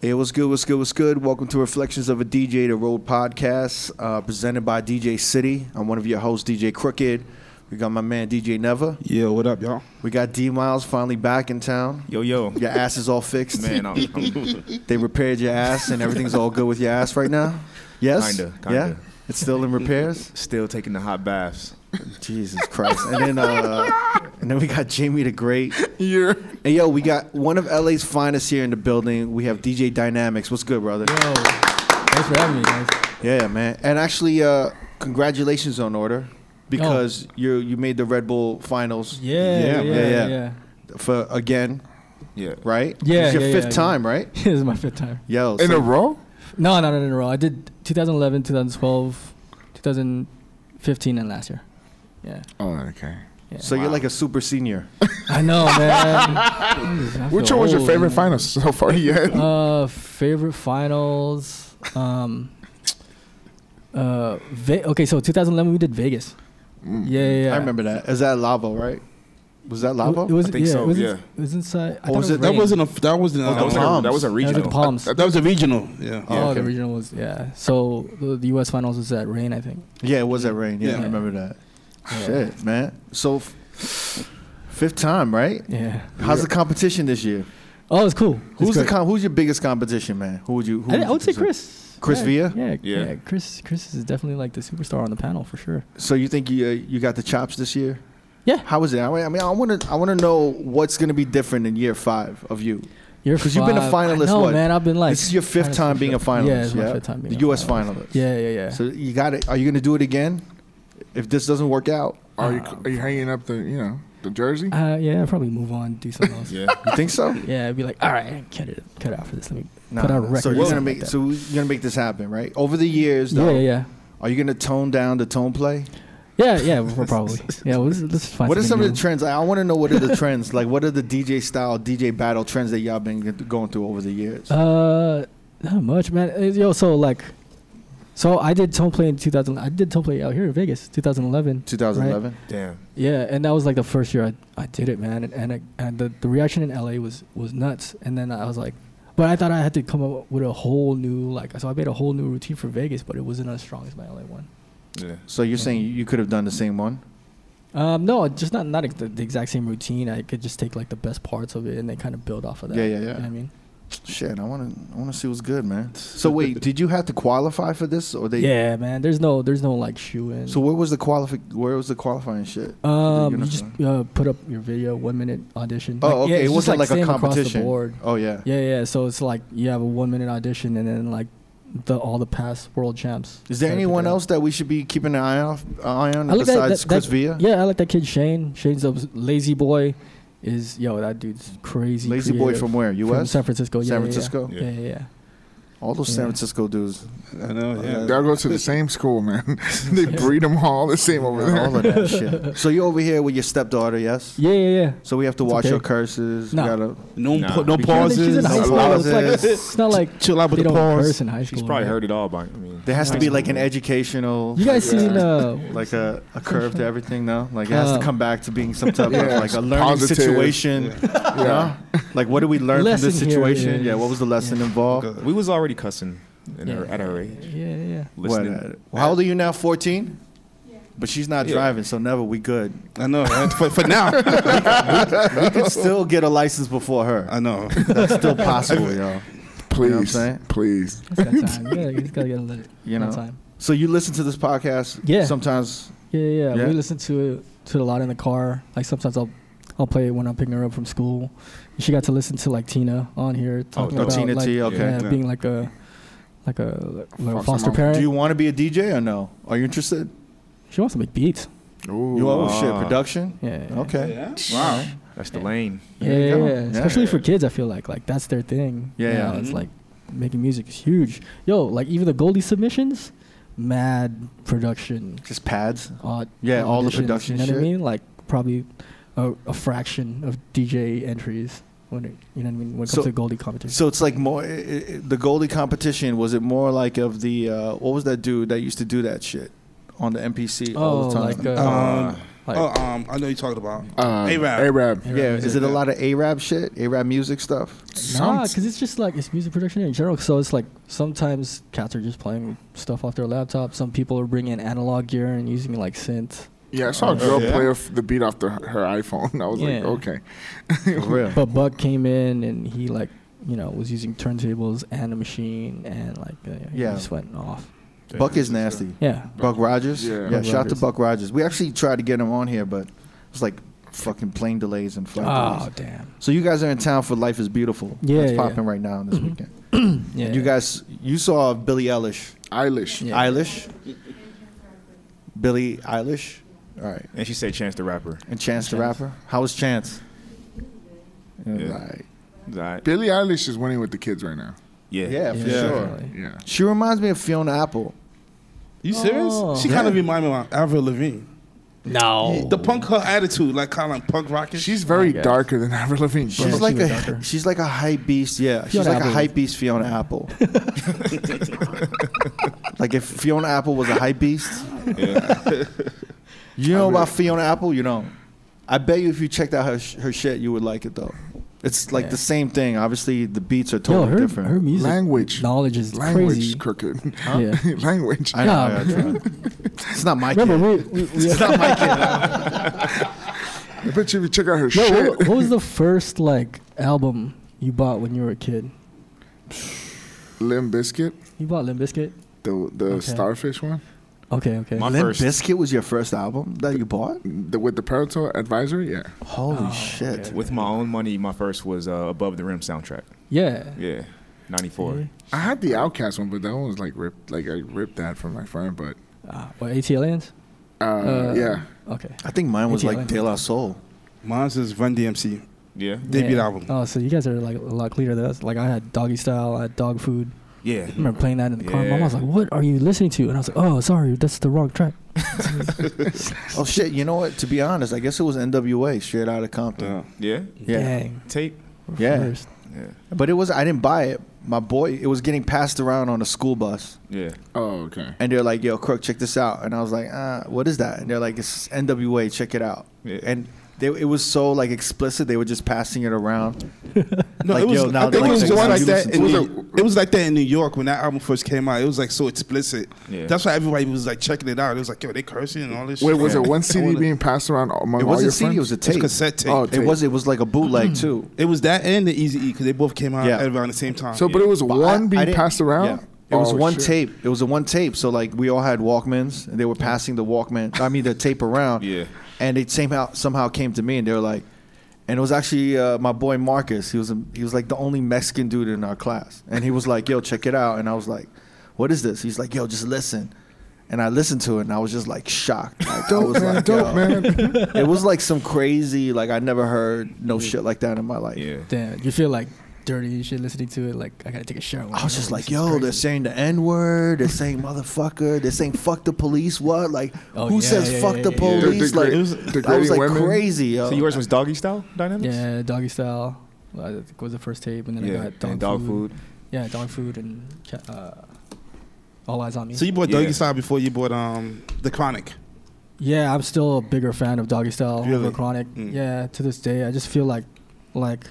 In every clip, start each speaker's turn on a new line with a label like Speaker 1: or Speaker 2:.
Speaker 1: Hey, what's good? What's good? What's good? Welcome to Reflections of a DJ, the Road podcast, uh, presented by DJ City. I'm one of your hosts, DJ Crooked. We got my man, DJ Never.
Speaker 2: Yeah, what up, y'all?
Speaker 1: We got D Miles finally back in town.
Speaker 3: Yo, yo.
Speaker 1: Your ass is all fixed.
Speaker 3: Man, I'm, I'm
Speaker 1: They repaired your ass and everything's all good with your ass right now? Yes?
Speaker 3: Kinda,
Speaker 1: Yeah?
Speaker 3: kinda.
Speaker 1: It's still in repairs?
Speaker 3: still taking the hot baths.
Speaker 1: Jesus Christ. And then, uh, and then we got Jamie the Great.
Speaker 3: Yeah.
Speaker 1: And yo, we got one of LA's finest here in the building. We have DJ Dynamics. What's good, brother?
Speaker 4: Yo, thanks for having me, guys.
Speaker 1: Yeah, man. And actually, uh, congratulations on order because you you made the Red Bull finals.
Speaker 4: Oh. Yeah, yeah, yeah,
Speaker 1: yeah,
Speaker 4: yeah.
Speaker 1: For again,
Speaker 3: Yeah.
Speaker 1: right?
Speaker 4: Yeah,
Speaker 1: It's your
Speaker 4: yeah,
Speaker 1: fifth
Speaker 4: yeah,
Speaker 1: time, right?
Speaker 4: this is my fifth time.
Speaker 1: Yo,
Speaker 2: In
Speaker 1: so-
Speaker 2: a row?
Speaker 4: No, no, no, no, no. I did 2011, 2012, 2015, and last year. Yeah,
Speaker 2: Oh, okay.
Speaker 1: so you're like a super senior.
Speaker 4: I know, man. Jesus, I
Speaker 2: Which
Speaker 4: feel
Speaker 2: one was your
Speaker 4: old,
Speaker 2: favorite
Speaker 4: man.
Speaker 2: finals so far yet?
Speaker 4: Uh, favorite finals. Um, uh, Ve- okay, so 2011 we did Vegas. Yeah, yeah, yeah.
Speaker 1: I remember that. Is that Lavo, right? Was that Lavo?
Speaker 4: It was,
Speaker 3: I think
Speaker 4: yeah,
Speaker 3: so,
Speaker 4: it was,
Speaker 3: yeah.
Speaker 4: It was inside.
Speaker 1: Or
Speaker 4: I
Speaker 1: was
Speaker 4: thought it
Speaker 1: it-
Speaker 4: was
Speaker 1: that
Speaker 2: That
Speaker 4: raining.
Speaker 2: wasn't a. That wasn't.
Speaker 3: Oh, that was,
Speaker 1: Palms.
Speaker 3: a, that was a
Speaker 4: That was
Speaker 3: regional.
Speaker 4: with the Palms.
Speaker 5: Oh,
Speaker 2: that was a regional. Yeah.
Speaker 4: oh,
Speaker 1: okay.
Speaker 4: the regional was yeah. So the, the U.S. finals was at rain, I think.
Speaker 1: yeah, it was at Rain. Yeah,
Speaker 2: Yeah.
Speaker 1: I remember that. Shit, man. So f- fifth time, right?
Speaker 4: Yeah.
Speaker 1: How's the competition this year?
Speaker 4: Oh, it's cool. It's
Speaker 1: Who's the
Speaker 4: great.
Speaker 1: com- who's your biggest competition, man? Who would you? Who
Speaker 4: I, I would say
Speaker 1: you-
Speaker 4: Chris.
Speaker 1: Chris
Speaker 4: yeah,
Speaker 1: Villa?
Speaker 4: Yeah,
Speaker 3: Yeah.
Speaker 4: yeah, Chris. Chris is definitely like the superstar on the panel for sure.
Speaker 1: So you think you uh, you got the chops this year?
Speaker 4: Yeah.
Speaker 1: How is it? I mean, I mean, I want to I want to know what's going to be different in year five of you.
Speaker 4: You're
Speaker 1: 'Cause you've been a finalist,
Speaker 4: No,
Speaker 1: what?
Speaker 4: man, I've been like
Speaker 1: this is your fifth
Speaker 4: finalist
Speaker 1: time
Speaker 4: for
Speaker 1: being a
Speaker 4: sure.
Speaker 1: finalist.
Speaker 4: Yeah, it's my fifth time being
Speaker 1: the
Speaker 4: a
Speaker 1: U.S. finalist.
Speaker 4: Yeah, yeah, yeah.
Speaker 1: So you got it. Are you going to do it again? If this doesn't work out,
Speaker 2: Are you are you hanging up the you know the jersey?
Speaker 4: uh, yeah, I'll probably move on, do something else. yeah.
Speaker 3: Yeah.
Speaker 1: you think so?
Speaker 4: I'd be like, all right, cut it, cut out for this. Let me
Speaker 1: Nah.
Speaker 4: put out a record.
Speaker 1: so
Speaker 4: or
Speaker 1: you're gonna
Speaker 4: something
Speaker 1: make
Speaker 4: like
Speaker 1: so you're gonna make this happen, right? Over the years,
Speaker 4: that.
Speaker 1: though,
Speaker 4: yeah, yeah,
Speaker 1: are you gonna tone down the tone play?
Speaker 4: yeah, yeah, yeah. We're probably yeah. Well, let's, let's find
Speaker 1: what are some
Speaker 4: something
Speaker 1: of the trends? I want to know what are the trends like. What are the DJ style, DJ battle trends that y'all been g- going through over the years?
Speaker 4: new. Uh, not much, man. Uh, Yo, so like, so I did tone play in 2000. I did tone play out here in Vegas, 2011.
Speaker 1: 2011.
Speaker 3: Damn.
Speaker 4: Yeah, and that was like the first year I, I did it, man, and and, it, and the, the reaction in LA was was nuts. And then I was like, but I thought I had to come up with a whole new like, so I made a whole new routine for Vegas, but it wasn't as strong as my LA one.
Speaker 3: Yeah.
Speaker 1: So you're saying you could have done the same one?
Speaker 4: Um, no, just not not ex- the, the exact same routine. I could just take like the best parts of it and then kind of build off of that.
Speaker 1: Yeah, yeah,
Speaker 4: You know
Speaker 1: yeah.
Speaker 4: what I mean,
Speaker 1: Shit, I want to. I want to see what's good, man. So wait, did you have to qualify for this, or they?
Speaker 4: yeah, man. There's no there's no like shoe in.
Speaker 1: So where was the qualif? Where was the qualifying shit?
Speaker 4: um,
Speaker 1: you're
Speaker 4: you
Speaker 1: not
Speaker 4: just uh, put up your video, one minute audition. Like,
Speaker 1: Oh, okay.
Speaker 4: yeah, it's
Speaker 1: it
Speaker 4: just,
Speaker 1: wasn't like, a
Speaker 4: same across the
Speaker 1: competition.
Speaker 4: board.
Speaker 1: Oh yeah.
Speaker 4: Yeah, yeah. So it's like you have a one minute audition, and then like the all the past world champs.
Speaker 1: Is there
Speaker 4: gotta pick
Speaker 1: anyone
Speaker 4: it up.
Speaker 1: else that we should be keeping an eye off? Eye on
Speaker 4: I like that-
Speaker 1: besides
Speaker 4: that-
Speaker 1: Chris
Speaker 4: that-
Speaker 1: Villa?
Speaker 4: Yeah, I like that kid Shane. Shane's a lazy boy. Is yo that dude's crazy.
Speaker 1: Lazy boy
Speaker 4: creative.
Speaker 1: from where?
Speaker 4: From
Speaker 1: U.S.
Speaker 4: San Francisco. Yeah,
Speaker 1: San
Speaker 4: yeah, yeah.
Speaker 1: Francisco?
Speaker 4: Yeah, yeah, yeah.
Speaker 1: All those San
Speaker 4: Yeah.
Speaker 1: Francisco dudes.
Speaker 2: I know.
Speaker 1: yeah.
Speaker 2: They all go to the same school, man. they breed them all the same over there.
Speaker 1: All of that shit. So you're over here with your stepdaughter, yes?
Speaker 4: Yeah, yeah, yeah.
Speaker 1: So we have to
Speaker 4: It's
Speaker 1: watch
Speaker 4: okay.
Speaker 1: your curses.
Speaker 4: No.
Speaker 1: We gotta,
Speaker 2: No,
Speaker 3: Nah.
Speaker 2: pa- no
Speaker 1: Because-
Speaker 4: She's in
Speaker 1: No
Speaker 2: pauses.
Speaker 4: high school. It's, like,
Speaker 1: pauses.
Speaker 4: it's not like
Speaker 2: Chill out with
Speaker 4: they
Speaker 2: the
Speaker 4: don't curse
Speaker 2: pause.
Speaker 4: in high school.
Speaker 3: She's probably
Speaker 4: right?
Speaker 3: heard it all by. I mean,
Speaker 1: there has to
Speaker 4: Nice.
Speaker 1: be like an educational.
Speaker 4: You guys
Speaker 1: like,
Speaker 4: seen
Speaker 1: uh,
Speaker 4: uh,
Speaker 1: like a, a curve to everything now? Like it has
Speaker 4: Uh,
Speaker 1: to come back to being some type
Speaker 2: Yeah.
Speaker 1: of like a learning
Speaker 2: Positive.
Speaker 1: situation. You know?
Speaker 2: Yeah.
Speaker 1: Like what did we learn from this
Speaker 4: Lesson here
Speaker 1: situation?
Speaker 4: is-
Speaker 1: Yeah, what was the lesson
Speaker 4: yeah.
Speaker 1: involved?
Speaker 2: Okay.
Speaker 3: we was already cussing in her,
Speaker 4: Yeah.
Speaker 3: at her age.
Speaker 4: Yeah, yeah, yeah.
Speaker 1: What,
Speaker 3: Listening.
Speaker 1: uh, well, how old are you now? 14? But she's not
Speaker 3: Yeah.
Speaker 1: driving, so never we good.
Speaker 2: I know. right? For, for now,
Speaker 1: We could still get a license before her.
Speaker 2: I know.
Speaker 1: That's still possible, yo. You know what I'm
Speaker 2: Please,
Speaker 1: saying?
Speaker 2: please.
Speaker 4: He's got time. Yeah, he's got to get a little
Speaker 1: You know?
Speaker 4: time.
Speaker 1: So you listen to this podcast
Speaker 4: Yeah.
Speaker 1: sometimes.
Speaker 4: Yeah, yeah,
Speaker 1: Yeah?
Speaker 4: yeah. We listen to it to it a lot in the car. Like sometimes I'll I'll play it when I'm picking her up from school. She got to listen to like Tina on here talking
Speaker 3: oh,
Speaker 4: about
Speaker 1: Tina
Speaker 4: like,
Speaker 1: T, okay.
Speaker 4: yeah,
Speaker 2: Yeah.
Speaker 4: being like a like a like a
Speaker 2: Foster
Speaker 4: foster
Speaker 2: mom.
Speaker 4: parent.
Speaker 1: Do you want to be a DJ or no? Are you interested?
Speaker 4: she wants to make beats.
Speaker 2: Ooh. uh,
Speaker 1: You oh
Speaker 3: Ah.
Speaker 1: shit, production?
Speaker 4: Yeah. yeah.
Speaker 1: Okay.
Speaker 2: Wow.
Speaker 3: That's the lane.
Speaker 4: Yeah,
Speaker 1: There you
Speaker 4: yeah,
Speaker 1: go.
Speaker 4: yeah.
Speaker 1: Yeah.
Speaker 4: Especially for kids, I feel like like that's their thing.
Speaker 1: Yeah, Mm-hmm.
Speaker 4: You
Speaker 1: yeah.
Speaker 4: know, It's
Speaker 2: Mhm.
Speaker 4: like making music is huge. Yo, like even the Goldie submissions, mad production.
Speaker 1: Just pads.
Speaker 4: odd.
Speaker 1: Yeah, all the
Speaker 4: auditions,
Speaker 1: production
Speaker 4: You know
Speaker 1: shit.
Speaker 4: what I mean? Like probably a, a fraction of DJ entries when it, you know what I mean when it comes
Speaker 1: So-
Speaker 4: to Goldie competition.
Speaker 1: So it's like more i- i- the Goldie competition. Was it more like of the uh, what was that dude that used to do that shit on the MPC all
Speaker 4: Oh,
Speaker 1: the time?
Speaker 4: like, uh,
Speaker 2: Um,
Speaker 4: Like,
Speaker 5: Oh, um, I know you're talking about.
Speaker 2: Uh,
Speaker 5: A-Rap.
Speaker 2: A-Rap.
Speaker 4: Arab
Speaker 1: Yeah,
Speaker 4: music.
Speaker 1: is it a lot of Arab shit? Arab music stuff?
Speaker 4: Nah, because it's just like it's music production in general. So it's like sometimes cats are just playing stuff off their laptop. Some people are bringing analog gear and using like synths.
Speaker 2: Yeah, I saw a girl
Speaker 3: Yeah.
Speaker 2: play off the beat off the, her iPhone. I was like,
Speaker 4: Yeah.
Speaker 2: okay.
Speaker 1: For real.
Speaker 4: But Buck came in and he like you know was using turntables and a machine and like uh,
Speaker 1: Yeah.
Speaker 4: he just went off.
Speaker 1: Buck is nasty.
Speaker 4: Yeah,
Speaker 1: Buck Rogers.
Speaker 2: Yeah.
Speaker 1: Yeah,
Speaker 2: Buck
Speaker 1: shout out to
Speaker 4: Rogers.
Speaker 1: Buck Rogers. We actually tried to get him on here, but it's like fucking plane delays and flight
Speaker 4: Oh
Speaker 1: delays.
Speaker 4: damn!
Speaker 1: So you guys are in town for Life is Beautiful.
Speaker 4: Yeah,
Speaker 1: That's
Speaker 4: yeah, Mm-hmm.
Speaker 1: popping right now this weekend.
Speaker 4: Yeah,
Speaker 1: And you guys, you saw Billie Eilish.
Speaker 2: Eilish.
Speaker 4: Yeah.
Speaker 1: Eilish? Billie Eilish? All right.
Speaker 3: And she said Chance the Rapper.
Speaker 1: And Chance, the
Speaker 4: Chance.
Speaker 1: Rapper? How was Chance?
Speaker 3: Yeah.
Speaker 1: Right.
Speaker 3: Is that right?
Speaker 2: Billie Eilish is winning with the kids right now.
Speaker 3: Yeah.
Speaker 1: Yeah, for
Speaker 5: Yeah.
Speaker 1: sure.
Speaker 4: definitely.
Speaker 2: Yeah.
Speaker 1: She reminds me of Fiona Apple.
Speaker 5: You serious?
Speaker 4: Oh.
Speaker 5: she kind of reminds me of Avril Lavigne.
Speaker 4: No,
Speaker 5: The punk her attitude, like kind of like punk rockish.
Speaker 2: She's very
Speaker 4: guess.
Speaker 2: darker than Avril Lavigne. bro.
Speaker 1: She's
Speaker 4: she
Speaker 1: like
Speaker 4: was
Speaker 1: a
Speaker 4: darker.
Speaker 1: she's like a hype beast. Yeah, she's
Speaker 4: Fiona
Speaker 1: like
Speaker 4: Apple.
Speaker 1: a hype beast Fiona Apple. like if Fiona Apple was a hype beast,
Speaker 3: Yeah.
Speaker 1: you know about Fiona Apple, you know. I bet you if you checked out her sh- her shit, you would like it though. It's like
Speaker 4: Yeah.
Speaker 1: the same thing. Obviously, the beats are
Speaker 4: Yo,
Speaker 1: totally
Speaker 4: her,
Speaker 1: different.
Speaker 4: her music
Speaker 2: Language.
Speaker 4: knowledge is
Speaker 2: Language
Speaker 4: crazy.
Speaker 2: is crooked.
Speaker 4: Yeah.
Speaker 2: Language.
Speaker 1: I know. I
Speaker 4: Yeah.
Speaker 1: gotta try. it's not my
Speaker 4: Remember,
Speaker 1: kid.
Speaker 4: we, we, we
Speaker 1: It's not my kid.
Speaker 2: I bet you if you check out her
Speaker 4: Yo,
Speaker 2: shit.
Speaker 4: what, what was the first like album you bought when you were a kid?
Speaker 2: Limb Biscuit,
Speaker 4: You bought Limp Bizkit?
Speaker 2: the the
Speaker 4: Okay.
Speaker 2: starfish one,
Speaker 4: Okay, okay.
Speaker 3: My
Speaker 1: Limp
Speaker 3: first.
Speaker 1: Biscuit was your first album that you bought?
Speaker 2: the with the parental advisory. Yeah.
Speaker 1: Holy
Speaker 4: Oh,
Speaker 1: shit!
Speaker 4: okay.
Speaker 3: With my own money, my first was uh, Above the Rim soundtrack.
Speaker 4: yeah.
Speaker 3: Yeah. 94.
Speaker 2: I had the Outcast one, but that one was like ripped. Like I ripped that from my friend, but
Speaker 4: Ah, what ATLians?
Speaker 2: uh,
Speaker 4: Uh,
Speaker 2: yeah,
Speaker 4: Okay.
Speaker 1: I think mine was
Speaker 4: ATL.
Speaker 1: like De La Soul.
Speaker 5: Mine's is Run DMC.
Speaker 3: Yeah.
Speaker 5: Debut
Speaker 4: Yeah.
Speaker 5: album.
Speaker 4: Oh, so you guys are like a lot cleaner than us. Like I had doggy style, I had dog food.
Speaker 3: Yeah.
Speaker 4: I remember playing that in the car. My
Speaker 3: Yeah.
Speaker 4: mom was like, "What are you listening to?" And I was like, "Oh, sorry, that's the wrong track."
Speaker 1: Oh shit! You know what? To be honest, I guess it was NWA, straight out of Compton.
Speaker 5: Yeah.
Speaker 3: Yeah.
Speaker 1: yeah.
Speaker 4: Dang.
Speaker 3: Tape.
Speaker 4: we're
Speaker 1: Yeah.
Speaker 4: first.
Speaker 3: Yeah.
Speaker 1: But it was I didn't buy it. My boy, it was getting passed around on a school bus,
Speaker 3: Yeah.
Speaker 2: oh okay.
Speaker 1: and they're like, "Yo, Crook, check this out." And I was like, "Uh, what is that?" And they're like, "It's NWA. Check it out."
Speaker 3: Yeah.
Speaker 1: And they, it was so like explicit. They were just passing it around.
Speaker 5: No,
Speaker 1: Like,
Speaker 5: it was.
Speaker 1: yo, now
Speaker 5: I think
Speaker 1: like
Speaker 5: it was
Speaker 1: the
Speaker 5: just
Speaker 1: guys
Speaker 5: like
Speaker 1: you
Speaker 5: that.
Speaker 1: listen
Speaker 5: In
Speaker 2: to. It
Speaker 5: New,
Speaker 2: was a-
Speaker 5: it was like that in New York when that album first came out. It was like so explicit.
Speaker 3: Yeah.
Speaker 5: That's why everybody was like checking it out. It was like, yo, they cursing and all this.
Speaker 2: Wait,
Speaker 5: shit.
Speaker 2: was it one
Speaker 5: I
Speaker 2: CD
Speaker 5: wanna-
Speaker 2: being passed around among
Speaker 1: It
Speaker 2: all
Speaker 1: wasn't
Speaker 2: your
Speaker 1: a CD. It was
Speaker 2: friends?
Speaker 1: a
Speaker 5: It was
Speaker 1: tape.
Speaker 5: cassette tape.
Speaker 2: Oh,
Speaker 1: it
Speaker 2: tape.
Speaker 1: was. It was like a bootleg too.
Speaker 5: It was that and the Easy E because they both came out
Speaker 1: Yeah.
Speaker 5: around the same time.
Speaker 2: So, but it was
Speaker 1: But
Speaker 2: one
Speaker 1: I- I
Speaker 2: being
Speaker 1: didn't-
Speaker 2: passed around.
Speaker 1: It was
Speaker 2: Oh,
Speaker 1: one
Speaker 2: shit.
Speaker 1: tape. It was a one tape. So like we all had Walkmans, and they were passing the Walkman. I mean the tape around.
Speaker 3: Yeah.
Speaker 1: And it somehow somehow came to me, and they were like, and it was actually uh, my boy Marcus. He was a, he was like the only Mexican dude in our class, and he was like, "Yo, check it out," and I was like, "What is this?" He's like, "Yo, just listen." And I listened to it, and I was just like shocked. Like, I
Speaker 2: Dope
Speaker 1: was
Speaker 2: man,
Speaker 1: like,
Speaker 2: dope
Speaker 1: "Yo."
Speaker 2: man.
Speaker 1: It was like some crazy, like I never heard no shit like that in my life.
Speaker 3: Yeah.
Speaker 4: Damn. You feel like dirty and shit listening to it. Like I gotta take a shower.
Speaker 1: I was just
Speaker 4: This
Speaker 1: like,
Speaker 4: is
Speaker 1: yo,
Speaker 4: crazy.
Speaker 1: they're saying the N word, they're saying motherfucker, they're saying fuck the police, what? Like,
Speaker 4: Oh,
Speaker 1: who
Speaker 4: yeah,
Speaker 1: says
Speaker 4: yeah,
Speaker 1: fuck
Speaker 4: yeah,
Speaker 1: the
Speaker 4: yeah, yeah.
Speaker 1: police?
Speaker 2: They're
Speaker 1: Like,
Speaker 2: degra-
Speaker 1: I was
Speaker 2: degrading
Speaker 1: like
Speaker 2: women.
Speaker 1: crazy, yo.
Speaker 3: So yours was doggy style dynamics?
Speaker 4: Yeah, doggy style. Well, I think was the first tape, and then I
Speaker 3: Yeah.
Speaker 4: got dog,
Speaker 3: And dog food.
Speaker 4: Yeah, dog food and ca- uh, all eyes on me.
Speaker 5: So you bought Doggy
Speaker 3: Yeah.
Speaker 5: Style before you bought um the Chronic.
Speaker 4: yeah, I'm still a bigger fan of doggy style
Speaker 5: Really?
Speaker 4: over chronic.
Speaker 5: Mm.
Speaker 4: Yeah, to this day, I just feel like, like,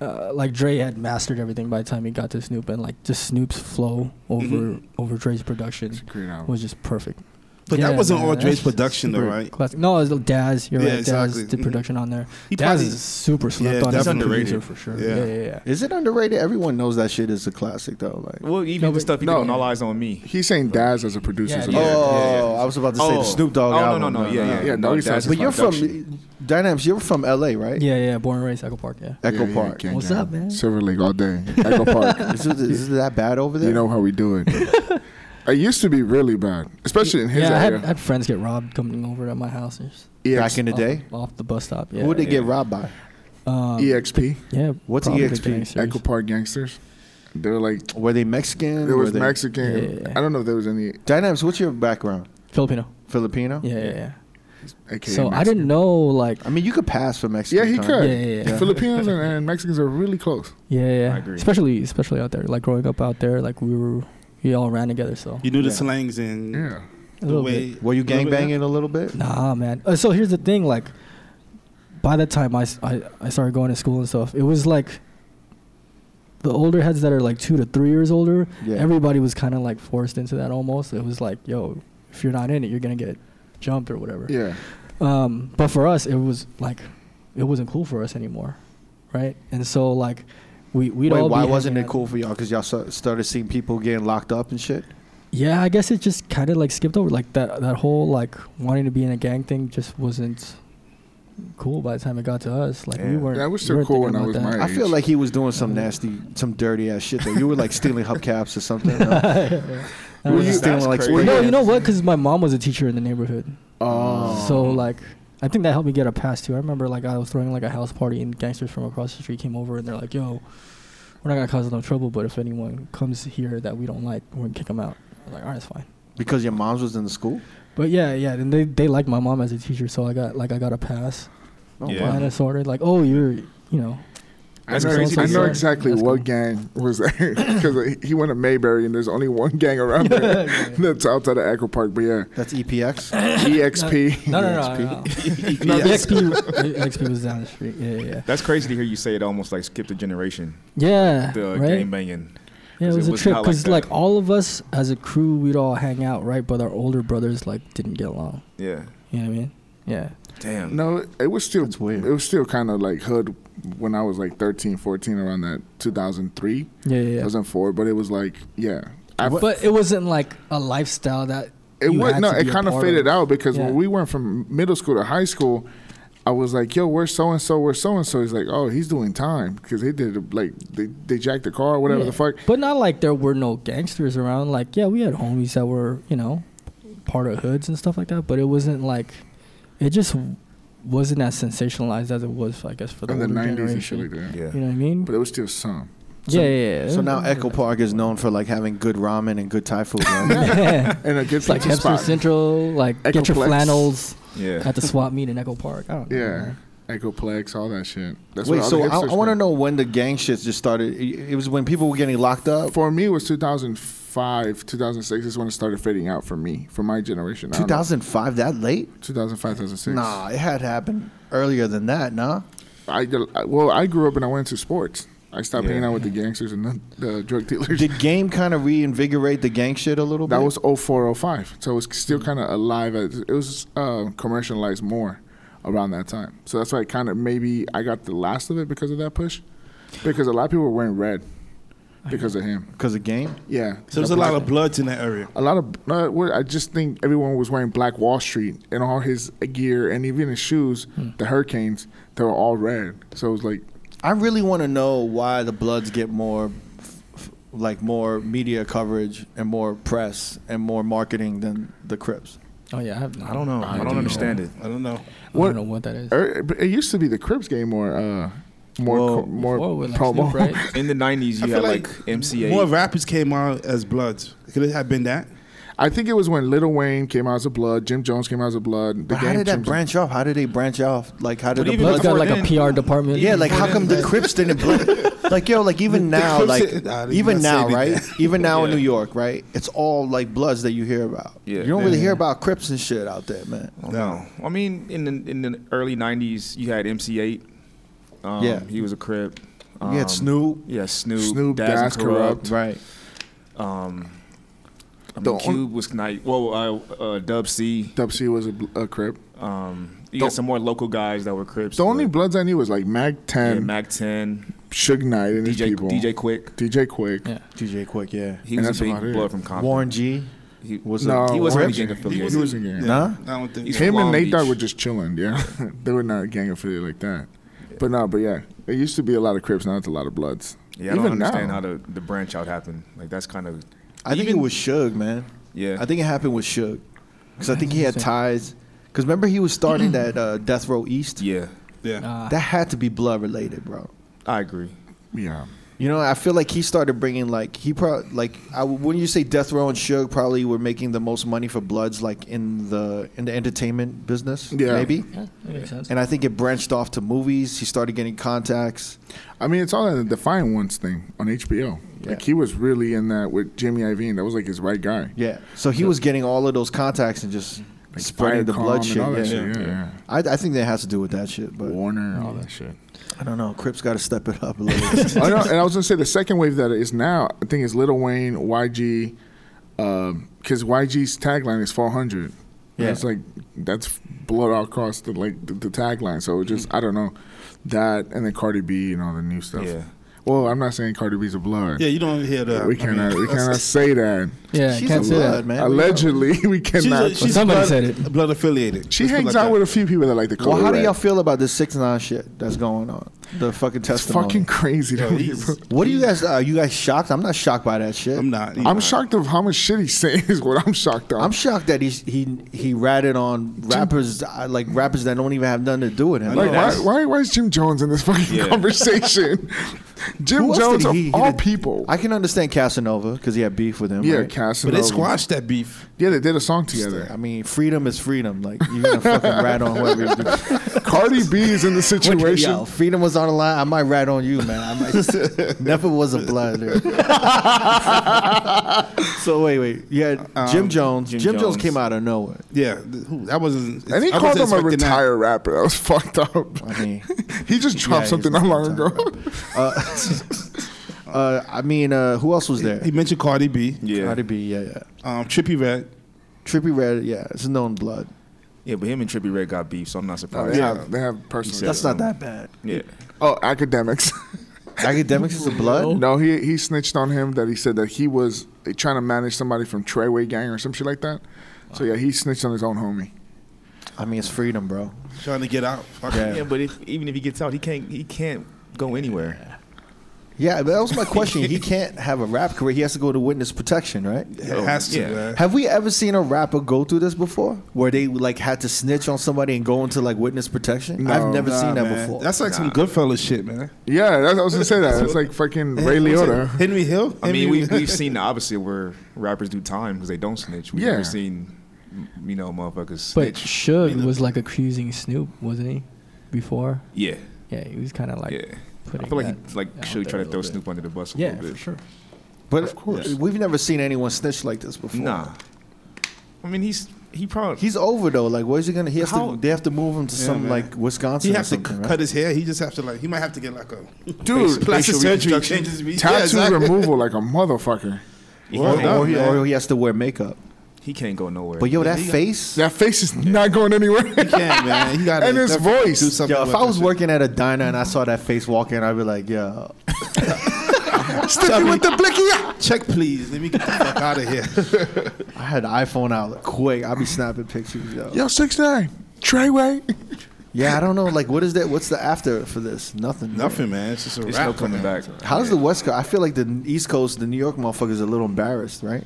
Speaker 4: uh, like Dre had mastered everything by the time he got to Snoop, and like just Snoop's flow over
Speaker 5: Mhm.
Speaker 4: over Dre's
Speaker 2: It's
Speaker 4: production
Speaker 2: a great album.
Speaker 4: was just perfect.
Speaker 5: But
Speaker 4: Yeah,
Speaker 5: that wasn't
Speaker 4: man,
Speaker 5: all
Speaker 4: that's
Speaker 5: Dre's
Speaker 4: just
Speaker 5: production though,
Speaker 4: super
Speaker 5: right?
Speaker 4: Classic. No, it was Daz. You're
Speaker 5: Yeah,
Speaker 4: right. Daz
Speaker 5: exactly.
Speaker 4: did
Speaker 5: Mhm.
Speaker 4: production on there.
Speaker 5: He
Speaker 4: Daz
Speaker 5: probably
Speaker 4: is super
Speaker 5: Yeah,
Speaker 4: slept on as a
Speaker 5: definitely.
Speaker 4: producer for sure.
Speaker 5: Yeah.
Speaker 4: Yeah, yeah, yeah.
Speaker 1: Is it underrated? Everyone knows that shit is a classic, though. Like,
Speaker 3: Well, even
Speaker 4: No,
Speaker 3: the
Speaker 4: but-
Speaker 3: stuff you
Speaker 2: No.
Speaker 3: did on All Eyes on Me.
Speaker 2: He's saying Daz as a producer.
Speaker 4: Yeah,
Speaker 2: so
Speaker 4: yeah.
Speaker 2: yeah.
Speaker 1: oh,
Speaker 3: yeah, yeah.
Speaker 1: I was about to say
Speaker 3: Oh.
Speaker 1: the Snoop Dogg
Speaker 3: Oh, no,
Speaker 1: album.
Speaker 3: no, no, yeah, yeah.
Speaker 2: Yeah, Doggy
Speaker 3: Doggy
Speaker 2: Style's
Speaker 3: Style's
Speaker 1: But
Speaker 3: It's
Speaker 1: you're
Speaker 3: production.
Speaker 1: from Dynamics. You're from L.A., right?
Speaker 4: Yeah, yeah, born and raised Echo Park. Yeah.
Speaker 1: Echo
Speaker 2: Yeah, yeah,
Speaker 1: Park.
Speaker 2: gang,
Speaker 4: What's
Speaker 2: gang.
Speaker 4: up, man?
Speaker 2: Silver Lake all day. Echo Park.
Speaker 1: Is, it, is it that bad over there?
Speaker 2: you know how we do it. it used to be really bad, especially in his E
Speaker 4: yeah, I had,
Speaker 2: area.
Speaker 4: I had friends get robbed coming over at my house. and just
Speaker 1: back
Speaker 2: EX,
Speaker 1: in the day,
Speaker 4: off, off the bus stop. Yeah.
Speaker 1: who would they get
Speaker 3: Yeah.
Speaker 1: robbed by?
Speaker 4: Um,
Speaker 2: EXP,
Speaker 4: Yeah.
Speaker 1: What's
Speaker 4: probably
Speaker 1: EXP?
Speaker 4: gangsters.
Speaker 2: E Echo Park Gangsters. They were like,
Speaker 1: Were they Mexican?
Speaker 2: there
Speaker 1: Were
Speaker 2: was
Speaker 1: they-
Speaker 2: Mexican.
Speaker 4: Yeah.
Speaker 2: I don't know if there was any
Speaker 1: Dynamics. What's your background?
Speaker 4: Filipino.
Speaker 1: Filipino.
Speaker 4: Yeah, yeah, yeah.
Speaker 2: AKA
Speaker 4: so I
Speaker 2: Mexican.
Speaker 4: didn't know, like,
Speaker 1: Oh. I mean, you could pass for Mexican.
Speaker 2: Yeah, he
Speaker 1: kinda.
Speaker 2: could.
Speaker 4: yeah, yeah, yeah,
Speaker 2: Filipinos and, and Mexicans are really close.
Speaker 4: yeah, yeah.
Speaker 3: I agree.
Speaker 4: Especially, especially out there, like growing up out there, like we were, we all ran together. So
Speaker 5: You knew the
Speaker 1: Yeah.
Speaker 5: slangs and
Speaker 2: Yeah.
Speaker 4: A
Speaker 5: the
Speaker 4: little
Speaker 5: way.
Speaker 4: bit.
Speaker 1: Were you
Speaker 5: little bit, yeah.
Speaker 1: gangbanging a little bit?
Speaker 4: Nah, man. Uh, so here's the thing, like, by the time I, s- I- I started going to school and stuff, it was like the older heads that are like two to three years older,
Speaker 1: Yeah.
Speaker 4: everybody was kind of like forced into that almost. It was like, yo, if you're not in it, you're gonna get jumped or whatever.
Speaker 2: Yeah.
Speaker 4: Um, but for us, it was like, it wasn't cool for us anymore, right? And so like, we we
Speaker 1: Wait,
Speaker 4: all
Speaker 1: why
Speaker 4: be
Speaker 1: wasn't
Speaker 4: hanging
Speaker 1: it
Speaker 4: out-
Speaker 1: cool for y'all? Because y'all sta- started seeing people getting locked up and shit.
Speaker 4: Yeah, I guess it just kind of like skipped over like that that whole like wanting to be in a gang thing just wasn't cool by the time it got to us. Like we
Speaker 3: Yeah.
Speaker 4: weren't.
Speaker 2: That was
Speaker 4: we
Speaker 2: still
Speaker 4: weren't
Speaker 2: cool
Speaker 4: thinking
Speaker 2: when I
Speaker 4: about
Speaker 2: was
Speaker 4: that.
Speaker 2: my
Speaker 1: I feel
Speaker 2: age.
Speaker 1: like he was doing some nasty, some dirty ass shit. Though you were like stealing hubcaps or something. No?
Speaker 4: Uh,
Speaker 1: You were
Speaker 2: you-
Speaker 1: stealing
Speaker 3: That's
Speaker 1: like
Speaker 3: crazy.
Speaker 1: spray
Speaker 4: no, you
Speaker 1: cans.
Speaker 4: know what? Because my mom was a teacher in the neighborhood,
Speaker 2: Oh.
Speaker 4: so like I think that helped me get a pass too. I remember like I was throwing like a house party and gangsters from across the street came over and they're like, "Yo, we're not gonna cause no trouble, but if anyone comes here that we don't like, we're gonna kick them out." I was like, "All right, it's fine."
Speaker 1: because your mom's was in the school.
Speaker 4: But yeah, yeah, and they they liked my mom as a teacher, so I got like I got a pass.
Speaker 1: Oh,
Speaker 3: Yeah.
Speaker 1: wow.
Speaker 4: Kind of sorted like, oh, you're you know,
Speaker 2: I
Speaker 3: That's
Speaker 2: know,
Speaker 3: crazy
Speaker 2: I
Speaker 3: to
Speaker 2: know
Speaker 3: say.
Speaker 2: exactly
Speaker 4: That's
Speaker 2: what
Speaker 4: cool.
Speaker 2: gang was that because he went to Mayberry and there's only one gang around there that's outside of Echo Park. But yeah, E
Speaker 1: That's E EPX.
Speaker 2: EXP.
Speaker 4: no, no, no,
Speaker 1: EXP.
Speaker 4: no, no. the XP, the XP was down the street. Yeah, yeah, yeah.
Speaker 3: That's crazy to hear you say it. Almost like skipped a generation.
Speaker 4: Yeah,
Speaker 3: The uh,
Speaker 4: right.
Speaker 3: game banging.
Speaker 4: Yeah, it
Speaker 3: 'Cause
Speaker 4: was
Speaker 3: it
Speaker 4: a
Speaker 3: was
Speaker 4: trip
Speaker 3: not like
Speaker 4: because
Speaker 3: that.
Speaker 4: like, all of us as a crew, we'd all hang out, right? But our older brothers like didn't get along.
Speaker 3: Yeah.
Speaker 4: You know what I mean? Yeah.
Speaker 3: Damn.
Speaker 2: No, it was still
Speaker 1: That's weird.
Speaker 2: It was still kind of like hood when I was like 13, 14, around that 2003,
Speaker 4: Yeah, yeah. yeah.
Speaker 2: 2004. But it was like, yeah, I,
Speaker 4: but it wasn't like a lifestyle that
Speaker 2: it
Speaker 4: you
Speaker 2: would
Speaker 4: had
Speaker 2: no,
Speaker 4: to
Speaker 2: it
Speaker 4: be a
Speaker 2: kind of
Speaker 4: part
Speaker 2: faded out because
Speaker 4: Yeah.
Speaker 2: when we went from middle school to high school, I was like, yo, where's so and so? Where's so and so? He's like, oh, he's doing time because they did like they, they jacked the car, whatever
Speaker 4: Yeah.
Speaker 2: the fuck.
Speaker 4: But not like there were no gangsters around. Like, yeah, we had homies that were, you know, part of hoods and stuff like that. But it wasn't like, it just wasn't as sensationalized as it was, I guess, for the
Speaker 2: in the
Speaker 4: older
Speaker 2: 90s and
Speaker 4: generation.
Speaker 2: shit like that.
Speaker 3: Yeah.
Speaker 4: You know what I mean?
Speaker 2: But it was still some.
Speaker 4: yeah, yeah, yeah.
Speaker 1: So now Echo Park is known for like having good ramen and good Thai food. Right?
Speaker 4: yeah.
Speaker 2: And a good
Speaker 4: It's like
Speaker 2: pizza
Speaker 4: Hipster
Speaker 2: spot.
Speaker 4: Central, like get your
Speaker 2: Echoplex.
Speaker 4: flannels
Speaker 3: Yeah.
Speaker 4: at the swap meet in Echo Park. I don't know.
Speaker 2: Yeah. Echoplex, all that shit. That's
Speaker 1: Wait,
Speaker 2: all
Speaker 1: so
Speaker 2: the
Speaker 1: I,
Speaker 2: hipsters
Speaker 1: want to
Speaker 2: went.
Speaker 1: know when the gang shit just started. It, it was when people were getting locked up.
Speaker 2: For me, it was 2005, 2006 is when it started fading out for me, for my generation. I don't know.
Speaker 1: 2005, that late?
Speaker 2: 2005, 2006.
Speaker 1: Nah, it had happened earlier than that. Nah.
Speaker 2: I, I- well, I grew up and I went into sports. I stopped
Speaker 3: Yeah.
Speaker 2: hanging out with the gangsters and the, the drug dealers.
Speaker 1: Did game kind of reinvigorate the gang shit a little
Speaker 2: that
Speaker 1: bit?
Speaker 2: was 0405. So it was still kind of alive. as- It was uh, commercialized more around that time. So that's why it kind of maybe I got the last of it because of that push. Because a lot of people were wearing red because of him.
Speaker 1: because of game.
Speaker 2: Yeah.
Speaker 5: So there's a lot of bloods in that area.
Speaker 2: A lot of no, what- I just think everyone was wearing black Wall Street and all his gear and even his shoes. The Hurricanes, they were all red. So it was like
Speaker 1: I really want to know why the Bloods get more, f- f- like more media coverage and more press and more marketing than the Crips.
Speaker 4: Oh yeah, I have. No,
Speaker 3: I don't know. I,
Speaker 2: don't
Speaker 3: don't
Speaker 2: know.
Speaker 3: understand it.
Speaker 5: I don't know.
Speaker 4: I
Speaker 2: What-
Speaker 4: don't know what that is.
Speaker 2: er, but it used to be the Crips game more, uh, more,
Speaker 1: Well,
Speaker 2: co- more
Speaker 4: Before with, like,
Speaker 2: promo.
Speaker 4: Snoop, right?
Speaker 3: In the nineties, you
Speaker 5: feel
Speaker 3: had like,
Speaker 5: like
Speaker 3: MCA.
Speaker 5: More rappers came out as bloods. Could it have been that?
Speaker 2: I think it was when Little Wayne came out as a blood, Jim Jones came out as a blood. The
Speaker 1: But how did that
Speaker 2: changed-
Speaker 1: branch off? How did they branch off? Like how did
Speaker 3: But
Speaker 1: the
Speaker 3: even
Speaker 1: Bloods?
Speaker 4: Blood's got
Speaker 3: before
Speaker 4: like
Speaker 3: then-
Speaker 4: a PR department.
Speaker 1: Yeah, like how come the Crips didn't bl- like yo, like even now,
Speaker 5: Crips
Speaker 1: like
Speaker 5: didn't- nah, they
Speaker 1: even
Speaker 5: not
Speaker 1: now,
Speaker 5: saying it.
Speaker 1: right? Even now in
Speaker 3: Yeah.
Speaker 1: New York, right? It's all like Bloods that you hear about.
Speaker 3: Yeah.
Speaker 1: you don't really
Speaker 4: Yeah.
Speaker 1: hear about Crips and shit out there, man.
Speaker 3: Oh, No, I mean in the in the early '90s, you had MC8. Um,
Speaker 1: Yeah.
Speaker 3: he was a crip.
Speaker 1: You
Speaker 3: Um,
Speaker 1: had Snoop,
Speaker 3: Yeah, Snoop.
Speaker 2: Snoop,
Speaker 3: Daz and
Speaker 2: Daz, Corrupt.
Speaker 1: right?
Speaker 3: Um, I
Speaker 2: The
Speaker 3: mean,
Speaker 2: on-
Speaker 3: Cube was nice. Well, uh, uh, Dub C.
Speaker 2: Dub C was a, bl- a Crip.
Speaker 3: Um, you
Speaker 2: The-
Speaker 3: got some more local guys that were crips.
Speaker 2: The only
Speaker 3: but-
Speaker 2: bloods I knew was like Mag
Speaker 3: yeah,
Speaker 2: Ten,
Speaker 3: Mac Ten,
Speaker 2: Suge Knight, and his
Speaker 3: DJ
Speaker 2: people.
Speaker 3: DJ Quick.
Speaker 2: DJ Quick.
Speaker 4: Yeah.
Speaker 1: DJ Quick, yeah.
Speaker 3: He
Speaker 2: And
Speaker 3: was
Speaker 2: that's
Speaker 3: a big
Speaker 2: about it.
Speaker 3: blood from Compton.
Speaker 1: Warren G
Speaker 3: He,
Speaker 1: was
Speaker 2: No,
Speaker 1: a,
Speaker 3: he wasn't
Speaker 2: Warren
Speaker 3: really gang
Speaker 2: G.
Speaker 3: affiliated.
Speaker 2: He was in gang.
Speaker 1: Nah?
Speaker 5: I don't think.
Speaker 3: He's
Speaker 5: so.
Speaker 2: Him and
Speaker 3: Long
Speaker 2: Nate Dogg
Speaker 3: Beach.
Speaker 2: were just chilling. Yeah, they were not gang affiliated like that. But no, but yeah, it used to be a lot of Crips. Now it's a lot of Bloods.
Speaker 3: Yeah, I don't understand how the, the branch out happened. Like that's kind of
Speaker 1: I think it was Suge, man.
Speaker 3: yeah.
Speaker 1: I think it happened with Suge because I think he had ties. Because remember he was starting that uh, Death Row East.
Speaker 3: yeah,
Speaker 5: Yeah.
Speaker 1: Ah.
Speaker 4: Nah.
Speaker 1: That had to be blood related, bro.
Speaker 3: I agree.
Speaker 2: Yeah,
Speaker 1: You know, I feel like he started bringing like he probably like I w wouldn't you say Death Row and Suge probably were making the most money for Bloods like in the in the entertainment business,
Speaker 2: Yeah.
Speaker 1: maybe.
Speaker 4: Yeah, that makes sense.
Speaker 1: And I think it branched off to movies. He started getting contacts.
Speaker 2: I mean, it's all in the Define Ones thing on HBO.
Speaker 1: Yeah.
Speaker 2: Like he was really in that with Jimmy Iovine. That was like his right guy.
Speaker 1: Yeah, so he was getting all of those contacts and just spreading the
Speaker 2: Viacom
Speaker 1: blood
Speaker 2: and
Speaker 1: shit.
Speaker 2: all
Speaker 1: Yeah.
Speaker 2: that shit, Yeah, yeah.
Speaker 1: I, I think that has to do with that shit, but
Speaker 2: Warner, all that shit.
Speaker 1: I don't know. Crips got to step it up a little. bit.
Speaker 2: I know, and I was gonna say the second wave that is now, I think is Little Wayne, um, YG, because YG's tagline is 400.
Speaker 1: Yeah.
Speaker 2: Yeah, it's like that's blood all across the like the, the tagline. So it just I don't know that, and then Cardi B and all the new stuff.
Speaker 3: Yeah.
Speaker 2: Well, I'm not saying Cardi B's a blood.
Speaker 5: Yeah, you don't hear that.
Speaker 2: we
Speaker 5: I mean,
Speaker 2: cannot we
Speaker 5: that's-
Speaker 2: cannot say that.
Speaker 4: yeah,
Speaker 1: she's a
Speaker 4: can't say
Speaker 1: blood,
Speaker 4: that.
Speaker 1: man.
Speaker 2: Allegedly, we
Speaker 5: She's,
Speaker 2: cannot.
Speaker 5: a, she's
Speaker 4: Somebody
Speaker 5: blood,
Speaker 4: said it.
Speaker 5: Blood affiliated.
Speaker 2: she
Speaker 5: Let's put it
Speaker 2: hangs
Speaker 5: like
Speaker 2: out
Speaker 5: that.
Speaker 2: with a few people that like the color.
Speaker 1: Well, how do
Speaker 2: red.
Speaker 1: y'all feel about this six nine shit that's going on? The fucking
Speaker 2: It's
Speaker 1: testimony.
Speaker 2: fucking crazy. to
Speaker 5: Yo,
Speaker 2: me,
Speaker 5: he's-
Speaker 2: bro.
Speaker 1: What do you guys? Are you guys shocked? I'm not shocked by that shit.
Speaker 5: I'm not.
Speaker 2: I'm shocked of how much shit he's saying is what I'm shocked of.
Speaker 1: I'm shocked that he he he ratted on rappers uh, like rappers that don't even have nothing to do with him.
Speaker 5: I
Speaker 2: Like,
Speaker 5: know,
Speaker 2: why,
Speaker 5: that's-
Speaker 2: why, why is Jim Jones in this fucking
Speaker 5: Yeah.
Speaker 2: conversation? Jim
Speaker 1: Who else
Speaker 2: Jones
Speaker 1: did
Speaker 2: of
Speaker 1: he- he
Speaker 2: all
Speaker 1: did-
Speaker 2: people.
Speaker 1: I can understand Casanova because he had beef with him.
Speaker 2: yeah,
Speaker 1: right?
Speaker 5: But
Speaker 2: Casanova.
Speaker 5: they squashed that beef.
Speaker 2: Yeah, they did a song
Speaker 1: I
Speaker 2: together.
Speaker 1: mean, freedom is freedom. Like you're gonna fucking rat on whoever. You're doing.
Speaker 2: Cardi B is in the
Speaker 1: Yo,
Speaker 2: situation.
Speaker 1: freedom was on the line. I might rat on you, man. I might. never was a blood. so wait, wait. Yeah, Jim
Speaker 5: Um,
Speaker 1: Jones. Jim,
Speaker 3: Jim
Speaker 1: Jones.
Speaker 3: Jones.
Speaker 1: came out of nowhere.
Speaker 5: Yeah, th- who- that wasn't.
Speaker 2: and he
Speaker 5: I
Speaker 2: called
Speaker 5: wasn't
Speaker 2: him a
Speaker 5: expecting that.
Speaker 2: retired rapper. That was fucked up.
Speaker 1: I mean,
Speaker 2: he just
Speaker 1: yeah,
Speaker 2: dropped
Speaker 1: he's
Speaker 2: something not
Speaker 1: a
Speaker 2: long ago.
Speaker 1: retired uh, I mean, uh, who else was there?
Speaker 5: He mentioned Cardi B,
Speaker 3: Yeah.
Speaker 1: Cardi B. Yeah, yeah.
Speaker 5: um, Trippy Red.
Speaker 1: Trippy Red. Yeah, it's known blood.
Speaker 3: Yeah, but him and Trippy Red got beef, so I'm not
Speaker 2: No,
Speaker 3: surprised.
Speaker 2: they, have, they have personal.
Speaker 1: That's not that bad.
Speaker 3: Yeah.
Speaker 2: Oh, academics.
Speaker 1: Academics is a blood.
Speaker 2: no, he he snitched on him that he said that he was eh, trying to manage somebody from Treyway Gang or some shit like that. So yeah, he snitched on his own homie.
Speaker 1: I mean, it's freedom, bro.
Speaker 5: trying to get out. Fuck
Speaker 1: Yeah.
Speaker 5: yeah.
Speaker 3: Yeah, but if, even if he gets out, he can't. He can't go anywhere.
Speaker 1: Yeah, but that was my question. he can't have a rap career. He has to go to witness protection, right?
Speaker 5: It has to.
Speaker 3: Yeah.
Speaker 5: man.
Speaker 1: Have we ever seen a rapper go through this before, where they like had to snitch on somebody and go into like witness protection? I've never
Speaker 5: Nah,
Speaker 1: seen that
Speaker 5: man.
Speaker 1: before.
Speaker 5: That's like some Goodfellas shit, man.
Speaker 2: Yeah, that's, I was gonna say that. It's like fucking Ray Liotta.
Speaker 5: Henry Hill.
Speaker 3: I mean,
Speaker 5: Henry
Speaker 3: we,
Speaker 5: Hill.
Speaker 3: we've seen the opposite where rappers do time because they don't snitch. We've
Speaker 2: Yeah.
Speaker 3: never seen, m- you know, motherfuckers snitch.
Speaker 4: But Suge was like accusing Snoop, wasn't he? Before,
Speaker 3: yeah,
Speaker 4: yeah, he was kind of like
Speaker 3: yeah. I
Speaker 4: putting.
Speaker 3: feel like
Speaker 4: that
Speaker 3: he, like
Speaker 4: out
Speaker 3: should
Speaker 4: there
Speaker 3: try
Speaker 4: a
Speaker 3: to throw
Speaker 4: little bit.
Speaker 3: Snoop under the bus a
Speaker 4: Yeah,
Speaker 3: little
Speaker 4: for
Speaker 3: bit.
Speaker 4: sure.
Speaker 1: but
Speaker 2: of course.
Speaker 1: we've never seen anyone snitch like this before.
Speaker 3: Nah. I mean, he's he probably
Speaker 1: he's over though. Like, where's he gonna? He has
Speaker 3: How-
Speaker 1: to. They have to move him to some
Speaker 5: man.
Speaker 1: like Wisconsin.
Speaker 5: He
Speaker 1: or
Speaker 5: has to
Speaker 1: something,
Speaker 5: c-
Speaker 1: right?
Speaker 5: cut his hair. He just have to like. He might have to get like a
Speaker 2: Dude,
Speaker 5: plastic
Speaker 2: facial
Speaker 5: surgery.
Speaker 2: reconstruction.
Speaker 5: Changes me.
Speaker 2: tattoo removal like a motherfucker.
Speaker 3: he,
Speaker 5: Well,
Speaker 3: can't,
Speaker 5: that-
Speaker 1: or, he,
Speaker 5: man.
Speaker 1: or he has to wear makeup.
Speaker 3: he can't go nowhere.
Speaker 1: But yo, that
Speaker 5: he-
Speaker 1: face.
Speaker 2: That face is not going anywhere.
Speaker 5: can, man. He got
Speaker 2: And his voice.
Speaker 5: Do something
Speaker 1: Yo, if
Speaker 5: with
Speaker 1: I was
Speaker 5: that
Speaker 1: working at a diner and I saw that face walk in, I'd be like, yo,
Speaker 2: Stiffy with the blicky.
Speaker 5: shit. check, please. Let me get the fuck out of here.
Speaker 1: I had the iPhone out quick. I'd be snapping pictures, yo.
Speaker 2: Yo, six nine. Treyway.
Speaker 1: Yeah, I don't know. Like, what is that? What's the after for this? Nothing.
Speaker 5: Nothing, man. It's just a
Speaker 3: There's
Speaker 5: wrap.
Speaker 3: no coming
Speaker 5: man.
Speaker 3: back.
Speaker 1: How does the West Coast? I feel like the East Coast, the New York motherfuckers, are a little embarrassed, right?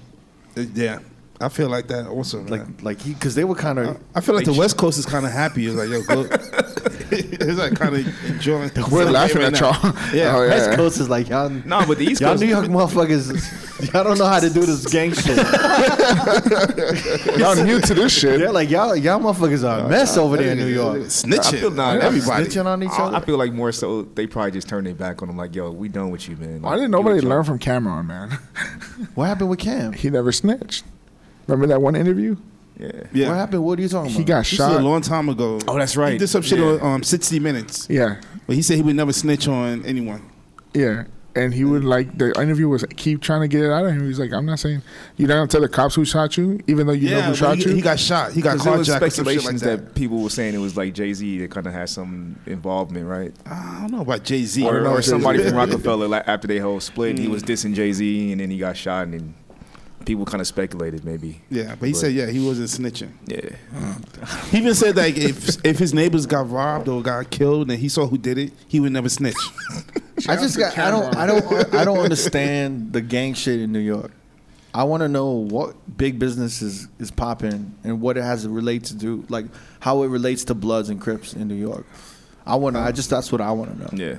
Speaker 5: Uh, Yeah, I feel like that also. man.
Speaker 1: Like, like he, because they were kind of.
Speaker 5: I feel like the West Coast is kind of happy. It's like, yo, go. it's like kind of enjoying.
Speaker 2: We're laughing
Speaker 5: right
Speaker 2: at
Speaker 5: now.
Speaker 2: y'all.
Speaker 5: Yeah,
Speaker 2: Oh,
Speaker 1: West Coast is like y'all.
Speaker 3: No, but the East
Speaker 1: y'all
Speaker 3: Coast-
Speaker 1: New York motherfuckers, y'all don't know how to do this gang shit.
Speaker 2: Y'all new to this shit.
Speaker 1: They're like y'all, y'all motherfuckers are a mess over there in New York.
Speaker 5: Snitching.
Speaker 3: I feel not
Speaker 5: on everybody.
Speaker 1: Snitching on each
Speaker 3: I, I
Speaker 1: other.
Speaker 3: feel like more so they probably just turned their back on him. Like, yo, we done with you, man.
Speaker 2: Why
Speaker 3: Like,
Speaker 2: didn't nobody
Speaker 3: you a
Speaker 2: learn from Cameron, man?
Speaker 1: What happened with Cam?
Speaker 2: He never snitched. Remember that one interview?
Speaker 3: jerk. Yeah.
Speaker 5: Yeah,
Speaker 1: What happened? What are you talking
Speaker 2: He
Speaker 1: about?
Speaker 2: got
Speaker 5: Oh this is a
Speaker 2: shot.
Speaker 5: long time ago.
Speaker 3: Oh, that's right.
Speaker 5: He did some shit
Speaker 3: Yeah.
Speaker 5: on um, 60 Minutes,
Speaker 2: Yeah,
Speaker 5: but he said he would never snitch on anyone.
Speaker 2: yeah. And he would like the interview was keep trying to get it out of him. He's like, I'm not saying you're not gonna tell the cops who shot you, even though you know who
Speaker 5: but
Speaker 2: shot
Speaker 5: he,
Speaker 2: you.
Speaker 5: he got shot. He got
Speaker 3: Because there was
Speaker 5: carjacked. or some shit like
Speaker 3: speculations
Speaker 5: that.
Speaker 3: that. people were saying it was like Jay Z that kind of had some involvement, right?
Speaker 5: I don't know about Jay Z.
Speaker 2: I
Speaker 3: Or,
Speaker 2: don't know
Speaker 3: or
Speaker 2: if Jay-Z
Speaker 3: somebody
Speaker 2: did.
Speaker 3: from Rockefeller like, after they whole split, he was dissing Jay Z, and then he got shot, and then people kind of speculated maybe.
Speaker 5: Yeah, but he said yeah, he wasn't snitching.
Speaker 3: Yeah,
Speaker 5: He even said like if if his neighbors got robbed or got killed and he saw who did it, he would never snitch.
Speaker 1: I just got. I don't. I don't. I don't understand the gang shit in New York. I want to know what big business is, is popping and what it has to relate to do, like how it relates to Bloods and Crips in New York. I want to. I just that's what I want to know.
Speaker 3: yeah.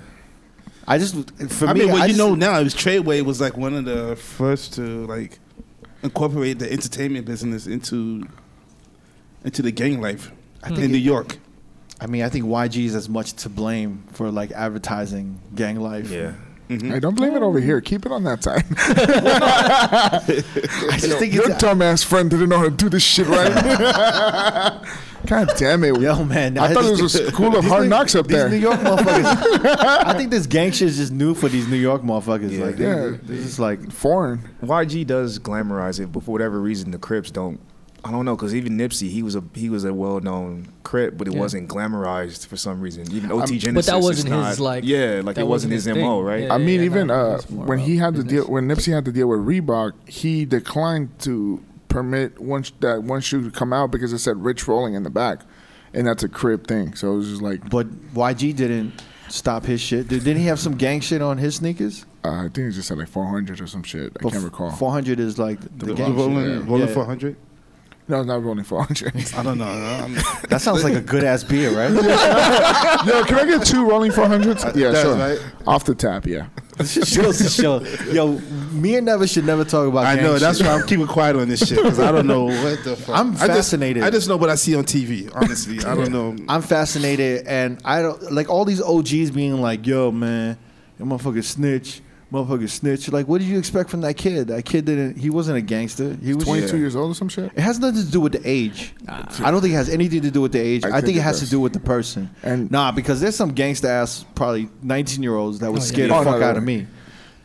Speaker 1: I just for
Speaker 5: I
Speaker 1: me,
Speaker 5: mean, well,
Speaker 1: I
Speaker 5: you
Speaker 1: just-
Speaker 5: know now, it was Tradeway was like one of the first to like incorporate the entertainment business into into the gang life
Speaker 1: I think
Speaker 5: in New
Speaker 1: it-
Speaker 5: York.
Speaker 1: I mean, I think YG is as much to blame for like advertising gang life.
Speaker 3: Yeah.
Speaker 5: Mhm.
Speaker 2: Hey, don't blame it over here. Keep it on that side.
Speaker 1: I just think
Speaker 2: Your
Speaker 1: it's
Speaker 2: dumb ass friend didn't know how to do this shit right. God damn it.
Speaker 1: yo, man.
Speaker 2: I thought it was a school of
Speaker 1: These
Speaker 2: hard
Speaker 1: New-
Speaker 2: knocks up
Speaker 1: these
Speaker 2: there.
Speaker 1: New York motherfuckers. I think this gang shit is just new for these New York motherfuckers.
Speaker 3: Yeah.
Speaker 1: Like, they,
Speaker 2: Yeah.
Speaker 1: this is like
Speaker 2: Foreign.
Speaker 3: YG does glamorize it, but for whatever reason, the Crips don't. I don't know, cause even Nipsey, he was a he was a well known Crip, but it
Speaker 4: Yeah.
Speaker 3: wasn't glamorized for some reason. Even OT
Speaker 4: that
Speaker 3: Genesis, it's
Speaker 4: wasn't his,
Speaker 3: not-
Speaker 4: like-
Speaker 3: yeah, like
Speaker 4: that
Speaker 3: it wasn't
Speaker 4: wasn't
Speaker 3: his,
Speaker 4: his thing.
Speaker 3: mo, right?
Speaker 4: Yeah.
Speaker 2: I mean, even
Speaker 4: no,
Speaker 2: uh,
Speaker 4: that's more
Speaker 2: when he
Speaker 4: about
Speaker 2: had to deal,
Speaker 4: business.
Speaker 2: when Nipsey had to deal with Reebok, he declined to permit one sh- that one shoe to come out because it said "Rich Rolling" in the back, and that's a crib thing. So it was just like,
Speaker 1: But YG didn't stop his shit. Did, didn't he have some gang shit on his sneakers?
Speaker 2: uh, I think it just said like 400 or some shit. I can't recall.
Speaker 1: 400 is like the,
Speaker 5: The
Speaker 1: gang
Speaker 5: rolling,
Speaker 1: shit.
Speaker 5: rolling
Speaker 1: Yeah.
Speaker 5: 400.
Speaker 2: no, it's not rolling 400.
Speaker 5: I don't know. I'm,
Speaker 1: That sounds like a good ass beer, right?
Speaker 2: Yo, can I get two rolling 400s? Yeah,
Speaker 5: that's
Speaker 2: sure.
Speaker 5: right.
Speaker 2: Off the tap, yeah.
Speaker 1: This goes to show. Yo, me and Never should never talk about
Speaker 5: I
Speaker 1: gang
Speaker 5: know. That's
Speaker 1: shit.
Speaker 5: why I'm keeping quiet on this shit because I don't know what the fuck.
Speaker 1: I'm
Speaker 5: I just-
Speaker 1: fascinated.
Speaker 5: I just know what I see on TV. Honestly, I don't know.
Speaker 1: I'm fascinated, and I don't like all these OGs being like, "Yo, man, that motherfucker snitch, motherfucker snitch." Like, what did you expect from that kid? That kid didn't. He wasn't a gangster. He was.
Speaker 2: 22
Speaker 3: Yeah.
Speaker 2: years old or some shit?
Speaker 1: It has nothing to do with the age. I don't think it has anything to do with the age.
Speaker 2: I
Speaker 1: I,
Speaker 2: think
Speaker 1: think,
Speaker 2: it
Speaker 1: it has
Speaker 2: does.
Speaker 1: to do with the person.
Speaker 2: And-
Speaker 1: nah, because there's some gangsta ass, probably 19 year olds that would
Speaker 4: Oh, yeah.
Speaker 1: scare the
Speaker 2: Oh, no,
Speaker 1: fuck
Speaker 2: no,
Speaker 1: out
Speaker 2: no.
Speaker 1: of me.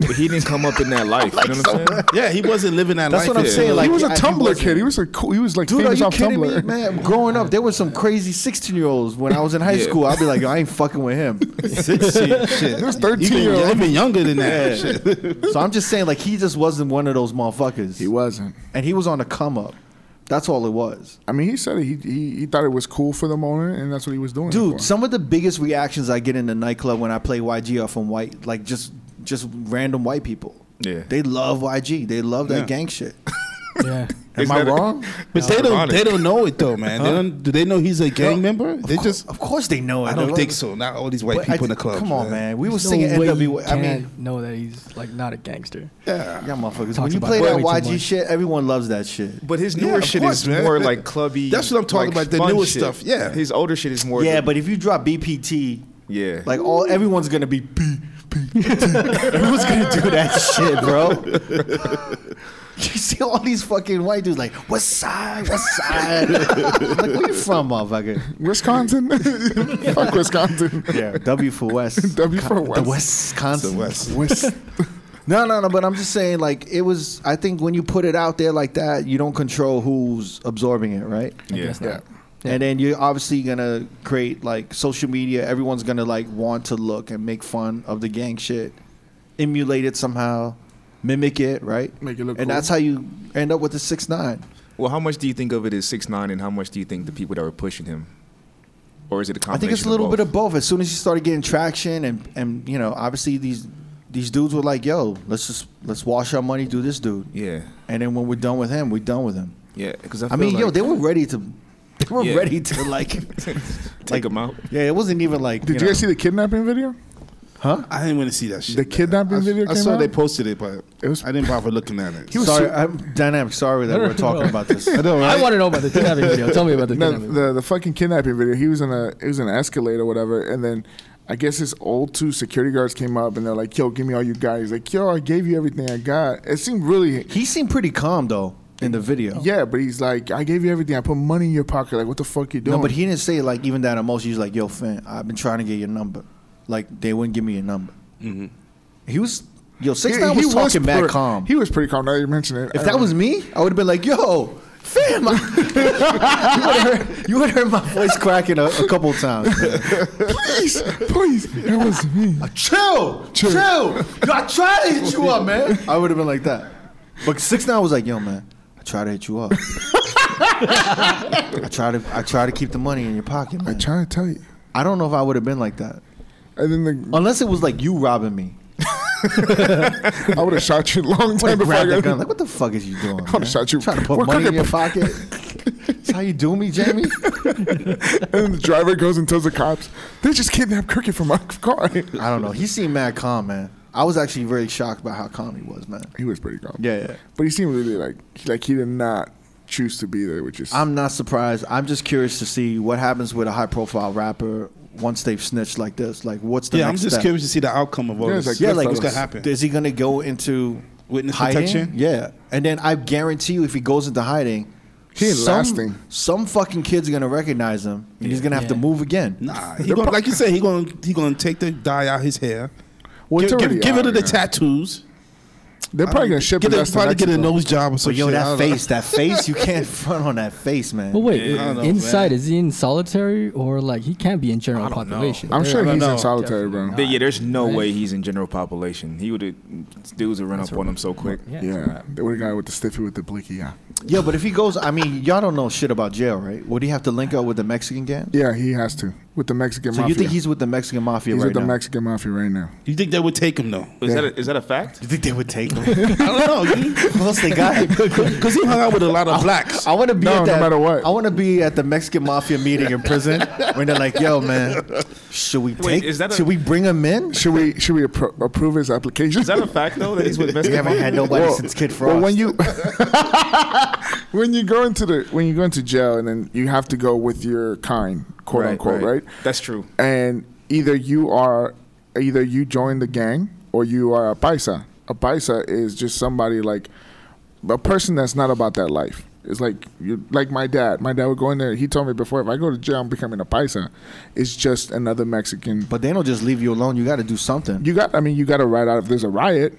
Speaker 3: But he didn't come up in that life. you know what I'm saying?
Speaker 5: Yeah, he wasn't living that
Speaker 1: That's
Speaker 5: life.
Speaker 1: what I'm
Speaker 5: yet.
Speaker 1: saying,
Speaker 2: he
Speaker 1: like,
Speaker 2: was a
Speaker 1: I- he
Speaker 2: Tumblr
Speaker 1: wasn't-
Speaker 2: kid. He was a cool, he was like
Speaker 1: Dude, are
Speaker 2: famous
Speaker 1: you
Speaker 2: off
Speaker 1: kidding me,
Speaker 2: Tumblr.
Speaker 1: man? Growing up, there was some crazy 16 year olds when I was in high
Speaker 3: Yeah.
Speaker 1: school. I'd be like, Yo, I ain't fucking with him.
Speaker 5: Shit, shit.
Speaker 2: He was 13 year
Speaker 5: Even,
Speaker 2: old.
Speaker 5: even younger than that.
Speaker 1: Yeah.
Speaker 5: Shit.
Speaker 1: so I'm just saying, like, he just wasn't one of those motherfuckers.
Speaker 2: He wasn't.
Speaker 1: and he was on a come up. That's all it was.
Speaker 2: I mean, he said he, he he thought it was cool for the moment, and that's what he was doing. it
Speaker 1: Dude,
Speaker 2: for.
Speaker 1: some of the biggest reactions I get in the nightclub when I play YG are from white, like just just random white people.
Speaker 3: Yeah.
Speaker 1: They love YG. They love that
Speaker 5: Yeah.
Speaker 1: gang shit.
Speaker 4: yeah.
Speaker 2: am I wrong?
Speaker 5: But they
Speaker 3: That's
Speaker 5: don't.
Speaker 3: ironic.
Speaker 5: They don't know it though, man. They don't. Do they know he's a gang member? They just.
Speaker 1: Of course they know it.
Speaker 5: I
Speaker 1: They
Speaker 5: don't
Speaker 1: love
Speaker 5: think
Speaker 1: it.
Speaker 5: so. Not all these white
Speaker 1: But
Speaker 5: people
Speaker 1: I
Speaker 5: in the
Speaker 1: think-
Speaker 5: club.
Speaker 1: Come on, man. We were
Speaker 4: There's no
Speaker 1: singing
Speaker 4: way you
Speaker 1: NWA. I mean,
Speaker 4: can't know that he's like not a gangster.
Speaker 5: Yeah.
Speaker 1: y'all motherfuckers. When
Speaker 4: Talks
Speaker 1: you
Speaker 4: about
Speaker 1: play
Speaker 4: it
Speaker 1: that
Speaker 4: way too
Speaker 1: YG
Speaker 4: much.
Speaker 1: shit, everyone loves that shit.
Speaker 3: But his
Speaker 5: Yeah,
Speaker 3: newer
Speaker 5: of
Speaker 3: shit
Speaker 5: course,
Speaker 3: is
Speaker 5: man.
Speaker 3: more like clubby.
Speaker 5: That's what I'm talking
Speaker 3: like,
Speaker 5: about, the
Speaker 3: fun
Speaker 5: newest
Speaker 3: shit.
Speaker 5: stuff, yeah.
Speaker 3: his older shit is more.
Speaker 1: Yeah,
Speaker 3: the-
Speaker 1: but if you drop BPT,
Speaker 3: yeah,
Speaker 1: like all everyone's gonna be BPT. everyone's gonna do that shit, bro. You see all these fucking white dudes like, what side? What side? I'm like, where you from, motherfucker?
Speaker 2: Wisconsin? Fuck Wisconsin.
Speaker 1: Yeah, W for West.
Speaker 2: W for
Speaker 1: The
Speaker 2: West.
Speaker 1: Wisconsin.
Speaker 5: The West.
Speaker 2: West.
Speaker 1: No, no, no. But I'm just saying, like, it was. I think when you put it out there like that, you don't control who's absorbing it, right?
Speaker 3: yeah.
Speaker 4: That's not-
Speaker 2: Yeah.
Speaker 1: And then you're obviously gonna create like social media. Everyone's gonna like want to look and make fun of the gang shit, emulate it somehow, mimic it, right?
Speaker 2: Make it look
Speaker 1: And
Speaker 2: cool.
Speaker 1: that's how you end up with the six nine.
Speaker 3: Well, how much do you think of it as six nine, and how much do you think the people that were pushing him, or is it a
Speaker 1: I
Speaker 3: combination?
Speaker 1: think it's a little
Speaker 3: of
Speaker 1: bit
Speaker 3: both?
Speaker 1: of both. As soon as you started getting traction, and and you know, obviously these these dudes were like, "Yo, let's just let's wash our money, do this dude."
Speaker 3: Yeah,
Speaker 1: And then when we're done with him, we're done with him.
Speaker 3: yeah. Because I,
Speaker 1: I mean,
Speaker 3: feel
Speaker 1: yo,
Speaker 3: like-
Speaker 1: they were ready to, they were
Speaker 3: Yeah.
Speaker 1: ready to like,
Speaker 3: take him out.
Speaker 1: yeah, it wasn't even like.
Speaker 2: Did you guys see the kidnapping video?
Speaker 1: Huh?
Speaker 5: I didn't want to see that shit.
Speaker 2: The
Speaker 5: man.
Speaker 2: kidnapping
Speaker 5: I,
Speaker 2: video
Speaker 5: I
Speaker 2: came
Speaker 5: saw
Speaker 2: out?
Speaker 5: they posted it, but
Speaker 2: It was-
Speaker 5: I didn't bother looking at it.
Speaker 1: He was sorry. I'm dynamic. Sorry that
Speaker 4: No, no,
Speaker 1: we're talking
Speaker 4: no.
Speaker 1: about this.
Speaker 5: I know, right?
Speaker 4: I want to know about the kidnapping video. Tell me about the
Speaker 2: No,
Speaker 4: kidnapping. video.
Speaker 2: the the fucking kidnapping video. He was in a he was in an Escalade or whatever, and then I guess his old two security guards came up and they're like, "Yo, give me all you got." He's like, "Yo, I gave you everything I got." It seemed really.
Speaker 1: He seemed pretty calm though in the video.
Speaker 2: Yeah, but he's like, I gave you everything. I put money in your pocket. Like, what the fuck you doing?
Speaker 1: No, but he didn't say like even that emotion. He's like, "Yo, Finn, I've been trying to get your number. Like they wouldn't give me your number." He was yo six nine was talking mad
Speaker 2: pretty-
Speaker 1: calm.
Speaker 2: He was pretty calm. Now you mention it.
Speaker 1: if
Speaker 2: I
Speaker 1: that
Speaker 2: don't
Speaker 1: was
Speaker 2: know.
Speaker 1: me, I would have been like, "Yo, Finn," I- you would have heard, you would've heard my voice cracking a, a couple times. man.
Speaker 2: please, please, it was me.
Speaker 1: chill, chill, Yo, I tried to hit you up, man. I would have been like that. But six nine was like, yo, man, I tried to hit you up. I try to I try to keep the money in your pocket,
Speaker 2: I
Speaker 1: man.
Speaker 2: try to tell you.
Speaker 1: I don't know if I would have been like that.
Speaker 2: And then the,
Speaker 1: Unless it was like you robbing me.
Speaker 2: I would have shot you a long
Speaker 1: Would
Speaker 2: time
Speaker 1: have
Speaker 2: before I
Speaker 1: grabbed the
Speaker 2: got
Speaker 1: gun. Like, what the fuck is you doing? I
Speaker 2: shot you.
Speaker 1: Trying to put
Speaker 2: We're
Speaker 1: money in
Speaker 2: cooking
Speaker 1: your pocket. how you do me, Jamie?
Speaker 2: and the driver goes and tells the cops, they just kidnapped Cricket from my car.
Speaker 1: I don't know. He seemed mad calm, man. I was actually very shocked by how calm he was, man.
Speaker 2: he was pretty calm.
Speaker 1: Yeah, yeah.
Speaker 2: But he seemed really like like he did not choose to be there, which is
Speaker 1: I'm not surprised. I'm just curious to see what happens with a high profile rapper once they've snitched like this. Like, what's the
Speaker 5: yeah, I'm
Speaker 1: next
Speaker 5: just
Speaker 1: step?
Speaker 5: curious to see the outcome of all
Speaker 2: Yeah, it's
Speaker 5: this.
Speaker 2: like
Speaker 1: Yeah, like
Speaker 5: what's gonna
Speaker 2: Goodfellas.
Speaker 5: happen?
Speaker 1: Is he gonna go into
Speaker 5: Witness
Speaker 1: hiding?
Speaker 5: protection?
Speaker 1: Yeah, and then I guarantee you, if he goes into hiding,
Speaker 2: He ain't
Speaker 1: some,
Speaker 2: lasting.
Speaker 1: Some fucking kid's gonna recognize him, and he's gonna have to
Speaker 4: Yeah.
Speaker 1: move again.
Speaker 5: Nah, he gonna, like you said, he gonna he gonna take the dye out his hair.
Speaker 2: Well, it's
Speaker 5: give give,
Speaker 2: already
Speaker 5: give
Speaker 2: out,
Speaker 5: it to the
Speaker 2: yeah.
Speaker 5: tattoos.
Speaker 2: They're probably gonna ship
Speaker 5: get
Speaker 2: it
Speaker 5: a,
Speaker 2: us to
Speaker 5: probably get a
Speaker 2: Mexico.
Speaker 5: nose job or
Speaker 1: So
Speaker 5: something.
Speaker 1: yo, that face, that face, you can't front on that face, man.
Speaker 4: But wait,
Speaker 5: I don't know,
Speaker 4: inside
Speaker 5: man.
Speaker 4: is he in solitary or like he can't be in general
Speaker 3: don't know.
Speaker 4: population?
Speaker 2: I'm
Speaker 4: There-
Speaker 2: sure
Speaker 5: I don't
Speaker 2: he's
Speaker 5: know.
Speaker 2: in solitary, bro.
Speaker 4: Definitely
Speaker 3: But yeah, there's no
Speaker 4: Right.
Speaker 3: way he's in general population. He would have dudes would run up on him so quick.
Speaker 4: Yeah.
Speaker 2: Yeah, they were the guy with the stiffy with the blicky. Yeah,
Speaker 1: Yo, but if he goes, I mean, y'all don't know shit about jail, right? Would he have to link up with the Mexican gang?
Speaker 2: yeah, he has to with the Mexican
Speaker 1: So
Speaker 2: mafia.
Speaker 1: you think he's with the Mexican mafia
Speaker 2: He's
Speaker 1: right
Speaker 2: with the
Speaker 1: now?
Speaker 2: Mexican mafia right now?
Speaker 5: You think they would take him though?
Speaker 3: Is
Speaker 2: Yeah.
Speaker 3: that a, is that a fact?
Speaker 1: you think they would take him?
Speaker 5: I don't know.
Speaker 1: Who else they got?
Speaker 5: Because he hung out with a lot of blacks.
Speaker 1: I want to be
Speaker 2: No,
Speaker 1: at
Speaker 2: no
Speaker 1: that,
Speaker 2: matter what.
Speaker 1: I want to be at the Mexican mafia meeting in prison when they're like, "Yo, man, should we take?
Speaker 3: Wait, is that a-
Speaker 1: should we bring him in?
Speaker 2: Should we should we appro- approve his application?
Speaker 3: Is that a fact though that he's with
Speaker 1: We
Speaker 3: Mexican?
Speaker 1: haven't had nobody since Kid Frost.
Speaker 2: Well, when you when you go into the when you go into jail and then you have to go with your kind, quote unquote, right?
Speaker 3: That's true.
Speaker 2: And either you are either you join the gang or you are a paisa. A paisa is just somebody like a person that's not about that life. It's like you like my dad. My dad would go in there. He told me before, if I go to jail, I'm becoming a paisa. It's just another Mexican.
Speaker 1: but they don't just leave you alone. You got to do something.
Speaker 2: You got. I mean, you got to ride out if there's a riot.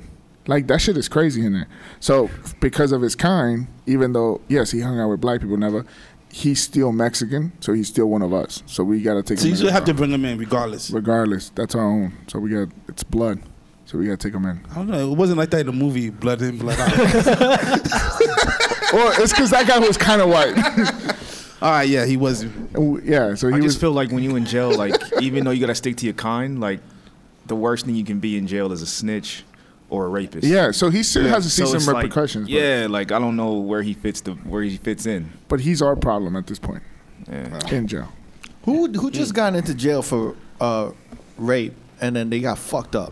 Speaker 2: Like that shit is crazy in there. So because of his kind, even though yes, he hung out with black people, never. He's still Mexican, so he's still one of us. So we got to take.
Speaker 5: So
Speaker 2: him
Speaker 5: you
Speaker 2: in
Speaker 5: still
Speaker 2: as
Speaker 5: have
Speaker 2: well.
Speaker 5: to bring him in regardless.
Speaker 2: Regardless, that's our own. So we got it's blood. So we got to take them in.
Speaker 5: I don't know. It wasn't like that in the movie Blood In Blood Out.
Speaker 2: Well, it's because that guy was kind of white.
Speaker 5: All right, yeah, he was.
Speaker 2: And we- yeah, so
Speaker 3: I
Speaker 2: he
Speaker 3: just
Speaker 2: was.
Speaker 3: feel like when you in jail, like even though you gotta stick to your kind, like the worst thing you can be in jail is a snitch or a rapist.
Speaker 2: yeah, so he still has to see
Speaker 3: So it's
Speaker 2: some
Speaker 3: like-
Speaker 2: repercussions. but-
Speaker 3: yeah, like I don't know where he fits the where he fits in.
Speaker 2: but, he's our problem at this point
Speaker 3: Yeah.
Speaker 2: in jail.
Speaker 1: Who who just got into jail for uh, rape and then they got fucked up?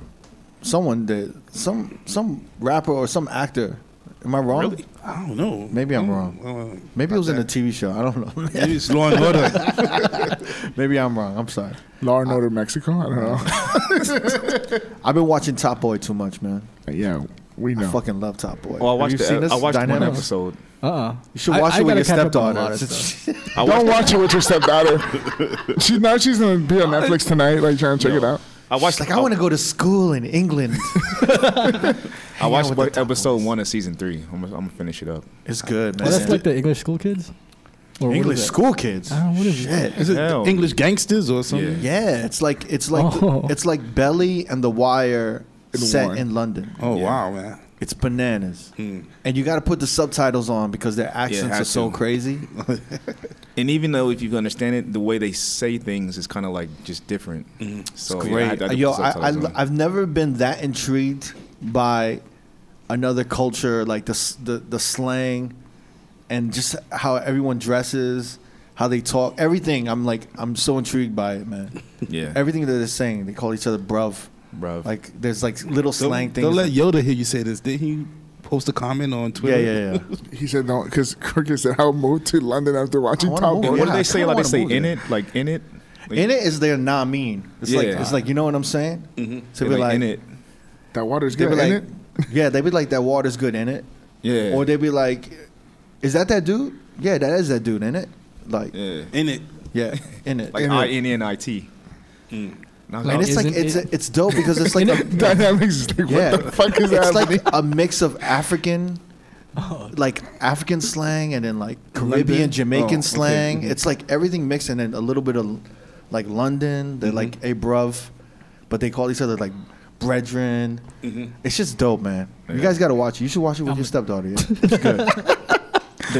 Speaker 1: Someone did. Some some rapper or some actor. Am I wrong?
Speaker 3: Really?
Speaker 5: I don't know.
Speaker 1: Maybe I'm
Speaker 5: Mm,
Speaker 1: wrong.
Speaker 5: well,
Speaker 1: Maybe it was in a TV show. I don't know.
Speaker 5: Maybe it's Law and Order.
Speaker 1: Maybe I'm wrong. I'm sorry.
Speaker 2: Law and Order Mexico. I don't know.
Speaker 1: I've been watching Top Boy too much, man.
Speaker 2: yeah, we know.
Speaker 1: I fucking love Top Boy.
Speaker 3: Well, I
Speaker 1: Have
Speaker 3: watched
Speaker 1: you
Speaker 3: the, uh,
Speaker 1: seen this?
Speaker 3: I watched one
Speaker 1: Dynamics?
Speaker 3: episode.
Speaker 4: Uh-uh.
Speaker 1: You should
Speaker 4: I-
Speaker 1: watch
Speaker 4: I
Speaker 1: it with
Speaker 4: gotta
Speaker 1: your
Speaker 4: catch up on a lot
Speaker 1: stepdaughter.
Speaker 4: of stuff.
Speaker 3: I watched
Speaker 2: Don't watch it with your stepdaughter. she now she's gonna be on Netflix tonight, like trying to check it out.
Speaker 3: I watched
Speaker 1: It's like I want to go to school in England.
Speaker 3: I watched
Speaker 1: with the
Speaker 3: what- episode one of season three. I'm gonna, I'm gonna finish it up.
Speaker 1: It's good, man.
Speaker 4: Well, that's like the English school kids. Or what
Speaker 1: English
Speaker 4: is it?
Speaker 1: school kids.
Speaker 4: I don't know, what is it?
Speaker 1: Shit.
Speaker 5: Is it
Speaker 3: Hell.
Speaker 5: English gangsters or something?
Speaker 1: Yeah, it's like it's like
Speaker 4: Oh.
Speaker 1: it's like Belly and The Wire
Speaker 2: In
Speaker 1: set
Speaker 2: one.
Speaker 1: in London.
Speaker 5: Oh wow, man.
Speaker 1: It's bananas,
Speaker 3: Hmm.
Speaker 5: Mm.
Speaker 1: and you got to put the subtitles on because their accents
Speaker 3: have
Speaker 1: are so
Speaker 3: to.
Speaker 1: crazy.
Speaker 3: And even though if you understand it, the way they say things is kind of like just different. So yeah, I had to- I had to
Speaker 1: Mm-hmm. Yo,
Speaker 3: put
Speaker 1: I, I,
Speaker 3: subtitles on.
Speaker 1: I've never been that intrigued by another culture, like the, s- the the slang, and just how everyone dresses, how they talk, everything. I'm like, I'm so intrigued by it, man.
Speaker 3: yeah,
Speaker 1: Everything that they're saying, they call each other bruv.
Speaker 3: bruv.
Speaker 1: Like, there's like little
Speaker 5: Don't,
Speaker 1: slang things.
Speaker 5: don't let Yoda hear you say this. Did he post a comment on
Speaker 1: yeah,
Speaker 5: Twitter?
Speaker 1: yeah, yeah.
Speaker 2: He said no, because Crooked said I'll move to London after watching
Speaker 1: wanna
Speaker 2: Top
Speaker 1: move.
Speaker 3: And
Speaker 2: Boy.
Speaker 3: what do
Speaker 1: yeah, I
Speaker 3: they say?
Speaker 1: kinda
Speaker 3: Like they
Speaker 1: wanna
Speaker 3: say
Speaker 1: move
Speaker 3: in
Speaker 1: there.
Speaker 3: it, like in it, like,
Speaker 1: in it is they're not mean. It's like
Speaker 3: Yeah.
Speaker 1: it's like you know what I'm saying. Mm-hmm. So
Speaker 3: they're
Speaker 1: be like,
Speaker 3: in it.
Speaker 2: That water's
Speaker 1: They'd
Speaker 2: good,
Speaker 1: be
Speaker 2: ain't
Speaker 1: like,
Speaker 2: it?
Speaker 1: yeah, they'd be like that water's good in it.
Speaker 3: Yeah.
Speaker 1: Or they'd be like, is that that dude? Yeah, that is that dude in it. Like, yeah,
Speaker 3: yeah.
Speaker 5: In it.
Speaker 1: in it.
Speaker 3: Like
Speaker 1: And-
Speaker 3: I E. N N I T.
Speaker 1: and it's like
Speaker 4: Isn't
Speaker 1: it's
Speaker 4: it-
Speaker 1: it's dope because it's like a,
Speaker 2: Dynamics is like,
Speaker 1: yeah,
Speaker 2: what the fuck is
Speaker 1: it's
Speaker 2: that?
Speaker 1: like a mix of African,
Speaker 4: Oh.
Speaker 1: like African slang and then like Caribbean,
Speaker 2: London?
Speaker 1: Jamaican
Speaker 2: Oh, okay.
Speaker 1: slang. It's like everything mixed and then a little bit of like London. They're like a bruv, but they call each other like brethren. It's just dope, man. You guys got to watch it. You should watch it with your stepdaughter. Yeah. It's good.
Speaker 3: The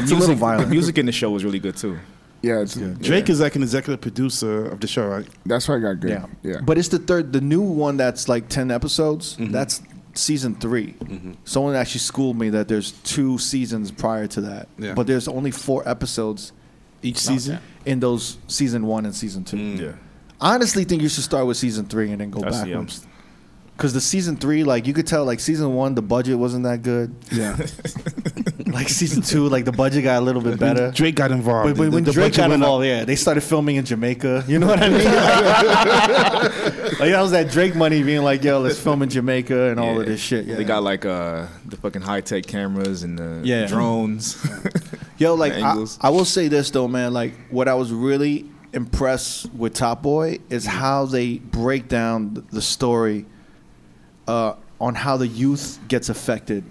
Speaker 1: a little
Speaker 3: music, the
Speaker 1: violent.
Speaker 3: music in the show was really good too.
Speaker 2: yeah, it's,
Speaker 5: Drake is like an executive producer of the show, right?
Speaker 2: that's why I got good.
Speaker 1: Yeah.
Speaker 2: Yeah, yeah.
Speaker 1: But it's the third, the new one that's like 10 episodes. That's season 3 Someone actually schooled me that there's two seasons prior to that.
Speaker 5: Yeah.
Speaker 1: But there's only four episodes
Speaker 5: each season.
Speaker 1: in those season one and season two.
Speaker 5: Mm.
Speaker 3: Yeah.
Speaker 1: I honestly think you should start with season three and then go
Speaker 3: That's- yeah, I'm
Speaker 1: backwards. Because the season three, like you could tell, like season one, the budget wasn't that good.
Speaker 2: Yeah.
Speaker 1: Like season two, like the budget got a little bit better.
Speaker 5: Drake got involved.
Speaker 1: But, but when
Speaker 5: The- the
Speaker 1: Drake
Speaker 5: budget
Speaker 1: got
Speaker 5: went up.
Speaker 1: involved, yeah, they started filming in Jamaica. You know what I mean? like that was that Drake money being like, "Yo, let's film in Jamaica and all of
Speaker 3: Yeah.
Speaker 1: this shit." Yeah,
Speaker 3: They got like uh the fucking high tech cameras and the
Speaker 1: Yeah.
Speaker 3: drones.
Speaker 1: Yo, like I,
Speaker 3: angles.
Speaker 1: I will say this though, man. Like what I was really impressed with Top Boy is how they break down th- the story uh, on how the youth gets affected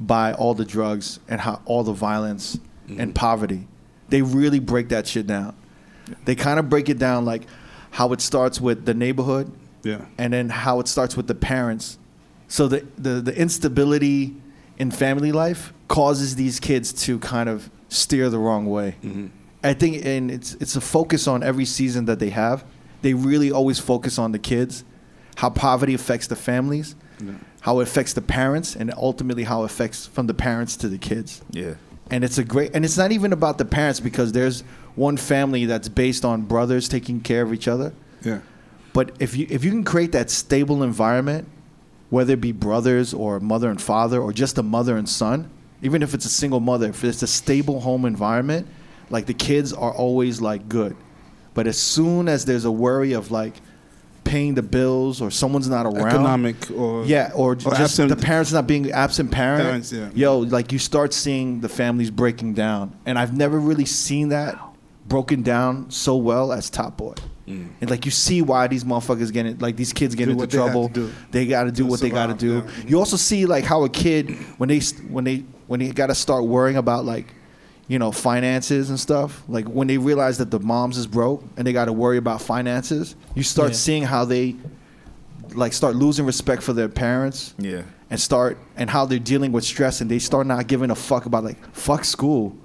Speaker 1: by all the drugs and how all the violence and poverty. They really break that shit down. They kind of break it down like how it starts with the neighborhood
Speaker 5: Yeah.
Speaker 1: and then how it starts with the parents. So the, the, the instability in family life causes these kids to kind of steer the wrong way. I think, and it's it's a focus on every season that they have. They really always focus on the kids, how poverty affects the families, how it affects the parents, and ultimately how it affects from the parents to the kids
Speaker 3: yeah.
Speaker 1: and it's a great and it's not even about the parents because there's one family that's based on brothers taking care of each other
Speaker 5: Yeah.
Speaker 1: but if you if you can create that stable environment whether it be brothers or mother and father or just a mother and son even if it's a single mother if it's a stable home environment like the kids are always like good but as soon as there's a worry of like paying the bills or someone's not around
Speaker 5: Economic or
Speaker 1: yeah, or, just
Speaker 5: absent-
Speaker 1: the parents not being absent parent.
Speaker 5: Parents, yeah.
Speaker 1: Yo, like you start seeing the families breaking down, and I've never really seen that broken down so well as Top Boy. And like you see why these motherfuckers get it, like these kids get
Speaker 5: Mm.
Speaker 1: into
Speaker 5: Do what they have
Speaker 1: trouble.
Speaker 5: to do.
Speaker 1: They got to do
Speaker 5: To
Speaker 1: what they got to
Speaker 5: survive,
Speaker 1: do.
Speaker 5: yeah.
Speaker 1: You also see like how a kid when they st- when they when they got to start worrying about like you know finances and stuff. Like when they realize that the moms is broke and they got to worry about finances, you start
Speaker 4: Yeah.
Speaker 1: seeing how they like start losing respect for their parents
Speaker 3: Yeah.
Speaker 1: and start and how they're dealing with stress and they start not giving a fuck about like fuck school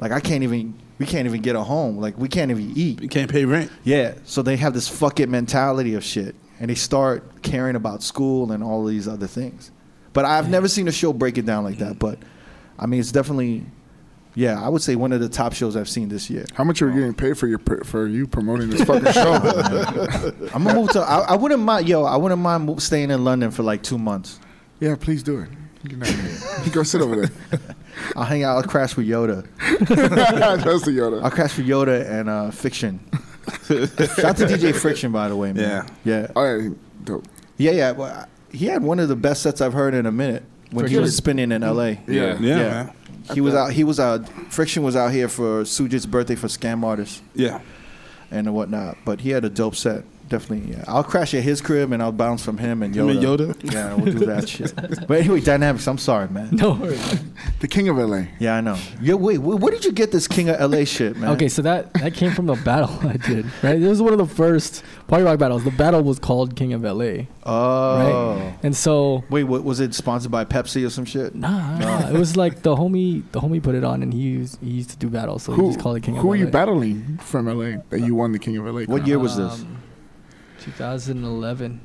Speaker 1: like i can't even we can't even get a home like we can't even
Speaker 5: You
Speaker 1: eat
Speaker 5: can't pay rent.
Speaker 1: yeah so they have this fuck it mentality of shit and they start caring about school and all these other things but i've never seen a show break it down like that but i mean it's definitely yeah i would say one of the top shows i've seen this year
Speaker 2: How much are you getting paid for your pr- for you promoting this fucking show?
Speaker 1: i'm gonna move to i, I wouldn't mind yo i wouldn't mind mo- staying in london for like two months
Speaker 2: yeah, please do it. You can have it. Go sit over there.
Speaker 1: i'll hang out i'll crash with yoda
Speaker 2: That's the Yoda.
Speaker 1: I'll crash for Yoda and uh, Fiction. Shout out to DJ Friction, by the way, man. Yeah. Yeah.
Speaker 2: Oh yeah, dope.
Speaker 1: Yeah, yeah. Well, he had one of the best sets I've heard in a minute when he
Speaker 4: Friction.
Speaker 1: was spinning in LA.
Speaker 2: Yeah.
Speaker 5: Yeah, man.
Speaker 1: He was out. He was out. Friction was out here for Sujit's birthday for Scam Artists
Speaker 5: Yeah.
Speaker 1: and whatnot. But he had a dope set. Definitely. Yeah. I'll crash at his crib and I'll bounce from him and
Speaker 5: Him
Speaker 1: Yoda.
Speaker 5: and Yoda?
Speaker 1: Yeah, we'll do that shit. But anyway, dynamics. I'm sorry, man.
Speaker 4: No worries.
Speaker 2: The king of LA.
Speaker 1: Yeah, I know. Yo, wait. wh- Where did you get this King of LA shit, man?
Speaker 4: Okay, so that that came from a battle I did. Right, this was one of the first party rock battles. The battle was called King of LA,
Speaker 1: Oh.
Speaker 4: and so
Speaker 1: Wait, what, was it sponsored by Pepsi or some shit?
Speaker 4: nah, nah, it was like the homie the homie put it on, and he used he used to do battles, so he
Speaker 2: Who,
Speaker 4: just called it King of
Speaker 2: who
Speaker 4: LA.
Speaker 2: are you battling from LA that you won the king of LA?
Speaker 1: What year was this?
Speaker 4: Um, 2011.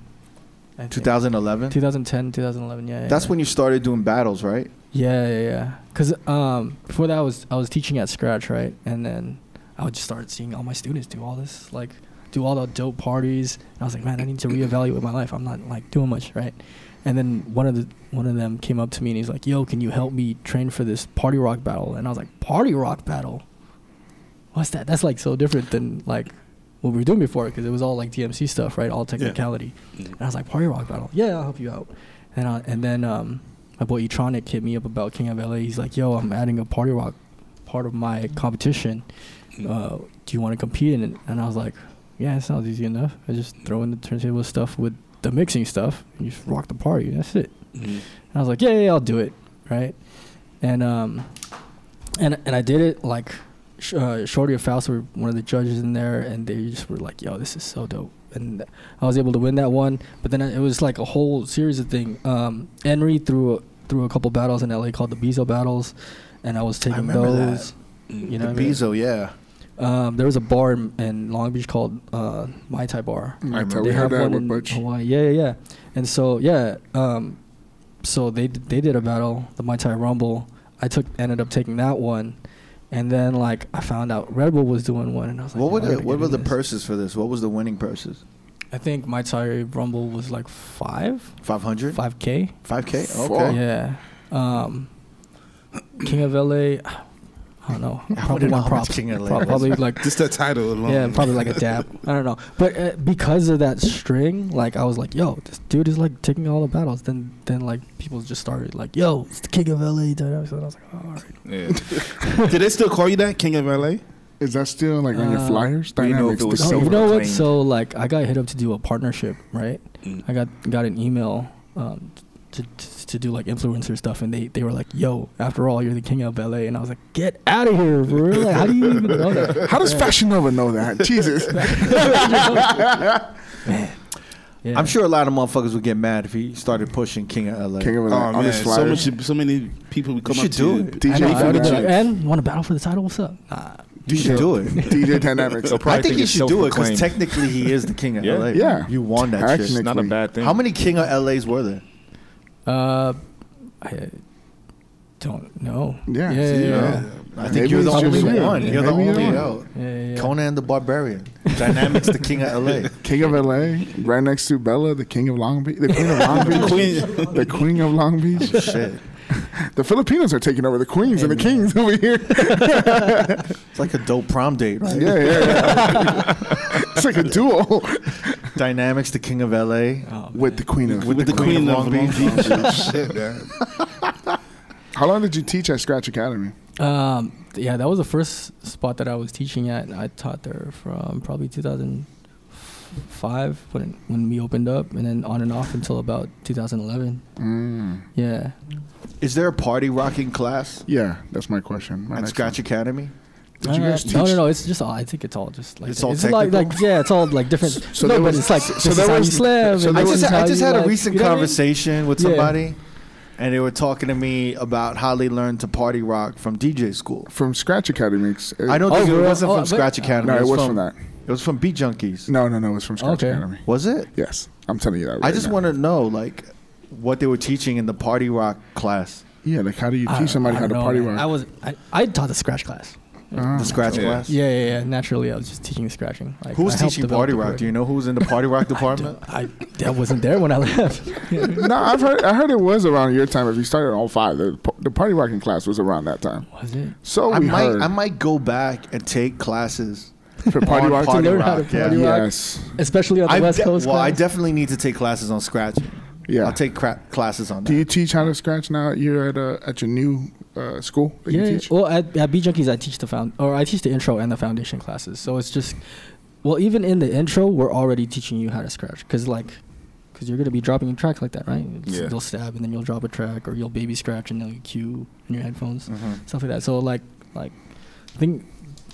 Speaker 4: I think.
Speaker 1: 2011.
Speaker 4: 2010, 2011. Yeah, yeah.
Speaker 1: That's
Speaker 4: yeah.
Speaker 1: when you started doing battles, right?
Speaker 4: Yeah, yeah, yeah. Cause um, before that I was I was teaching at Scratch, right? And then I would just start seeing all my students do all this, like do all the dope parties. And I was like, man, I need to reevaluate my life. I'm not like doing much, right? And then one of the one of them came up to me and he's like, yo, can you help me train for this party rock battle? And I was like, party rock battle? What's that? That's like so different than like what we were doing before, because it was all like DMC stuff, right? All technicality. And I was like, party rock battle? Yeah, I'll help you out. And I, and then um, my boy Etronic hit me up about King of LA. He's like, "Yo, I'm adding a party rock part of my competition. Uh, do you want to compete in it?" And I was like, "Yeah, it sounds easy enough. I just throw in the turntable stuff with the mixing stuff, and you just rock the party. That's it."
Speaker 1: Mm.
Speaker 4: And I was like, "Yeah, yeah, I'll do it." Right? And um, and and I did it like. Sh- uh, Shorty and Faust were one of the judges in there, and they just were like, "Yo, this is so dope!" And I was able to win that one. But then it was like a whole series of things. Um, Henry threw a, threw a couple battles in LA called the Bezo battles, and I was taking
Speaker 1: remember that.
Speaker 4: those. You know,
Speaker 1: the
Speaker 4: what I mean?
Speaker 1: Bezo, yeah.
Speaker 4: Um, there was a bar in, in Long Beach called uh, Mai Tai Bar.
Speaker 2: I
Speaker 3: remember.
Speaker 2: we
Speaker 4: They have
Speaker 2: heard that
Speaker 4: one
Speaker 2: with
Speaker 4: in
Speaker 2: Butch.
Speaker 4: Hawaii. Yeah, yeah, yeah. And so yeah, um, so they d- they did a battle, the Mai Tai Rumble. I took ended up taking that one, And then like I found out Red Bull was doing one, and I was like,
Speaker 1: What were
Speaker 4: "Yo, I
Speaker 1: the
Speaker 4: gotta
Speaker 1: what
Speaker 4: get
Speaker 1: were
Speaker 4: in
Speaker 1: the
Speaker 4: this."
Speaker 1: purses for this? What was the winning purses?
Speaker 4: I think my tire rumble was like five,
Speaker 1: 500?
Speaker 4: five k.
Speaker 1: 5K?
Speaker 2: Fuck.
Speaker 1: Okay.
Speaker 4: Yeah. Um, King of LA. I don't know. Probably
Speaker 1: wouldn't know
Speaker 4: one
Speaker 1: how much
Speaker 4: prop.
Speaker 1: King of LA
Speaker 4: Pro-
Speaker 1: was.
Speaker 4: Probably like
Speaker 5: Just that title alone.
Speaker 4: yeah, probably like a dab. I don't know. But uh, because of that string, like I was like, yo, this dude is like taking all the battles. Then then like people just started like, yo, it's the King of LA. Dynamics. And I was like, oh, all right.
Speaker 3: Yeah.
Speaker 5: Do they still call you that, King of LA?
Speaker 2: Is that still like on your
Speaker 4: Uh,
Speaker 2: flyers?
Speaker 3: we didn't know
Speaker 2: Dynamics.
Speaker 3: if it was
Speaker 2: the
Speaker 4: No,
Speaker 3: silver
Speaker 4: oh, you
Speaker 2: silver.
Speaker 4: know what?
Speaker 3: plane.
Speaker 4: So like, I got hit up to do a partnership, right?
Speaker 5: Mm.
Speaker 4: I got got an email um, to, to to do like influencer stuff, and they they were like, "Yo, after all, you're the king of ballet," and I was like, "Get out of here, bro! Like, how do you even know that?"
Speaker 2: How does Fashion Nova know that? Jesus.
Speaker 4: Yeah.
Speaker 1: I'm sure a lot of motherfuckers would get mad if he started pushing King of LA.
Speaker 2: King of
Speaker 5: Oh
Speaker 2: it on
Speaker 5: man,
Speaker 2: his
Speaker 5: so
Speaker 2: flyers.
Speaker 5: much, so many people would come
Speaker 1: should
Speaker 5: up to
Speaker 1: do it.
Speaker 2: DJ
Speaker 4: I know, I
Speaker 2: Fanatic.
Speaker 4: would be like, and want to battle for the title? What's up? Nah,
Speaker 1: You should do it.
Speaker 2: DJ Dynamics.
Speaker 3: So
Speaker 1: I
Speaker 3: probably
Speaker 1: think
Speaker 3: think
Speaker 1: you
Speaker 3: it's
Speaker 1: should do it because
Speaker 3: self-proclaimed.
Speaker 1: technically he is the King of
Speaker 3: Yeah.
Speaker 1: LA.
Speaker 2: Yeah.
Speaker 1: You won that
Speaker 2: Technically.
Speaker 1: shit.
Speaker 3: Not a bad thing.
Speaker 1: How many King of LAs were there?
Speaker 4: uh, I don't know. yeah,
Speaker 2: Yeah,
Speaker 4: yeah,
Speaker 2: see, yeah.
Speaker 4: yeah.
Speaker 1: I
Speaker 2: Maybe
Speaker 1: think you're the
Speaker 2: it's
Speaker 1: only
Speaker 2: just you.
Speaker 1: one. You're the
Speaker 2: Maybe you're
Speaker 1: only
Speaker 2: the one.
Speaker 1: out.
Speaker 4: yeah, yeah.
Speaker 1: Conan the Barbarian. Dynamics the King of LA.
Speaker 2: King of LA, right next to Bella, the King of Long Beach, the Queen of Long Beach, the Queen of Long Beach.
Speaker 1: Shit.
Speaker 2: The Filipinos are taking over the queens and the kings over here.
Speaker 1: It's like a dope prom date, right?
Speaker 2: Yeah, yeah, yeah. it's like a duel
Speaker 1: Dynamics the King of LA.
Speaker 4: Oh, man.
Speaker 2: with the Queen of.
Speaker 1: With the Queen of Long Beach.
Speaker 5: Shit, man.
Speaker 2: How long did you teach at Scratch Academy?
Speaker 4: Um, yeah, that was the first spot that I was teaching at. and I taught there from probably 2005 when when we opened up, and then on and off until about 2011.
Speaker 2: Mm.
Speaker 4: Yeah,
Speaker 1: Is there a party rocking class
Speaker 2: Yeah, that's my question. My
Speaker 1: at
Speaker 2: next
Speaker 1: Scratch Academy?
Speaker 2: one. Did you
Speaker 4: Uh,
Speaker 2: guys teach?
Speaker 4: no, no, no. It's just all. I think it's all just like
Speaker 1: It's all
Speaker 4: like
Speaker 1: technical?
Speaker 4: like yeah, it's all like different.
Speaker 2: so
Speaker 4: no,
Speaker 2: there
Speaker 4: but
Speaker 2: was-
Speaker 4: it's like
Speaker 2: so
Speaker 4: this is
Speaker 2: there
Speaker 4: how you
Speaker 2: was-
Speaker 4: slam.
Speaker 2: so
Speaker 4: and
Speaker 1: I
Speaker 2: there
Speaker 4: this
Speaker 1: just,
Speaker 4: is how
Speaker 1: I just
Speaker 4: you,
Speaker 1: had a
Speaker 4: like-
Speaker 1: recent
Speaker 4: you know what I mean?
Speaker 1: conversation with
Speaker 4: Yeah.
Speaker 1: somebody, and they were talking to me about how they learned to party rock from DJ school.
Speaker 2: From Scratch Academy. it's- it-
Speaker 1: I don't
Speaker 4: Oh,
Speaker 1: think it
Speaker 4: bro.
Speaker 1: wasn't
Speaker 4: Oh,
Speaker 1: from
Speaker 4: but-
Speaker 1: Scratch Academy.
Speaker 2: No, it was from that.
Speaker 1: It was from Beat Junkies.
Speaker 2: No, no, no. It was from Scratch
Speaker 4: Okay.
Speaker 2: Academy.
Speaker 1: Was it?
Speaker 2: Yes, I'm telling you that. Right
Speaker 1: I just
Speaker 2: now.
Speaker 1: want to know, like, what they were teaching in the party rock class,
Speaker 2: Yeah, like how do you
Speaker 4: I
Speaker 2: teach
Speaker 4: don't-
Speaker 2: somebody
Speaker 4: I
Speaker 2: how to
Speaker 4: don't know,
Speaker 2: party
Speaker 4: man. I
Speaker 2: rock?
Speaker 4: was I, I taught the scratch class.
Speaker 1: the Scratch
Speaker 3: Yeah.
Speaker 1: class.
Speaker 4: Ah, Yeah, yeah, yeah. Naturally, I was just teaching the scratching. Like,
Speaker 1: Who was
Speaker 4: I helped
Speaker 1: teaching
Speaker 4: develop
Speaker 1: party
Speaker 4: the
Speaker 1: rock?
Speaker 4: curriculum.
Speaker 1: Do you know who was in the party rock department?
Speaker 4: I that wasn't there when I left.
Speaker 2: no, I've heard. I heard it was around your time. If you started all five, the, the party rocking class was around that time.
Speaker 4: Was it?
Speaker 2: So
Speaker 1: I
Speaker 2: we
Speaker 1: Oh, might,
Speaker 2: heard
Speaker 1: I might go back and take classes
Speaker 2: for party
Speaker 1: on
Speaker 2: rock.
Speaker 1: party
Speaker 4: learn how to
Speaker 1: rock. Yeah.
Speaker 4: party rock.
Speaker 2: yes,
Speaker 4: Especially on the
Speaker 1: I
Speaker 4: West
Speaker 1: de-
Speaker 4: Coast.
Speaker 1: well, I
Speaker 4: class.
Speaker 1: definitely need to take classes on scratch.
Speaker 2: yeah.
Speaker 1: I'll take cra- classes on that.
Speaker 2: Do you teach how to scratch now? You're at a, at your new uh, school that
Speaker 4: yeah,
Speaker 2: you
Speaker 4: yeah.
Speaker 2: teach.
Speaker 4: Well, at, at B Junkies, I teach the found or I teach the intro and the foundation classes. So it's just, well, even in the intro, we're already teaching you how to scratch because like, because you're gonna be dropping tracks like that, right? It's-
Speaker 3: Yeah.
Speaker 4: You'll stab and then you'll drop a track, or you'll baby scratch and then you cue in your headphones,
Speaker 1: Mhm.
Speaker 4: stuff like that. So like, like, I think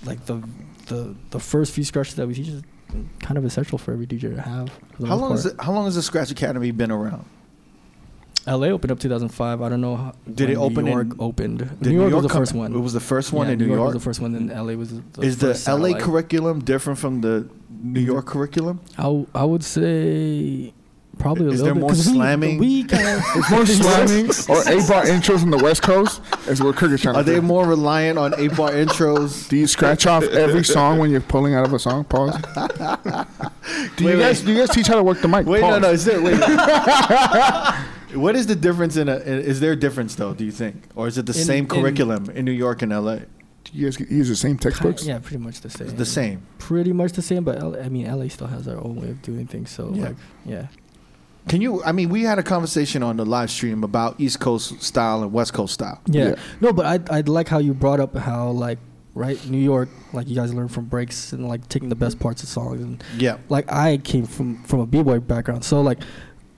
Speaker 4: like the the the first few scratches that we teach is kind of essential for every DJ to have. for the
Speaker 1: How
Speaker 4: most
Speaker 1: long is
Speaker 4: part.
Speaker 1: it? How long has the Scratch Academy been around?
Speaker 4: LA opened up 2005. I don't know. How,
Speaker 1: Did it
Speaker 4: when
Speaker 1: open
Speaker 4: New
Speaker 1: in-
Speaker 4: York? opened.
Speaker 1: Did
Speaker 4: New York was the
Speaker 1: come-
Speaker 4: first one.
Speaker 1: It was the first one
Speaker 4: Yeah,
Speaker 1: in New, York.
Speaker 4: was the first one, then LA was the
Speaker 1: Is the LA
Speaker 4: first satellite.
Speaker 1: curriculum different from the New York curriculum?
Speaker 4: I, w- I would say probably a
Speaker 1: Is
Speaker 4: little
Speaker 1: there
Speaker 4: bit.
Speaker 1: more
Speaker 4: 'cause we-
Speaker 1: slamming?
Speaker 4: We, kind of,
Speaker 2: It's more slammings or eight bar intros on the West Coast is what Kirk is trying
Speaker 1: Are
Speaker 2: to
Speaker 1: they
Speaker 2: do.
Speaker 1: more reliant on eight bar intros?
Speaker 2: do you scratch off every song when you're pulling out of a song? Pause. Do
Speaker 1: Wait,
Speaker 2: you guys
Speaker 1: wait.
Speaker 2: do you guys teach how to work the mic?
Speaker 1: Wait, no,
Speaker 2: Pause.
Speaker 1: no. Is there? Wait. what is the difference in a? Is there a difference though? Do you think, or is it the
Speaker 4: In-
Speaker 1: same
Speaker 4: in-
Speaker 1: curriculum in New York and LA?
Speaker 2: Do you guys get- use the same textbooks?
Speaker 4: yeah, pretty much the same.
Speaker 1: It's the same.
Speaker 4: Pretty much the same, but LA, I mean, LA still has their own way of doing things. So
Speaker 1: Yeah.
Speaker 4: like, yeah,
Speaker 1: Can you? I mean, we had a conversation on the live stream about East Coast style and West Coast style.
Speaker 4: yeah,
Speaker 2: Yeah.
Speaker 4: No, but I I like how you brought up how like right New York, like you guys learn from breaks and like taking the best parts of songs and
Speaker 1: Yeah.
Speaker 4: like I came from from a b boy background, so like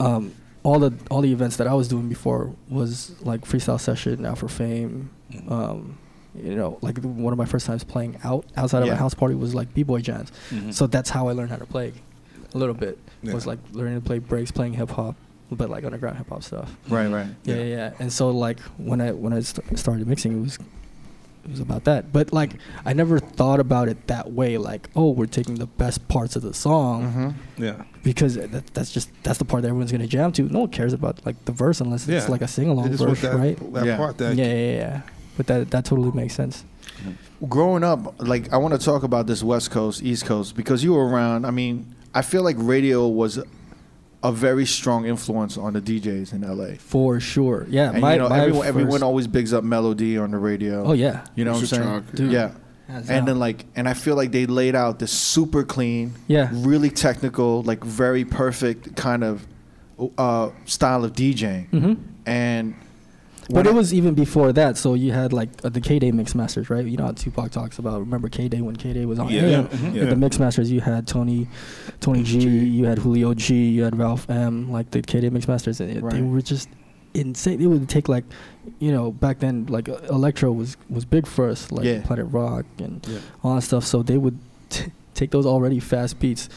Speaker 4: um, all the all the events that I was doing before was like freestyle session, now for fame. Um, you know, like the- one of my first times playing out outside of
Speaker 1: Yeah.
Speaker 4: a house party was like b boy jams.
Speaker 5: Mhm.
Speaker 4: Uh, So that's how I learned how to play a little bit.
Speaker 5: Yeah.
Speaker 4: Was like learning to play breaks, playing hip hop, but like underground hip hop stuff.
Speaker 1: Right. Right.
Speaker 4: Yeah, yeah, yeah. And so like when I when I st- started mixing, it was it was about that. But like I never thought about it that way. Like oh, we're taking the best parts of the song
Speaker 5: Mm-hmm.
Speaker 1: hmm
Speaker 5: Yeah.
Speaker 4: because that, that's just that's the part that everyone's gonna jam to. No one cares about like the verse unless
Speaker 5: Yeah.
Speaker 4: it's like a sing
Speaker 5: They
Speaker 4: along
Speaker 5: just want
Speaker 4: verse,
Speaker 5: that,
Speaker 4: right?
Speaker 5: that
Speaker 1: Yeah.
Speaker 5: part
Speaker 4: Yeah,
Speaker 5: that
Speaker 4: yeah, yeah. But that that totally makes sense.
Speaker 1: growing up, like I want to talk about this West Coast, East Coast because you were around. I mean, I feel like radio was a very strong influence on the DJs in LA.
Speaker 4: for sure. Yeah,
Speaker 1: And
Speaker 4: my,
Speaker 1: you know,
Speaker 4: my
Speaker 1: everyone, everyone
Speaker 4: first-
Speaker 1: always bigs up Melody on the radio.
Speaker 4: Oh yeah,
Speaker 1: you know what I'm
Speaker 2: Mr.
Speaker 1: saying?
Speaker 2: Chuck.
Speaker 4: Dude.
Speaker 1: Yeah.
Speaker 4: Hands
Speaker 1: And
Speaker 4: down.
Speaker 1: then like, and I feel like they laid out this super clean,
Speaker 4: Yeah.
Speaker 1: really technical, like very perfect kind of uh, style of DJing.
Speaker 4: Mhm.
Speaker 1: And
Speaker 4: But
Speaker 1: when
Speaker 4: it
Speaker 1: I-
Speaker 4: was even before that. So you had like uh, the K Day mix masters, right? You know how Tupac talks about. Remember K Day when K Day was on
Speaker 3: Yeah,
Speaker 4: air?
Speaker 3: yeah, mhm,
Speaker 4: With
Speaker 3: yeah.
Speaker 4: the mix masters, you had Tony, Tony G, you had Julio G, you had Ralph M. Like the K Day mix masters, and it- they
Speaker 1: Right.
Speaker 4: were just insane. It would take like, you know, back then like uh, electro was was big for us, like
Speaker 1: Yeah.
Speaker 4: Planet Rock and
Speaker 1: Yeah.
Speaker 4: all that stuff. So they would t- take those already fast beats,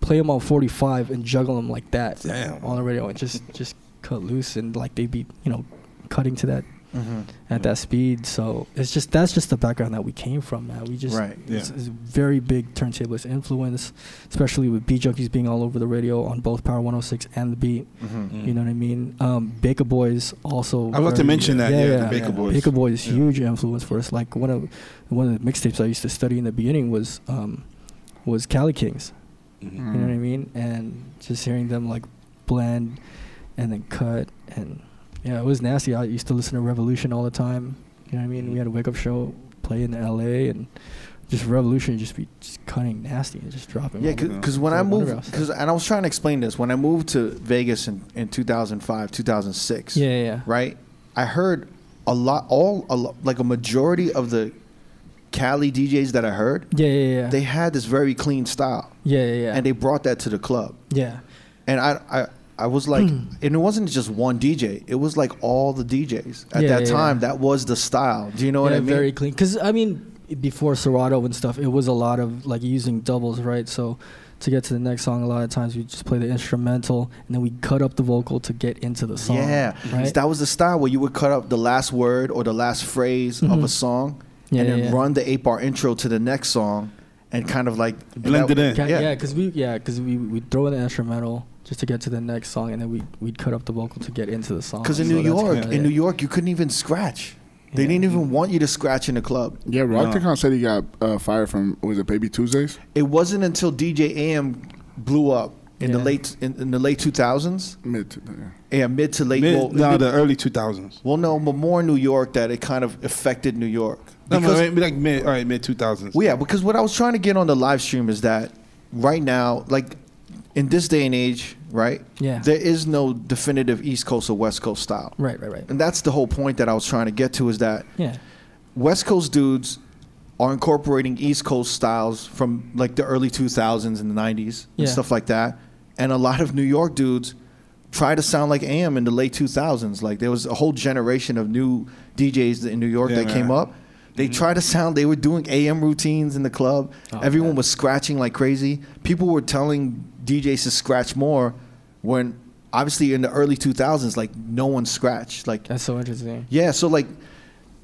Speaker 4: play them on 45, and juggle them like that
Speaker 5: Damn.
Speaker 4: on the radio, and just just cut loose and like they'd be you know cutting to that
Speaker 1: Mhm.
Speaker 4: at that speed. So it's just that's just the background that we came from. Man, we just
Speaker 1: Right,
Speaker 5: yeah.
Speaker 4: It's, it's very big turntablist influence, especially with beat junkies being all over the radio on both Power 106 and the beat.
Speaker 1: Mhm.
Speaker 4: You know what I mean? Um, Baker Boys also.
Speaker 5: I was about Mm. to
Speaker 4: very-
Speaker 5: mention that, yeah, the Baker Boys.
Speaker 4: Baker Boys
Speaker 5: Yeah.
Speaker 4: huge influence for us. Like one of one of the mixtapes I used to study in the beginning was um, was Cali Kings.
Speaker 5: Mhm.
Speaker 2: Mm.
Speaker 4: You know what
Speaker 1: Mm.
Speaker 4: I mean? And just hearing them like blend and then cut and yeah, it was nasty. I used to listen to Revolution all the time. You know what I mean? We had a wake up show play in LA and just Revolution just be just cutting nasty and just dropping.
Speaker 1: Yeah,
Speaker 4: all the-
Speaker 1: because when
Speaker 4: So
Speaker 1: I
Speaker 4: I wonder
Speaker 1: moved,
Speaker 4: about that.
Speaker 1: because and I was trying to explain this when I moved to Vegas in, in 2005, 2006.
Speaker 4: yeah, yeah, yeah.
Speaker 1: Right. I heard a lot, all a lot, like a majority of the Cali DJs that I heard,
Speaker 4: Yeah, yeah, yeah.
Speaker 1: they had this very clean style,
Speaker 4: yeah, yeah, yeah.
Speaker 1: and they brought that to the club.
Speaker 4: yeah.
Speaker 1: And I, I, I was like,
Speaker 4: Hmm.
Speaker 1: and it wasn't just one DJ; it was like all the DJs at
Speaker 4: Yeah,
Speaker 1: that
Speaker 4: yeah,
Speaker 1: time.
Speaker 4: yeah.
Speaker 1: That was the style. Do you know what
Speaker 4: yeah,
Speaker 1: I mean?
Speaker 4: Very clean. Because I mean, before Serato and stuff, it was a lot of like using doubles, right? So to get to the next song, a lot of times we just play the instrumental and then we cut up the vocal to get into the song.
Speaker 1: Yeah,
Speaker 4: right.
Speaker 1: that was the style where you would cut up the last word or the last phrase of a song,
Speaker 4: Mm-hmm. Yeah,
Speaker 1: and then
Speaker 4: yeah, yeah.
Speaker 1: run the eight bar intro to the next song, and kind of like
Speaker 5: Blend it in.
Speaker 4: Ca-
Speaker 1: Yeah.
Speaker 4: yeah, because we yeah, because we we throw in the instrumental just to get to the next song, and then we we'd cut up the vocal to get into the song.
Speaker 1: Because in
Speaker 4: So
Speaker 1: New
Speaker 4: Oh, that's
Speaker 1: York,
Speaker 4: kinda
Speaker 1: in
Speaker 4: it.
Speaker 1: New York, you couldn't even scratch. They
Speaker 4: Yeah.
Speaker 1: didn't even want you to scratch in the club.
Speaker 2: Yeah, Rock
Speaker 5: No.
Speaker 2: Tacon said he got uh, fired from was it Baby Tuesdays?
Speaker 1: It wasn't until DJ AM blew up in the
Speaker 4: Yeah.
Speaker 1: late in, in the late 2000s,
Speaker 2: Mid. Yeah.
Speaker 1: yeah, mid to late.
Speaker 5: Mid,
Speaker 1: well,
Speaker 5: no,
Speaker 1: mid-
Speaker 5: the early 2000s.
Speaker 1: well, no, but more in New York that it kind of affected New York.
Speaker 5: No,
Speaker 1: Because-
Speaker 5: no, like mid, all right, mid 2000s.
Speaker 1: Well, yeah, because what I was trying to get on the live stream is that right now, like in this day and age, right?
Speaker 4: Yeah.
Speaker 1: There is no definitive East Coast or West Coast style.
Speaker 4: Right, right, right.
Speaker 1: And that's the whole point that I was trying to get to is that
Speaker 4: Yeah,
Speaker 1: West Coast dudes are incorporating East Coast styles from like the early 2000s and the 90s and
Speaker 4: Yeah.
Speaker 1: stuff like that. And a lot of New York dudes try to sound like AM in the late 2000s. Like there was a whole generation of new DJs in New York
Speaker 5: Yeah,
Speaker 1: that came
Speaker 5: man. Mm-hmm.
Speaker 1: up. They tried to sound, they were doing AM routines in the club.
Speaker 4: Oh,
Speaker 1: Everyone
Speaker 4: man.
Speaker 1: was scratching like crazy. People were telling DJs to scratch more when obviously in the early 2000s, like no one scratched. Like,
Speaker 4: that's so interesting.
Speaker 1: yeah, so like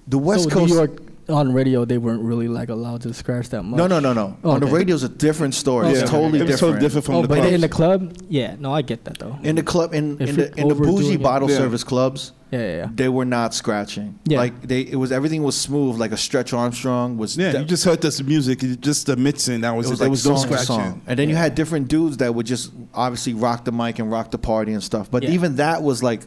Speaker 1: the West
Speaker 4: so
Speaker 1: Coast.
Speaker 4: New York on radio, they weren't really like allowed to scratch that much.
Speaker 1: No, no, no, no.
Speaker 4: Oh,
Speaker 1: On the
Speaker 4: okay.
Speaker 1: radio's a different story.
Speaker 4: Okay.
Speaker 5: Yeah,
Speaker 1: It's totally
Speaker 5: it was
Speaker 1: different.
Speaker 5: totally different from
Speaker 4: oh,
Speaker 5: the
Speaker 4: but
Speaker 5: clubs.
Speaker 4: in the club, yeah, no, I get that though.
Speaker 1: In the club, in,
Speaker 4: If
Speaker 1: in
Speaker 4: you're
Speaker 1: the in the bougie
Speaker 4: overdoing it.
Speaker 1: bottle
Speaker 5: Yeah.
Speaker 1: service clubs,
Speaker 4: yeah, yeah, yeah.
Speaker 1: they were not scratching.
Speaker 4: Yeah.
Speaker 1: Like they, it was everything was smooth. Like a Stretch Armstrong was.
Speaker 5: yeah,
Speaker 1: that-
Speaker 5: you just heard this music, it- just the mixing. That was
Speaker 1: it was
Speaker 5: there
Speaker 1: like
Speaker 5: was no
Speaker 1: song to
Speaker 5: scratching.
Speaker 1: song, and then you had different dudes that would just obviously rock the mic and rock the party and stuff. But
Speaker 4: Yeah.
Speaker 1: even that was like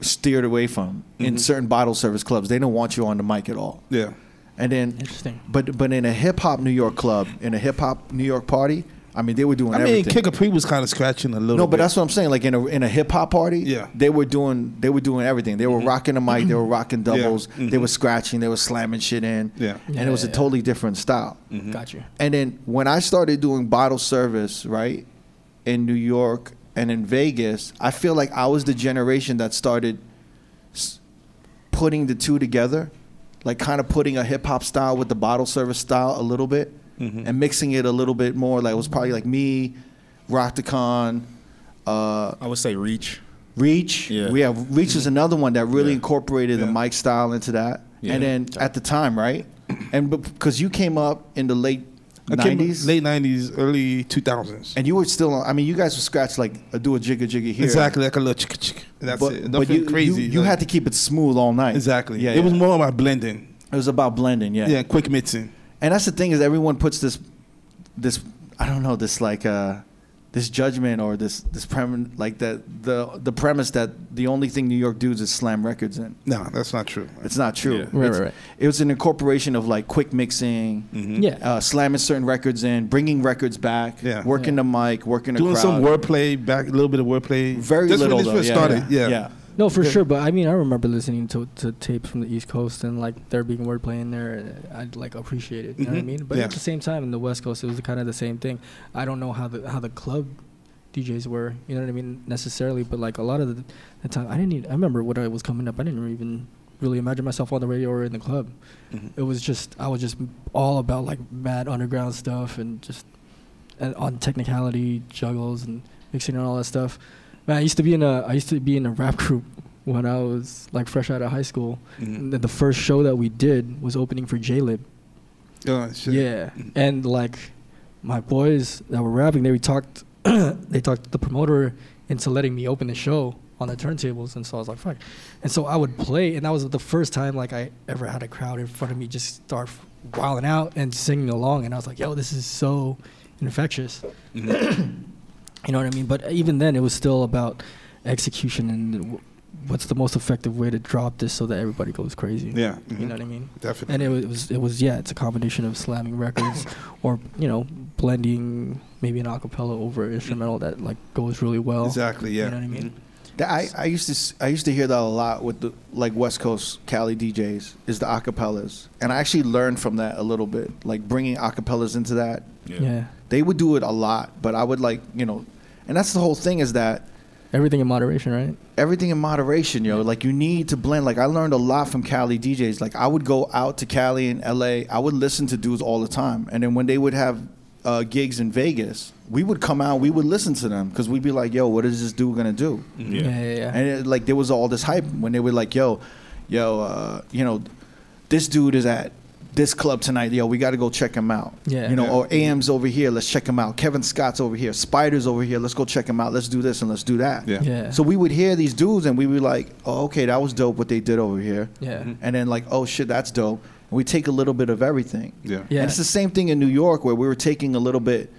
Speaker 1: steered away from
Speaker 5: Mm-hmm.
Speaker 1: in certain bottle service clubs. They didn't want you on the mic at all.
Speaker 5: Yeah,
Speaker 1: And then,
Speaker 4: Interesting.
Speaker 1: But but in a hip hop New York club, in a hip hop New York party, I mean they were doing.
Speaker 5: I mean,
Speaker 1: everything.
Speaker 5: Kick Capri was kind of scratching a little.
Speaker 1: No, but
Speaker 5: bit.
Speaker 1: that's what I'm saying. Like in a in a hip hop party,
Speaker 5: Yeah. Mm-hmm.
Speaker 1: they were doing they were doing everything. They were rocking the mic, they were rocking doubles, they were scratching, they were slamming shit in.
Speaker 5: Yeah.
Speaker 1: And
Speaker 4: Yeah,
Speaker 1: it was a
Speaker 4: yeah, yeah.
Speaker 1: totally different style.
Speaker 4: Got you.
Speaker 1: And then when I started doing bottle service, right, in New York and in Vegas, I feel like I was the generation that started s- putting the two together, like kind of putting a hip hop style with the bottle service style a little bit and mixing it a little bit more. Like it was probably like me, Rocktacon, uh,
Speaker 3: I would say reach.
Speaker 1: Reach.
Speaker 3: Yeah.
Speaker 1: We have Reach is another one that really
Speaker 3: Yeah.
Speaker 1: incorporated the
Speaker 5: Yeah.
Speaker 1: mic style into that.
Speaker 3: Yeah.
Speaker 1: And then at the time, right? And because you came up in the late
Speaker 5: I came
Speaker 1: 90s.
Speaker 5: late '90s, early 2000s.
Speaker 1: And you were still on. I mean, you guys would scratch like a do a jigga jigga here.
Speaker 5: Exactly, like a little chick chick. That's
Speaker 1: but,
Speaker 5: it.
Speaker 1: But
Speaker 5: Nothing
Speaker 1: you,
Speaker 5: crazy.
Speaker 1: You, you
Speaker 5: like-
Speaker 1: had to keep it smooth all night.
Speaker 5: exactly.
Speaker 1: Yeah.
Speaker 5: it was more about blending.
Speaker 1: It was about blending, yeah.
Speaker 5: Yeah, quick mixing.
Speaker 1: And that's the thing is everyone puts this, this I don't know this like uh, this judgment or this this prem like the the the premise that the only thing New York dudes is slam records in.
Speaker 5: No, that's not true.
Speaker 1: It's not true.
Speaker 3: Yeah.
Speaker 4: Right,
Speaker 1: It's-
Speaker 4: right, right.
Speaker 1: It was an incorporation of like quick mixing,
Speaker 4: Yeah.
Speaker 1: uh, slamming certain records in, bringing records back,
Speaker 5: Yeah.
Speaker 1: working the mic, working the
Speaker 5: Doing
Speaker 1: crowd.
Speaker 5: some wordplay, back a little bit of wordplay.
Speaker 1: Very
Speaker 5: This
Speaker 1: little
Speaker 5: When, this
Speaker 1: though.
Speaker 5: when it started, yeah.
Speaker 4: No, for sure. But I mean, I remember listening to, to tapes from the East Coast and like there being wordplay in there. and I'd like appreciate it. You know what I
Speaker 5: Mhm.
Speaker 4: mean? But
Speaker 5: Yeah.
Speaker 4: at the same time, in the West Coast, it was kind of the same thing. I don't know how the how the club DJs were. You know what I mean? Necessarily, but like a lot of the, the time, I didn't. Even, I remember when I was coming up. I didn't even really imagine myself on the radio or in the club. It was just I was just all about like mad underground stuff and just and on technicality juggles and mixing and all that stuff. Man, I used to be in a I used to be in a rap group when I was like fresh out of high school.
Speaker 5: Mhm.
Speaker 1: Mm-hmm.
Speaker 4: And the- the first show that we did was opening for J-Lib.
Speaker 5: Oh, shit.
Speaker 4: Yeah, and like my boys that were rapping, they talked they talked the promoter into letting me open the show on the turntables, and so I was like, fuck. And so I would play, and that was the first time like I ever had a crowd in front of me just start wilding out and singing along, and I was like, yo, this is so infectious. you know what I mean? But even then, it was still about execution and w- what's the most effective way to drop this so that everybody goes crazy.
Speaker 5: Yeah.
Speaker 4: You
Speaker 5: Mhm.
Speaker 4: know
Speaker 1: Mm-hmm.
Speaker 4: what I mean?
Speaker 5: Definitely.
Speaker 4: and it was it was yeah, it's a combination of slamming records or you know blending maybe an acapella over an instrumental that like goes really well.
Speaker 5: Exactly, yeah.
Speaker 4: You know what I mean?
Speaker 1: That- I, I used to s- I used to hear that a lot with the like West Coast Cali DJs is the acapellas, and I actually learned from that a little bit, like bringing acapellas into that.
Speaker 4: Mm-hmm. Yeah.
Speaker 1: They would do it a lot, but I would like you know, and that's the whole thing is that
Speaker 4: Everything in moderation, right?
Speaker 1: everything in moderation, yo. Like you need to blend. Like I learned a lot from Cali DJs. Like I would go out to Cali and LA. I would listen to dudes all the time, and then when they would have uh, gigs in Vegas, we would come out. We would listen to them because we'd be like, "Yo, what is this dude gonna do?"
Speaker 4: Yeah, yeah, yeah.
Speaker 1: And it, like there was all this hype when they were like, "Yo, yo, uh, you know, this dude is at this club tonight. Yo, we got to go check him out.
Speaker 4: Yeah.
Speaker 1: you know,
Speaker 4: Yeah.
Speaker 1: or AM's over here. Let's check him out. Kevin Scott's over here. Spiders over here. Let's go check him out. Let's do this and let's do that.
Speaker 5: Yeah.
Speaker 4: Yeah.
Speaker 1: So we would hear these dudes and we were like, oh, okay, that was dope what they did over here.
Speaker 4: Yeah.
Speaker 5: Mm-hmm.
Speaker 4: Mhm.
Speaker 1: And then like, oh shit, that's dope. And we take a little bit of everything.
Speaker 5: Yeah.
Speaker 4: Yeah.
Speaker 1: And it's the same thing in New York where we were taking a little bit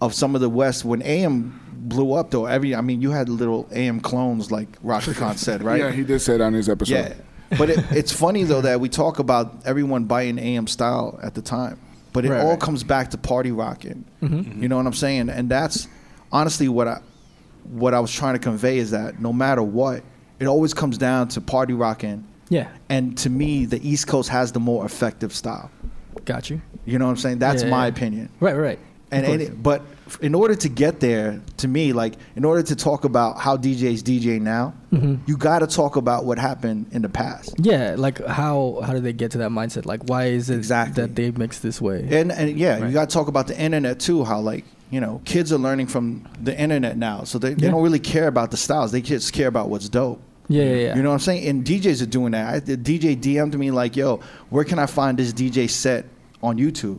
Speaker 1: of some of the West when AM blew up though. Every I mean, you had little AM clones like Roger Khan said, right?
Speaker 2: Yeah, he did say that on his episode.
Speaker 1: Yeah. But it, it's funny though that we talk about everyone buying AM style at the time, but it
Speaker 4: Right,
Speaker 1: all
Speaker 4: right.
Speaker 1: comes back to party rocking. You know what I'm saying? And that's honestly what I what I was trying to convey is that no matter what, it always comes down to party rocking.
Speaker 4: Yeah.
Speaker 1: And to me, the East Coast has the more effective style.
Speaker 4: Got you.
Speaker 1: You know what I'm saying? That's
Speaker 4: Yeah,
Speaker 1: my
Speaker 4: yeah.
Speaker 1: opinion
Speaker 4: Right, right.
Speaker 1: and, and it, but f- in order to get there to me like in order to talk about how djs dj now
Speaker 5: Mm-hmm.
Speaker 1: you got to talk about what happened in the past
Speaker 4: yeah, like how how did they get to that mindset? Like why is it
Speaker 1: Exactly.
Speaker 4: that they mix this way?
Speaker 1: and, and yeah you got to talk about the internet too how like you know kids are learning from the internet now so they, they
Speaker 4: Yeah.
Speaker 1: don't really care about the styles they just care about what's dope
Speaker 4: Yeah, yeah, yeah.
Speaker 1: You know what I'm saying? And DJs are doing that. I, the DJ DM'd me like, "Yo, where can I find this DJ set on YouTube?"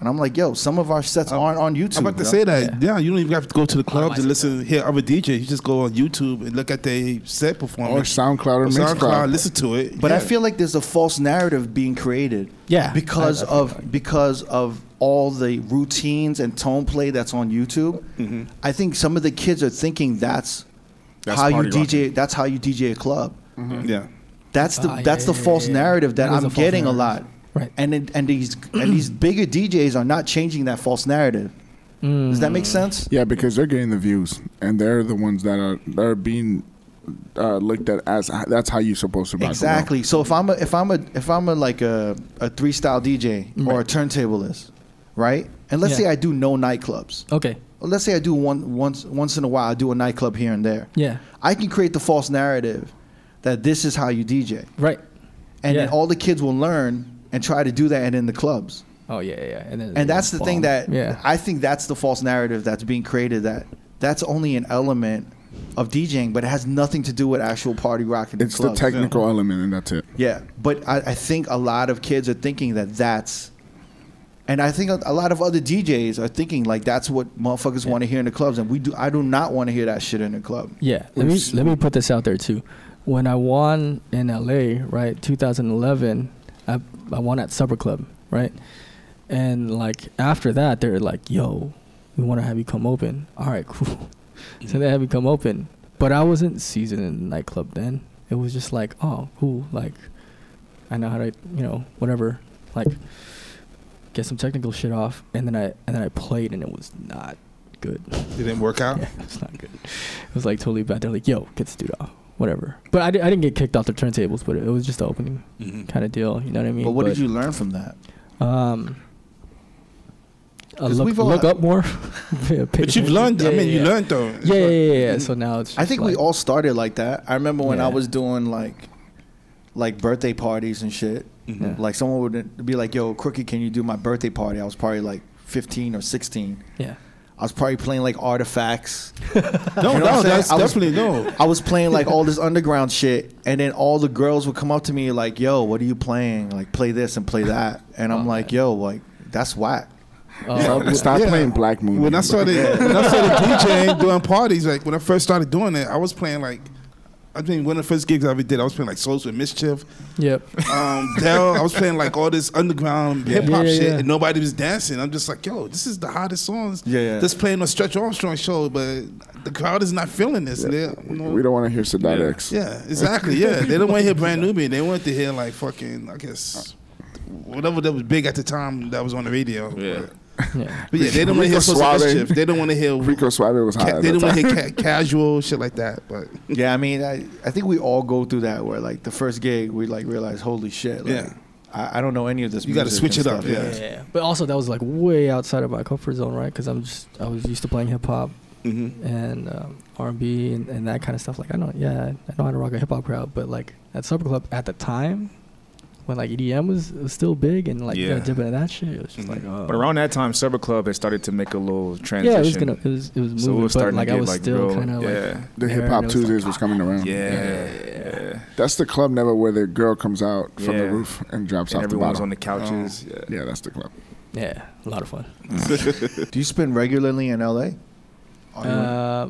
Speaker 1: And I'm like, "Yo, some of our sets aren't on YouTube."
Speaker 5: Oh. I'm about to
Speaker 1: bro."
Speaker 5: say that. Yeah. you don't even have to go to the club to
Speaker 4: Automate
Speaker 5: listen, hear other DJs. You just go on YouTube and look at their set
Speaker 2: Or
Speaker 5: performance.
Speaker 2: SoundCloud or,
Speaker 5: Or
Speaker 2: SoundCloud.
Speaker 5: SoundCloud, listen to it.
Speaker 1: But I
Speaker 5: Yeah.
Speaker 1: feel like there's a false narrative being created.
Speaker 4: Yeah.
Speaker 1: Because
Speaker 4: I- I-
Speaker 1: of because of all the routines and tone play that's on YouTube.
Speaker 4: Mm-hmm.
Speaker 1: I think some of the kids are thinking that's,
Speaker 3: That's
Speaker 1: how you
Speaker 3: party
Speaker 1: DJ that's how you DJ a club. Mm-hmm.
Speaker 5: yeah.
Speaker 1: That's the
Speaker 4: Ah, yeah,
Speaker 1: that's the
Speaker 4: yeah,
Speaker 1: false
Speaker 4: yeah, yeah.
Speaker 1: narrative that,
Speaker 4: That is
Speaker 1: I'm
Speaker 4: a false
Speaker 1: getting a lot.
Speaker 4: narrative. Right.
Speaker 1: And it, and these and these bigger DJs are not changing that false narrative. Does that make
Speaker 4: Mm.
Speaker 1: sense?
Speaker 2: Yeah, because they're getting the views, and they're the ones that are that are being uh, looked at as that's how you're supposed to rock and roll."
Speaker 1: Exactly. So if I'm a if I'm a if I'm a like a, a three style DJ or a turntablist, right? And let's
Speaker 4: Yeah.
Speaker 1: say I do no nightclubs.
Speaker 4: Okay.
Speaker 1: Well, let's say I do one once once in a while. I do a nightclub here and there.
Speaker 4: Yeah.
Speaker 1: I can create the false narrative that this is how you DJ,
Speaker 4: Right.
Speaker 1: and then
Speaker 4: Yeah.
Speaker 1: all the kids will learn and try to do that and in the clubs.
Speaker 4: Oh yeah, yeah, yeah. And, then
Speaker 1: And
Speaker 4: they
Speaker 1: that's the thing
Speaker 4: bomb.
Speaker 1: that
Speaker 4: yeah.
Speaker 1: I think that's the false narrative that's being created. That that's only an element of DJing, but it has nothing to do with actual party rock and
Speaker 2: It's the
Speaker 1: clubs.
Speaker 2: technical element, and that's it.
Speaker 1: Yeah, but I, I think a lot of kids are thinking that that's, and I think a, a lot of other DJs are thinking like that's what motherfuckers want to hear in the clubs, and we do. I do not want to hear that shit in the club.
Speaker 4: Yeah, let me let me put this out there too. When I won in LA, right, 2011, I I won at supper club, right? And like after that, they're like, "Yo, we want to have you come open." All right, cool. so they have me come open, but I wasn't seasoned in the nightclub then. It was just like, oh, cool, like I know how to, you know, whatever, like get some technical shit off, and then I and then I played, and it was not good.
Speaker 5: It didn't work out.
Speaker 4: Yeah, it's not good. It was like totally bad. They're like, yo, get this dude off. Whatever. But I, di- I didn't get kicked off the turntables, but it was just the opening
Speaker 5: Mhm.
Speaker 4: kind of deal. You know what I mean?
Speaker 1: But what did you learn from that?
Speaker 4: you? Um, uh,
Speaker 1: 'Cause
Speaker 4: look,
Speaker 1: we've all
Speaker 4: look
Speaker 1: had-
Speaker 4: up more. Yeah, pay
Speaker 5: But you've
Speaker 4: attention.
Speaker 5: learned. I
Speaker 4: Yeah,
Speaker 5: mean,
Speaker 4: yeah,
Speaker 5: you
Speaker 4: yeah.
Speaker 5: learned though.
Speaker 4: Yeah, yeah, yeah. yeah, yeah. So now it's.
Speaker 1: I
Speaker 4: just
Speaker 1: think we
Speaker 4: like-
Speaker 1: all started like that. I remember when I
Speaker 4: Yeah.
Speaker 1: was doing like like birthday parties and shit.
Speaker 4: Mhm.
Speaker 1: Like someone would be like, "Yo, Crookie, can you do my birthday party?" I was probably like 15 or 16.
Speaker 4: Yeah.
Speaker 1: I was probably playing like artifacts.
Speaker 5: No,
Speaker 1: You know what I'm
Speaker 5: no,
Speaker 1: saying?
Speaker 5: that's
Speaker 1: I was-
Speaker 5: definitely no.
Speaker 1: I was playing like all this underground shit, and then all the girls would come up to me like, "Yo, what are you playing? Like, play this and play that." And I'm
Speaker 4: Oh,
Speaker 1: like, "Yo, like that's whack."
Speaker 4: Uh,
Speaker 2: Stop
Speaker 5: Yeah.
Speaker 2: playing Black Moon.
Speaker 5: When I started, when I started DJing, doing parties, like when I first started doing it, I was playing like, I mean, one of the first gigs I ever did, I was playing like Souls with Mischief,
Speaker 4: yep.
Speaker 5: um, Dell. I was playing like all this underground hip hop
Speaker 4: Yeah, yeah,
Speaker 5: shit,
Speaker 4: yeah.
Speaker 5: and nobody was dancing. I'm just like, yo, this is the hottest songs.
Speaker 1: Yeah, yeah.
Speaker 5: That's playing on Stretch Armstrong show, but the crowd is not feeling this. Yeah, you know?
Speaker 2: we don't want to hear Sadat
Speaker 3: Yeah.
Speaker 2: X.
Speaker 5: yeah exactly. Yeah, they don't want to hear brand new music. They want to hear like fucking, I guess, whatever that was big at the time that was on the radio.
Speaker 3: Yeah.
Speaker 4: Yeah.
Speaker 5: But yeah, they don't want to
Speaker 2: Rico
Speaker 5: hear social
Speaker 2: Suave.
Speaker 5: mischief. They don't want to hear.
Speaker 2: Rico Suave was hot.
Speaker 5: Ca-
Speaker 2: at
Speaker 5: they don't
Speaker 2: that time.
Speaker 5: want to hear ca- casual shit like that. But
Speaker 1: Yeah, I mean, I, I think we all go through that where like the first gig we like realize, "Holy shit!" Like,
Speaker 5: Yeah.
Speaker 1: I, I don't know any of this.
Speaker 5: You gotta
Speaker 1: music
Speaker 5: switch
Speaker 1: and
Speaker 5: it up,
Speaker 1: stuff.
Speaker 5: yeah.
Speaker 4: Yeah. But also, that was like way outside of my comfort zone, right? Because I'm just, I was used to playing hip hop. and um, R&B and, and that kind of stuff. Like I know, yeah, I know how to rock a hip hop crowd, but like at Supper Club at the time, when like EDM was, was still big and like
Speaker 3: Yeah.
Speaker 4: yeah. dipping into that shit, it was just like, oh.
Speaker 3: But around that time, Server Club had started to make a little transition.
Speaker 4: yeah, it was gonna, it was, it was moving,
Speaker 3: So it was
Speaker 4: but
Speaker 3: starting
Speaker 4: like
Speaker 3: to
Speaker 4: I
Speaker 3: get
Speaker 4: was
Speaker 3: like
Speaker 4: still
Speaker 3: real-
Speaker 4: kind of
Speaker 3: yeah.
Speaker 4: like mm,
Speaker 2: The
Speaker 4: there,
Speaker 2: hip hop
Speaker 4: and it was
Speaker 2: Tuesdays
Speaker 4: like,
Speaker 2: was coming around.
Speaker 3: Yeah,
Speaker 2: That's the club never where the girl comes out from the
Speaker 3: Yeah.
Speaker 2: roof and drops
Speaker 3: And
Speaker 2: off the
Speaker 3: everyone was
Speaker 2: bottom.
Speaker 3: on the
Speaker 4: Oh.
Speaker 3: couches. Yeah.
Speaker 2: yeah, that's the club.
Speaker 4: yeah, a lot of fun.
Speaker 1: Do you spend regularly in LA? Or you-
Speaker 4: Uh,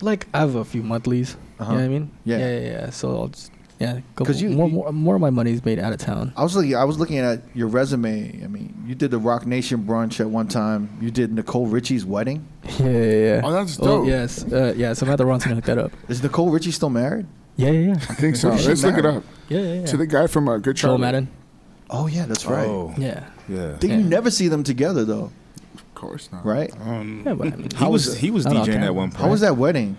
Speaker 4: like I have a few monthlies.
Speaker 1: Uh-huh.
Speaker 4: You know what I mean?
Speaker 1: Yeah.
Speaker 4: yeah, yeah. yeah. So I'll just yeah, go
Speaker 1: 'Cause you-
Speaker 4: more,
Speaker 1: you-
Speaker 4: more more of my money is made out of town.
Speaker 1: I was looking. I was looking at your resume. I mean, you did the Rock Nation brunch at one time. You did Nicole Richie's wedding.
Speaker 4: Yeah, yeah, yeah.
Speaker 2: Oh, that's
Speaker 4: Oh,
Speaker 2: dope.
Speaker 4: yes, uh, yeah. Samantha Ronson hooked that up.
Speaker 1: Is Nicole Richie still married?
Speaker 4: Yeah, yeah,
Speaker 2: I think so.
Speaker 1: She
Speaker 2: Let's look it
Speaker 1: married.
Speaker 2: up.
Speaker 4: yeah. yeah, yeah, yeah.
Speaker 2: To the guy from uh, Good
Speaker 4: Joel
Speaker 2: Charlotte.
Speaker 4: Madden.
Speaker 1: Oh yeah, that's right.
Speaker 3: Oh,
Speaker 4: Yeah.
Speaker 3: yeah.
Speaker 1: Then you
Speaker 4: Yeah.
Speaker 1: never see them together though,
Speaker 2: Of course not.
Speaker 1: right?
Speaker 5: um,
Speaker 4: Yeah, but I mean,
Speaker 3: He was, he was
Speaker 4: I don't know,
Speaker 3: DJing
Speaker 4: okay.
Speaker 3: at one point.
Speaker 1: How was that wedding?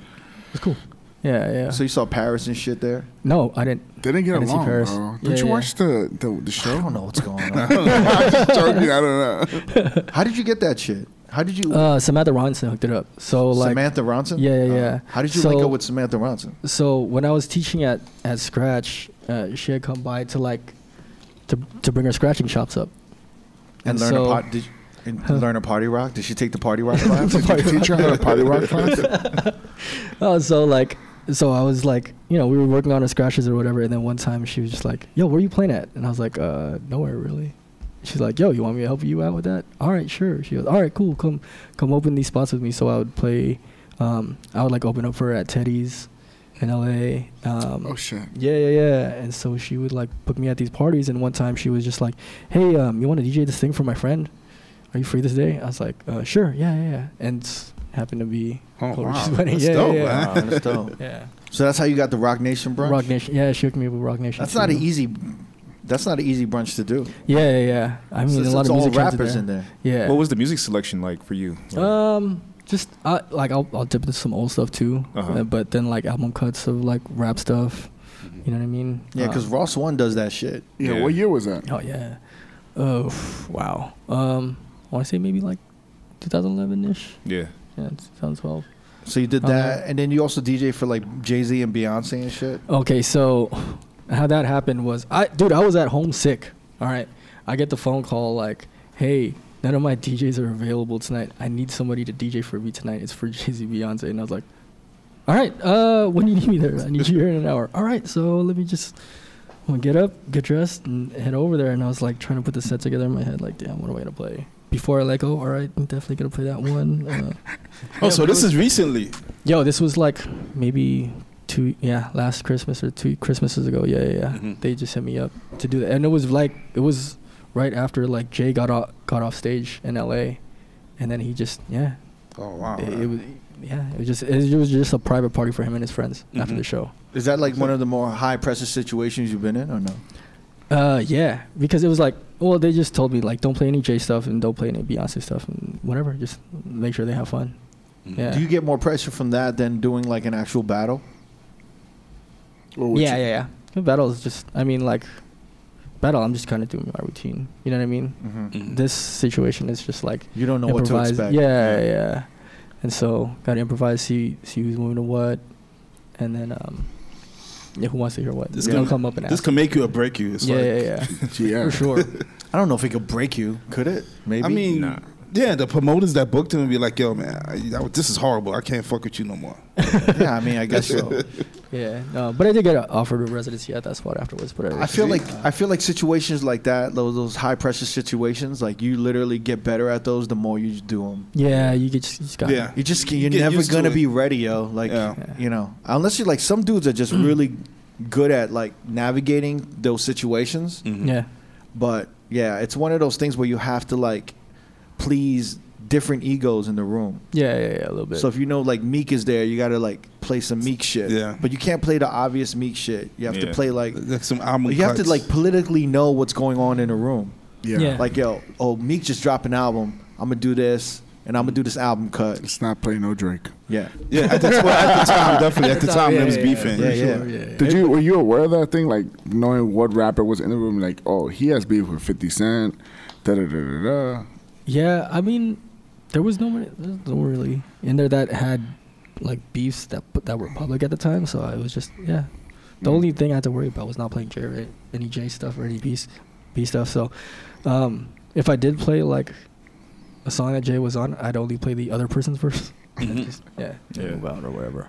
Speaker 4: It's cool. Yeah, yeah.
Speaker 1: So you saw Paris and shit there?
Speaker 4: no, I didn't.
Speaker 2: They didn't get
Speaker 4: I didn't see
Speaker 2: along,
Speaker 4: Paris.
Speaker 2: bro.
Speaker 4: Yeah,
Speaker 2: Did you
Speaker 4: yeah.
Speaker 2: watch the, the, the
Speaker 1: I
Speaker 2: show?
Speaker 1: don't know what's going on.
Speaker 2: I'm just joking. I don't know.
Speaker 1: How did you get that shit? How did you
Speaker 4: Uh, Samantha Ronson hooked it up. So like,
Speaker 1: Samantha Ronson? Uh,
Speaker 4: Yeah, yeah, yeah.
Speaker 1: How did you
Speaker 4: So-
Speaker 1: link up with Samantha Ronson?
Speaker 4: so when I was teaching at at Scratch, uh, she had come by to like, to to bring her scratching chops up.
Speaker 1: And,
Speaker 4: And
Speaker 1: learn
Speaker 4: so-
Speaker 1: a pot did you- and
Speaker 4: Huh?
Speaker 1: learn a party rock? Did she take the party rock class?
Speaker 2: Did you teach her how to party rock class?
Speaker 4: Oh, so like, so I was like, you know, we were working on her scratches or whatever, and then one time she was just like, "Yo, where you playing at?" And I was like, "Uh, nowhere really." She's like, "Yo, you want me to help you out with that?" All right, sure. She goes, "All right, cool. Come, come open these spots with me." So I would play. Um, I would like open up for her at Teddy's in L.A. Um,
Speaker 2: Oh, shit.
Speaker 4: yeah, yeah, yeah. And so she would like put me at these parties. And one time she was just like, "Hey, um, you want to DJ this thing for my friend? Are you free this day?" I was like, uh, "Sure, yeah, yeah." yeah. And s- happened to be
Speaker 5: Oh,
Speaker 4: Clover's
Speaker 5: wow.
Speaker 4: wedding.
Speaker 5: That's
Speaker 4: yeah,
Speaker 5: dope,
Speaker 4: yeah,
Speaker 5: man.
Speaker 1: Wow, that's dope.
Speaker 4: yeah.
Speaker 1: So that's how you got the Rock Nation brunch?
Speaker 4: Rock Nation. Yeah, she hooked me up with Rock Nation.
Speaker 1: That's not e-,
Speaker 4: too.
Speaker 1: an easy that's not an easy brunch to do.
Speaker 4: Yeah, yeah, yeah. I mean,
Speaker 1: it's,
Speaker 4: a lot
Speaker 1: it's
Speaker 4: of
Speaker 1: all
Speaker 4: music heads
Speaker 1: rappers
Speaker 4: there.
Speaker 1: in there.
Speaker 4: Yeah.
Speaker 3: What was the music selection like for you?
Speaker 4: Um, just I like I'll, I'll dip into some old stuff too,
Speaker 3: Uh-huh.
Speaker 4: uh, but then like album cuts of like rap stuff. You know what I mean?
Speaker 1: Yeah, because
Speaker 4: Um,
Speaker 1: Ross One does that shit.
Speaker 2: Yeah,
Speaker 3: Yeah.
Speaker 2: what year was that?
Speaker 4: oh yeah. Oh wow. Um, I want to say maybe like 2011 ish.
Speaker 3: yeah.
Speaker 4: Yeah, 2012.
Speaker 1: So you did
Speaker 4: Uh-huh.
Speaker 1: that, and then you also DJ for like Jay Z and Beyonce and shit.
Speaker 4: Okay, so how that happened was I dude, I was at home sick. All right. I get the phone call like, "Hey, none of my DJs are available tonight. I need somebody to DJ for me tonight. It's for Jay-Z Beyonce." And I was like, "All right. Uh, when do you need me there? I need you here in an hour." All right. So, let me just I'm gonna get up, get dressed, and head over there. And I was like trying to put the set together in my head, like, damn, what am I gonna play? Before I let go, all right, I'm definitely gonna play that one. Uh,
Speaker 5: Oh, so this is recently.
Speaker 4: yo, this was like maybe two yeah last Christmas or two Christmases ago. Yeah, yeah, yeah.
Speaker 5: Mhm.
Speaker 4: They just hit me up to do that, and it was like it was right after like Jay got off got off stage in L.A. and then he just yeah
Speaker 5: Oh wow.
Speaker 4: it, it was yeah it was just it was just a private party for him and his friends after
Speaker 5: Mhm.
Speaker 4: the show.
Speaker 1: Is that like one of the more high pressure situations you've been in, or no?
Speaker 4: Uh, yeah, because it was like, well, they just told me like, don't play any Jay stuff and don't play any Beyonce stuff and whatever. Just make sure they have fun.
Speaker 5: Mhm.
Speaker 4: Yeah.
Speaker 1: Do you get more pressure from that than doing like an actual battle?
Speaker 2: Or would
Speaker 4: yeah,
Speaker 2: you-
Speaker 4: yeah, yeah. The battle is just, I mean, like, battle. I'm just kind of doing my routine. You know what I mean?
Speaker 1: Mm-hmm.
Speaker 5: Mhm.
Speaker 4: This situation is just like
Speaker 1: You don't know what to
Speaker 4: improvise-
Speaker 1: expect.
Speaker 4: Yeah, yeah, And so gotta improvise, see see who's moving to what, and then um, yeah, who wants to hear what?
Speaker 5: This
Speaker 4: This gonna
Speaker 5: could-
Speaker 4: come up and
Speaker 5: This
Speaker 4: ask.
Speaker 5: can make you or break you. It's
Speaker 4: yeah,
Speaker 5: like,
Speaker 4: yeah, yeah,
Speaker 2: Yeah.
Speaker 4: for sure.
Speaker 1: I don't know if it could break you. Could it? Maybe.
Speaker 5: I mean,
Speaker 3: Nah.
Speaker 5: yeah, the promoters that booked him would be like, "Yo, man, I, that, this is horrible. I can't fuck with you no more."
Speaker 1: yeah. I mean, I guess so.
Speaker 4: yeah, no, but I did get offered a residency at that spot afterwards. But
Speaker 1: I feel like I feel like situations like that, those, those high pressure situations, like you literally get better at those the more you do them.
Speaker 4: Yeah, you get you just got
Speaker 5: Yeah.
Speaker 1: You just
Speaker 5: You
Speaker 1: you're
Speaker 5: get
Speaker 1: never
Speaker 5: used to
Speaker 1: gonna
Speaker 5: it.
Speaker 1: be ready, yo. Like
Speaker 5: Yeah. Mm.
Speaker 4: Yeah.
Speaker 1: you know, unless you like some dudes are just really good at like navigating those situations.
Speaker 5: Mm.
Speaker 4: yeah.
Speaker 1: But yeah, it's one of those things where you have to like please different egos in the room.
Speaker 4: yeah, yeah, yeah, a little bit.
Speaker 1: So if you know like Meek is there, you gotta like play some Meek shit.
Speaker 5: Yeah.
Speaker 1: But you can't play the obvious Meek shit. You have to
Speaker 3: Yeah.
Speaker 1: play like
Speaker 5: Like some album
Speaker 1: you have to
Speaker 5: cuts.
Speaker 1: like politically know what's going on in the room.
Speaker 2: yeah.
Speaker 4: Yeah.
Speaker 1: Like yo, oh Meek just dropped an album. I'm gonna do this and I'm gonna do this album cut.
Speaker 2: It's not play no Drake.
Speaker 1: Yeah.
Speaker 5: yeah. At the, well, at the time, definitely at the time, they was beefing.
Speaker 1: yeah, yeah.
Speaker 4: sure, yeah,
Speaker 2: Did you were you aware of that thing? Like knowing what rapper was in the room, like, oh, he has beef with fifty cent, da da da da da.
Speaker 4: Yeah, I mean, there was no one, there was no one really in there that had like beefs that that were public at the time. So I was just yeah. The only thing I had to worry about was not playing J right, any J stuff or any B s- B stuff. So um, if I did play like a song that Jay was on, I'd only play the other person's verse.
Speaker 1: Mm-hmm.
Speaker 4: Just, yeah,
Speaker 3: Yeah.
Speaker 4: move out or whatever.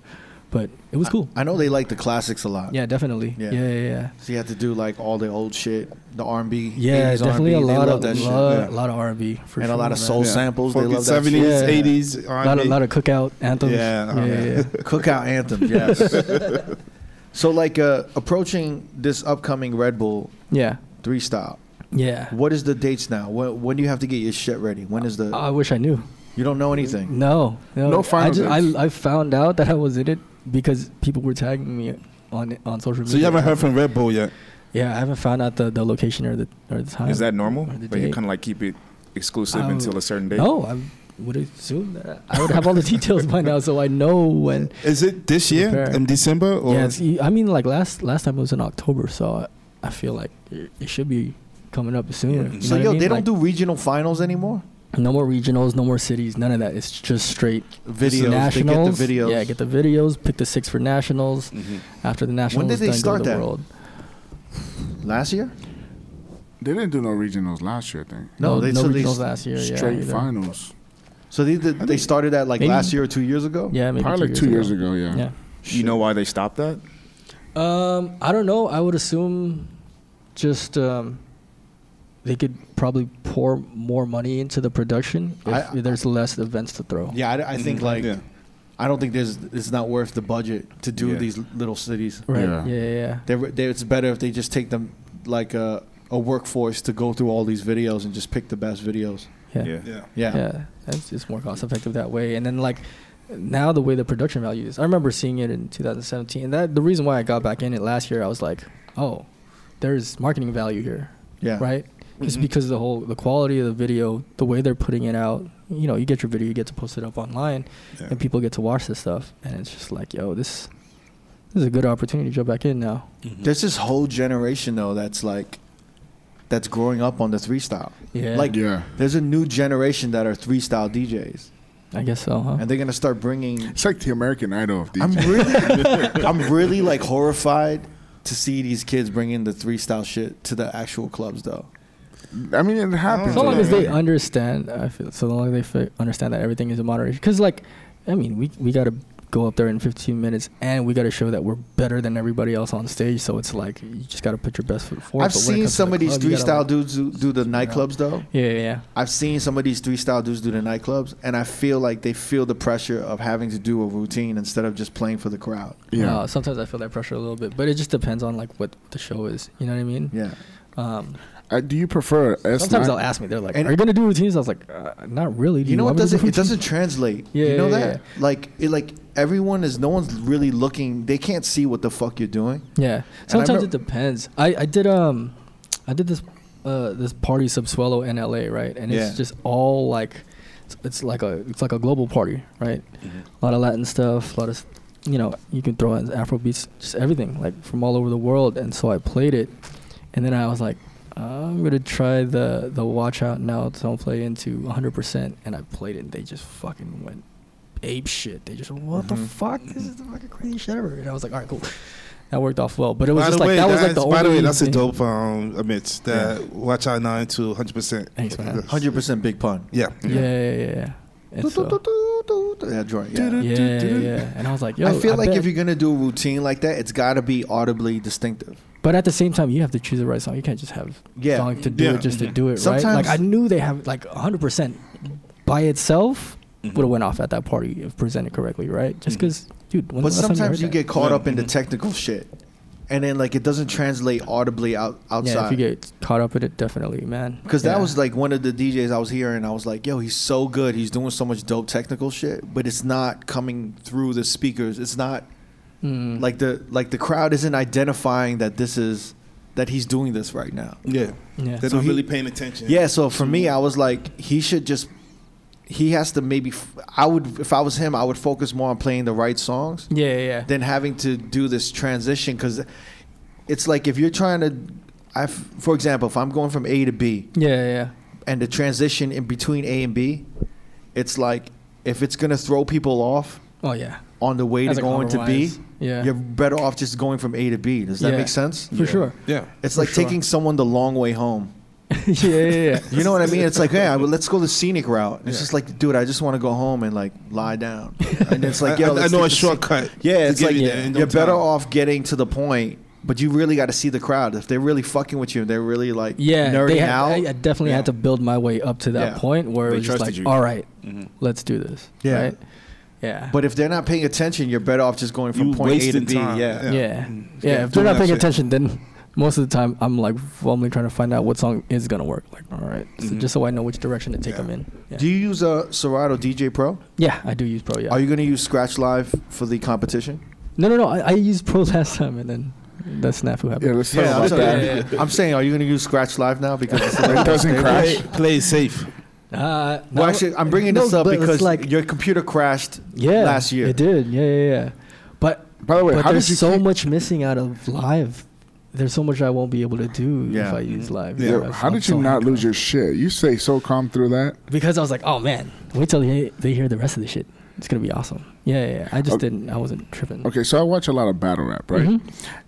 Speaker 4: But it was cool.
Speaker 1: I know they like the classics a lot.
Speaker 4: yeah, definitely.
Speaker 1: Yeah.
Speaker 4: Yeah, yeah, yeah.
Speaker 1: So you have to do like all the old shit, the R&B.
Speaker 4: Yeah,
Speaker 1: 80s
Speaker 4: definitely
Speaker 1: R&B.
Speaker 4: a lot
Speaker 1: they
Speaker 4: of
Speaker 1: love that shit.
Speaker 4: lot,
Speaker 1: Yeah.
Speaker 4: lot of R&B for
Speaker 1: and
Speaker 4: sure,
Speaker 1: a lot of
Speaker 4: man.
Speaker 1: soul
Speaker 5: Yeah.
Speaker 1: samples. They
Speaker 5: Fucking
Speaker 1: love that shit.
Speaker 5: seventies,
Speaker 4: Yeah.
Speaker 5: eighties,
Speaker 4: A lot, of, lot of cookout anthems.
Speaker 5: Yeah, oh,
Speaker 4: yeah, yeah,
Speaker 5: man.
Speaker 4: yeah.
Speaker 1: Cookout anthem, yes. so like uh, approaching this upcoming Red Bull
Speaker 4: Yeah.
Speaker 1: three style.
Speaker 4: Yeah.
Speaker 1: What is the dates now? When, when do you have to get your shit ready? When is the?
Speaker 4: I wish I knew.
Speaker 1: You don't know anything.
Speaker 4: No. No,
Speaker 2: No final
Speaker 4: I, just,
Speaker 2: dates.
Speaker 4: I, I found out that I was in it because people were tagging me on it- on social media.
Speaker 5: So you haven't heard from Red Bull yet?
Speaker 4: Yeah, I haven't found out the, the location or the or the time.
Speaker 3: Is that normal?
Speaker 4: Or the
Speaker 3: But you
Speaker 4: date.
Speaker 3: kind of like keep it exclusive
Speaker 4: Um,
Speaker 3: until a certain date.
Speaker 4: No, I would assume that I would have all the details by now, so I know when.
Speaker 5: Is it this year
Speaker 4: Prepare.
Speaker 5: in December or?
Speaker 4: yeah, it's, I mean, like last last time it was in October, so I, I feel like it, it should be coming up soon. You
Speaker 1: So
Speaker 4: know what
Speaker 1: yo,
Speaker 4: I mean?
Speaker 1: they don't
Speaker 4: Like,
Speaker 1: do regional finals anymore.
Speaker 4: no more regionals, no more cities, none of that. It's just straight
Speaker 1: Videos.
Speaker 4: nationals.
Speaker 1: They get the videos. Mm-hmm.
Speaker 4: Yeah, get the videos. Pick the six for nationals.
Speaker 5: Mhm.
Speaker 4: After the nationals,
Speaker 1: did they
Speaker 4: then go to
Speaker 1: start
Speaker 4: the
Speaker 1: that?
Speaker 4: World.
Speaker 1: Last year?
Speaker 2: They didn't do no regionals last year, I think.
Speaker 1: No,
Speaker 4: No,
Speaker 1: they-
Speaker 4: no
Speaker 1: so they
Speaker 4: regionals
Speaker 1: s-
Speaker 4: last year. yeah,
Speaker 2: Straight
Speaker 4: either.
Speaker 2: finals.
Speaker 1: So they did- they started that like
Speaker 4: Maybe-
Speaker 1: last year or two years ago.
Speaker 4: Yeah, maybe
Speaker 2: Probably like two years ago, yeah.
Speaker 4: Yeah.
Speaker 3: You know why they stopped that?
Speaker 4: Um, I don't know. I would assume just um, they could probably pour more money into the production if
Speaker 1: I-
Speaker 4: there's less events to throw.
Speaker 1: Yeah, I, I think like
Speaker 5: Yeah.
Speaker 1: I don't think there's it's not worth the budget to do
Speaker 3: Yeah.
Speaker 1: these little cities.
Speaker 4: Right.
Speaker 2: Yeah.
Speaker 4: Yeah. Yeah. yeah.
Speaker 1: They're, they it's better if they just take them like a, a workforce to go through all these videos and just pick the best videos.
Speaker 4: Yeah.
Speaker 5: yeah.
Speaker 1: Yeah.
Speaker 4: Yeah, That's just more cost effective that way. And then like now the way the production value is, I remember seeing it in 2017. And that the reason why I got back in it last year, I was like, oh, there's marketing value here.
Speaker 1: Yeah.
Speaker 4: right? Just because the whole the quality of the video, the way they're putting it out, you know, you get your video, you get to post it up online,
Speaker 5: Yeah.
Speaker 4: and people get to watch this stuff, and it's just like, yo, this this is a good opportunity to jump back in now.
Speaker 1: There's this whole generation though that's like that's growing up on the three style.
Speaker 4: Yeah,
Speaker 1: Like
Speaker 2: Yeah.
Speaker 1: there's a new generation that are three style DJs,
Speaker 4: I guess so, huh?
Speaker 1: and they're gonna start bringing.
Speaker 2: It's like the American Idol of
Speaker 1: I'm
Speaker 2: DJ.
Speaker 1: really, I'm really like horrified to see these kids bringing the three style shit to the actual clubs though.
Speaker 2: i mean, it happens.
Speaker 4: So long
Speaker 2: though.
Speaker 4: as they understand, I feel so long as they fi- understand that everything is in moderation. Because like, I mean, we we gotta go up there in 15 minutes, and we got to show that we're better than everybody else on stage. So it's like you just got to put your best foot forward.
Speaker 1: I've
Speaker 4: But when it
Speaker 1: seen
Speaker 4: comes to
Speaker 1: some
Speaker 4: the
Speaker 1: of these
Speaker 4: club, you
Speaker 1: three
Speaker 4: gotta,
Speaker 1: style
Speaker 4: like-
Speaker 1: dudes do, do the nightclubs though.
Speaker 4: Yeah, yeah, yeah.
Speaker 1: I've seen some of these three style dudes do the nightclubs, and I feel like they feel the pressure of having to do a routine instead of just playing for the crowd.
Speaker 2: Yeah.
Speaker 4: Uh, sometimes I feel that pressure a little bit, but it just depends on like what the show is. You know what I mean?
Speaker 1: Yeah,
Speaker 4: Um,
Speaker 2: Uh, do you prefer S
Speaker 4: sometimes they'll
Speaker 2: nine?
Speaker 4: ask me, they're like,
Speaker 1: And-
Speaker 4: "Are you gonna do routines?" I was like, uh, "Not really." Do
Speaker 1: you know
Speaker 4: want
Speaker 1: it
Speaker 4: me
Speaker 1: doesn't
Speaker 4: to do
Speaker 1: it
Speaker 4: routines?"
Speaker 1: doesn't translate.
Speaker 4: Yeah,
Speaker 1: you know
Speaker 4: yeah,
Speaker 1: that like it like everyone is no one's really looking. They can't see what the fuck you're doing.
Speaker 4: Yeah. Sometimes
Speaker 1: remem-
Speaker 4: it depends. I, I did um I did this uh this party subsuelo in LA, right? And it's
Speaker 1: Yeah.
Speaker 4: just all like it's, it's like a it's like a global party, right? A lot of Latin stuff, a lot of s- you know, you can throw in Afro beats, just everything, like from all over the world. And so I played it and then I was like I'm gonna try the the watch out now. Don't play into 100%, and I played it. and They just fucking went ape shit. They just what
Speaker 5: Mm-hmm.
Speaker 4: the fuck? This is the fucking crazy shit ever. And I was like, all right, cool. That worked off well, but it was
Speaker 5: By
Speaker 4: just
Speaker 5: the
Speaker 4: like
Speaker 5: way,
Speaker 4: that was
Speaker 5: that's-
Speaker 4: like the only.
Speaker 5: By the way, that's a
Speaker 4: thing.
Speaker 5: dope um, image that watch out now into 100%.
Speaker 4: Thanks, man.
Speaker 1: Hundred percent big pun.
Speaker 5: Yeah.
Speaker 4: Yeah, yeah, yeah. yeah. And so,
Speaker 1: That joint. Yeah.
Speaker 4: yeah, yeah, yeah. And I was like, yo,
Speaker 1: I feel like
Speaker 4: bet.
Speaker 1: if you're gonna do a routine like that, it's got to be audibly distinctive.
Speaker 4: but at the same time, you have to choose the right song. You can't just have
Speaker 1: Yeah. Mm-hmm.
Speaker 4: song to do
Speaker 5: Yeah.
Speaker 4: it just to do it, right?
Speaker 1: Sometimes-
Speaker 4: Like I knew they have like 100 percent by itself
Speaker 1: Mm-hmm.
Speaker 4: would have went off at that party if presented correctly, right? Just because, dude. When
Speaker 1: But
Speaker 4: was the last time
Speaker 1: sometimes you
Speaker 4: you heard
Speaker 1: get caught up in the technical shit, and then like it doesn't translate audibly out
Speaker 4: that? yeah,
Speaker 1: outside.
Speaker 4: if you get caught up in it, definitely, man.
Speaker 1: Because that
Speaker 4: Yeah.
Speaker 1: was like one of the DJs I was hearing. I was like, "Yo, he's so good. He's doing so much dope technical shit, but it's not coming through the speakers. It's not
Speaker 4: Mm.
Speaker 1: like the like the crowd isn't identifying that this is that he's doing this right now."
Speaker 5: Yeah.
Speaker 4: yeah.
Speaker 5: They're
Speaker 1: So
Speaker 5: not
Speaker 1: he-
Speaker 5: really paying attention.
Speaker 1: Yeah, so for me, I was like, he should just, he has to maybe, f- I would, if I was him, I would focus more on playing the right songs
Speaker 4: Yeah, yeah, yeah.
Speaker 1: than having to do this transition because it's like if you're trying to, I, f- for example, if I'm going from A to B
Speaker 4: Yeah, yeah, yeah.
Speaker 1: and the transition in between A and B, it's like if it's gonna throw people off
Speaker 4: Oh yeah,
Speaker 1: on the way
Speaker 4: As
Speaker 1: to
Speaker 4: a
Speaker 1: going to B,
Speaker 4: compromise. Yeah.
Speaker 1: you're better off just going from A to B. Does that
Speaker 4: Yeah.
Speaker 1: make sense?
Speaker 4: for sure.
Speaker 5: Yeah.
Speaker 1: It's
Speaker 4: For
Speaker 1: like
Speaker 4: sure.
Speaker 1: taking someone the long way home.
Speaker 4: yeah, yeah, yeah.
Speaker 1: You know what I mean? It's like, yeah, well, let's go the scenic route. And It's just like, dude, I just want to go home and like lie down. And it's like,
Speaker 5: I-
Speaker 1: yo,
Speaker 5: I, I
Speaker 1: let's
Speaker 5: know
Speaker 1: take
Speaker 5: a
Speaker 1: the
Speaker 5: shortcut.
Speaker 1: scen- Yeah,
Speaker 5: to
Speaker 1: it's
Speaker 5: get
Speaker 1: like
Speaker 5: you
Speaker 1: you
Speaker 5: there in no
Speaker 1: are better
Speaker 5: time.
Speaker 1: off getting to the point, but you really got to see the crowd. If they're really fucking with you, and they're really like
Speaker 4: Yeah,
Speaker 1: nerding
Speaker 4: they had,
Speaker 1: out.
Speaker 4: I I definitely had to build my way up to that
Speaker 1: Yeah.
Speaker 4: point where
Speaker 3: They
Speaker 4: it was just
Speaker 3: trusted
Speaker 4: like,
Speaker 3: you.
Speaker 4: all right, let's do this.
Speaker 1: Mm-hmm. Yeah.
Speaker 4: Right? Yeah.
Speaker 1: but if they're not paying attention, you're better off just going from
Speaker 5: You
Speaker 1: point A to
Speaker 5: wasting
Speaker 1: B.
Speaker 5: time.
Speaker 1: Yeah. Mm.
Speaker 4: yeah, yeah. if
Speaker 5: doing
Speaker 4: they're not
Speaker 5: that
Speaker 4: paying
Speaker 5: shit.
Speaker 4: attention, then most of the time I'm like fumbling trying to find out what song is gonna work. Like, all right, so just so I know which direction to take
Speaker 5: Yeah.
Speaker 4: them in. Yeah.
Speaker 1: Mm-hmm. Do you use a Serato DJ Pro?
Speaker 4: yeah, I do use Pro. Yeah.
Speaker 1: Are you going to use Scratch Live for the competition?
Speaker 4: no, no, no. I, I used Pro last time, and then that snafu happened.
Speaker 2: Yeah, let's talk
Speaker 1: I'm
Speaker 2: about
Speaker 1: saying-
Speaker 2: that.
Speaker 4: Yeah,
Speaker 1: I'm saying, are you going to use Scratch Live now because it's the
Speaker 2: It doesn't
Speaker 5: Play,
Speaker 2: crash.
Speaker 5: play it safe.
Speaker 4: Uh, no,
Speaker 1: Well, actually, I'm bringing
Speaker 4: no,
Speaker 1: this up
Speaker 4: but it's
Speaker 1: because
Speaker 4: like
Speaker 1: your computer crashed
Speaker 4: yeah,
Speaker 1: last year.
Speaker 4: it did. Yeah, yeah, yeah. But
Speaker 2: By the way,
Speaker 4: but
Speaker 2: how
Speaker 4: there's
Speaker 2: did you
Speaker 4: so
Speaker 2: keep-
Speaker 4: much missing out of live. There's so much I won't be able to do
Speaker 1: Yeah.
Speaker 4: if I use live.
Speaker 2: Yeah,
Speaker 4: I'm-
Speaker 2: how
Speaker 4: I'm
Speaker 2: did
Speaker 4: so
Speaker 2: you not
Speaker 4: happy.
Speaker 2: lose your shit? You say so calm through that.
Speaker 4: Because I was like, oh man, wait till they, they hear the rest of the shit. It's gonna be awesome. Yeah, yeah. yeah. I just
Speaker 2: Okay.
Speaker 4: didn't. I wasn't tripping. Mm-hmm.
Speaker 2: Okay, so I watch a lot of battle rap, right?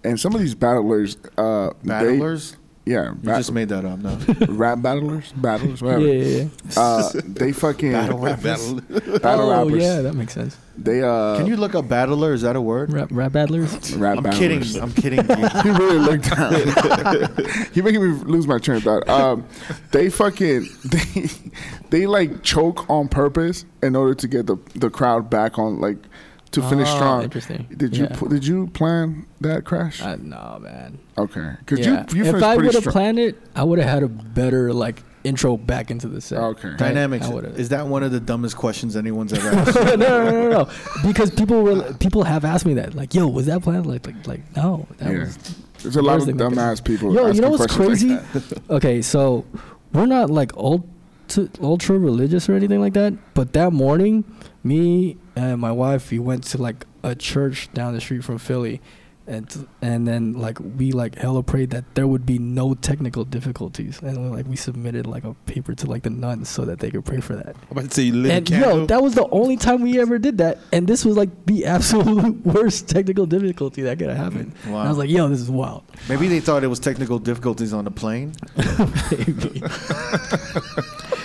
Speaker 2: And some of these battlers, uh, they-
Speaker 1: Battlers?
Speaker 2: yeah,
Speaker 1: You
Speaker 2: ba-
Speaker 1: just made that up, no?
Speaker 2: rap battlers, battlers,
Speaker 4: Yeah,
Speaker 2: whatever.
Speaker 4: yeah, yeah.
Speaker 2: Uh, they fucking
Speaker 1: Battle
Speaker 2: battle,
Speaker 1: rappers.
Speaker 5: Battle.
Speaker 4: oh
Speaker 2: rappers.
Speaker 4: yeah, that makes sense.
Speaker 2: They uh,
Speaker 1: Can you look up battler? Is that a word?
Speaker 4: Rap, rap battlers.
Speaker 2: rap
Speaker 1: I'm
Speaker 2: battlers.
Speaker 1: kidding. I'm kidding. you.
Speaker 2: he really looked down. he making me lose my train of thought. Um, they fucking they they like choke on purpose in order to get the the crowd back on like to finish
Speaker 4: Ah,
Speaker 2: strong.
Speaker 4: interesting.
Speaker 2: Did you
Speaker 4: Yeah.
Speaker 2: pl- did you plan that crash?
Speaker 4: Uh, nah, man.
Speaker 2: okay, because
Speaker 4: Yeah.
Speaker 2: you you
Speaker 4: if
Speaker 2: finished
Speaker 4: I would
Speaker 2: pretty
Speaker 4: have
Speaker 2: strong.
Speaker 4: planned it, I would have had a better like intro back into the set.
Speaker 2: Okay.
Speaker 4: Right?
Speaker 1: Dynamics.
Speaker 4: I would've-
Speaker 1: Is that one of the dumbest questions anyone's ever asked?
Speaker 4: no, no, no, no, no. Because people were people have asked me that, like, yo, was that planned? Like, like, like, no, that
Speaker 2: yeah.
Speaker 4: was.
Speaker 2: There's a lot of
Speaker 4: Where's the-
Speaker 2: dumbass people.
Speaker 4: Yo, you
Speaker 2: asking
Speaker 4: know what's
Speaker 2: questions
Speaker 4: crazy?
Speaker 2: like that.
Speaker 4: okay, so we're not like ultra, ultra religious or anything like that, but that morning, me and my wife, we went to like a church down the street from Philly. And, and then like we like hella prayed that there would be no technical difficulties and like we submitted like a paper to like the nuns so that they could pray for that
Speaker 5: I'm about to say you lit a
Speaker 4: and yo,
Speaker 5: candle.
Speaker 4: that was the only time we ever did that, and this was like the absolute worst technical difficulty that could have happened.
Speaker 1: Wow.
Speaker 4: And I was like, yo, this is wild.
Speaker 1: Maybe they thought it was technical difficulties on the plane.
Speaker 4: Maybe.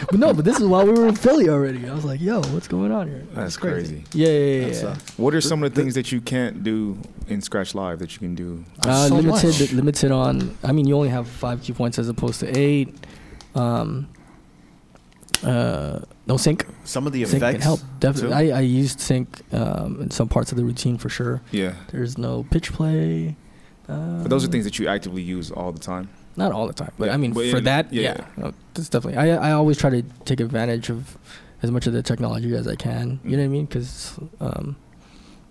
Speaker 4: But no, but this is why we were in Philly already. I was like, yo, what's going on here?
Speaker 3: That's crazy.
Speaker 4: Yeah, yeah, yeah.
Speaker 1: That
Speaker 4: yeah.
Speaker 1: sucks.
Speaker 3: What are some of the things that you can't do in Scratch Live that you can do?
Speaker 4: Uh,
Speaker 1: So
Speaker 4: limited,
Speaker 1: much.
Speaker 4: limited on. I mean, you only have five key points as opposed to eight. Um, uh, no sync.
Speaker 1: Some of the
Speaker 4: Sync can
Speaker 1: effects
Speaker 4: help.
Speaker 1: too.
Speaker 4: Definitely, I, I used sync um, in some parts of the routine for sure.
Speaker 3: Yeah.
Speaker 4: There's no pitch play. Uh,
Speaker 3: But those are things that you actively use all the time.
Speaker 4: Not all the time, but
Speaker 3: Yeah,
Speaker 4: I mean,
Speaker 3: but
Speaker 4: for
Speaker 3: in-
Speaker 4: that,
Speaker 3: yeah,
Speaker 4: yeah, no, that's definitely. I I always try to take advantage of as much of the technology as I can.
Speaker 1: Mm.
Speaker 4: You know what I mean? Because um,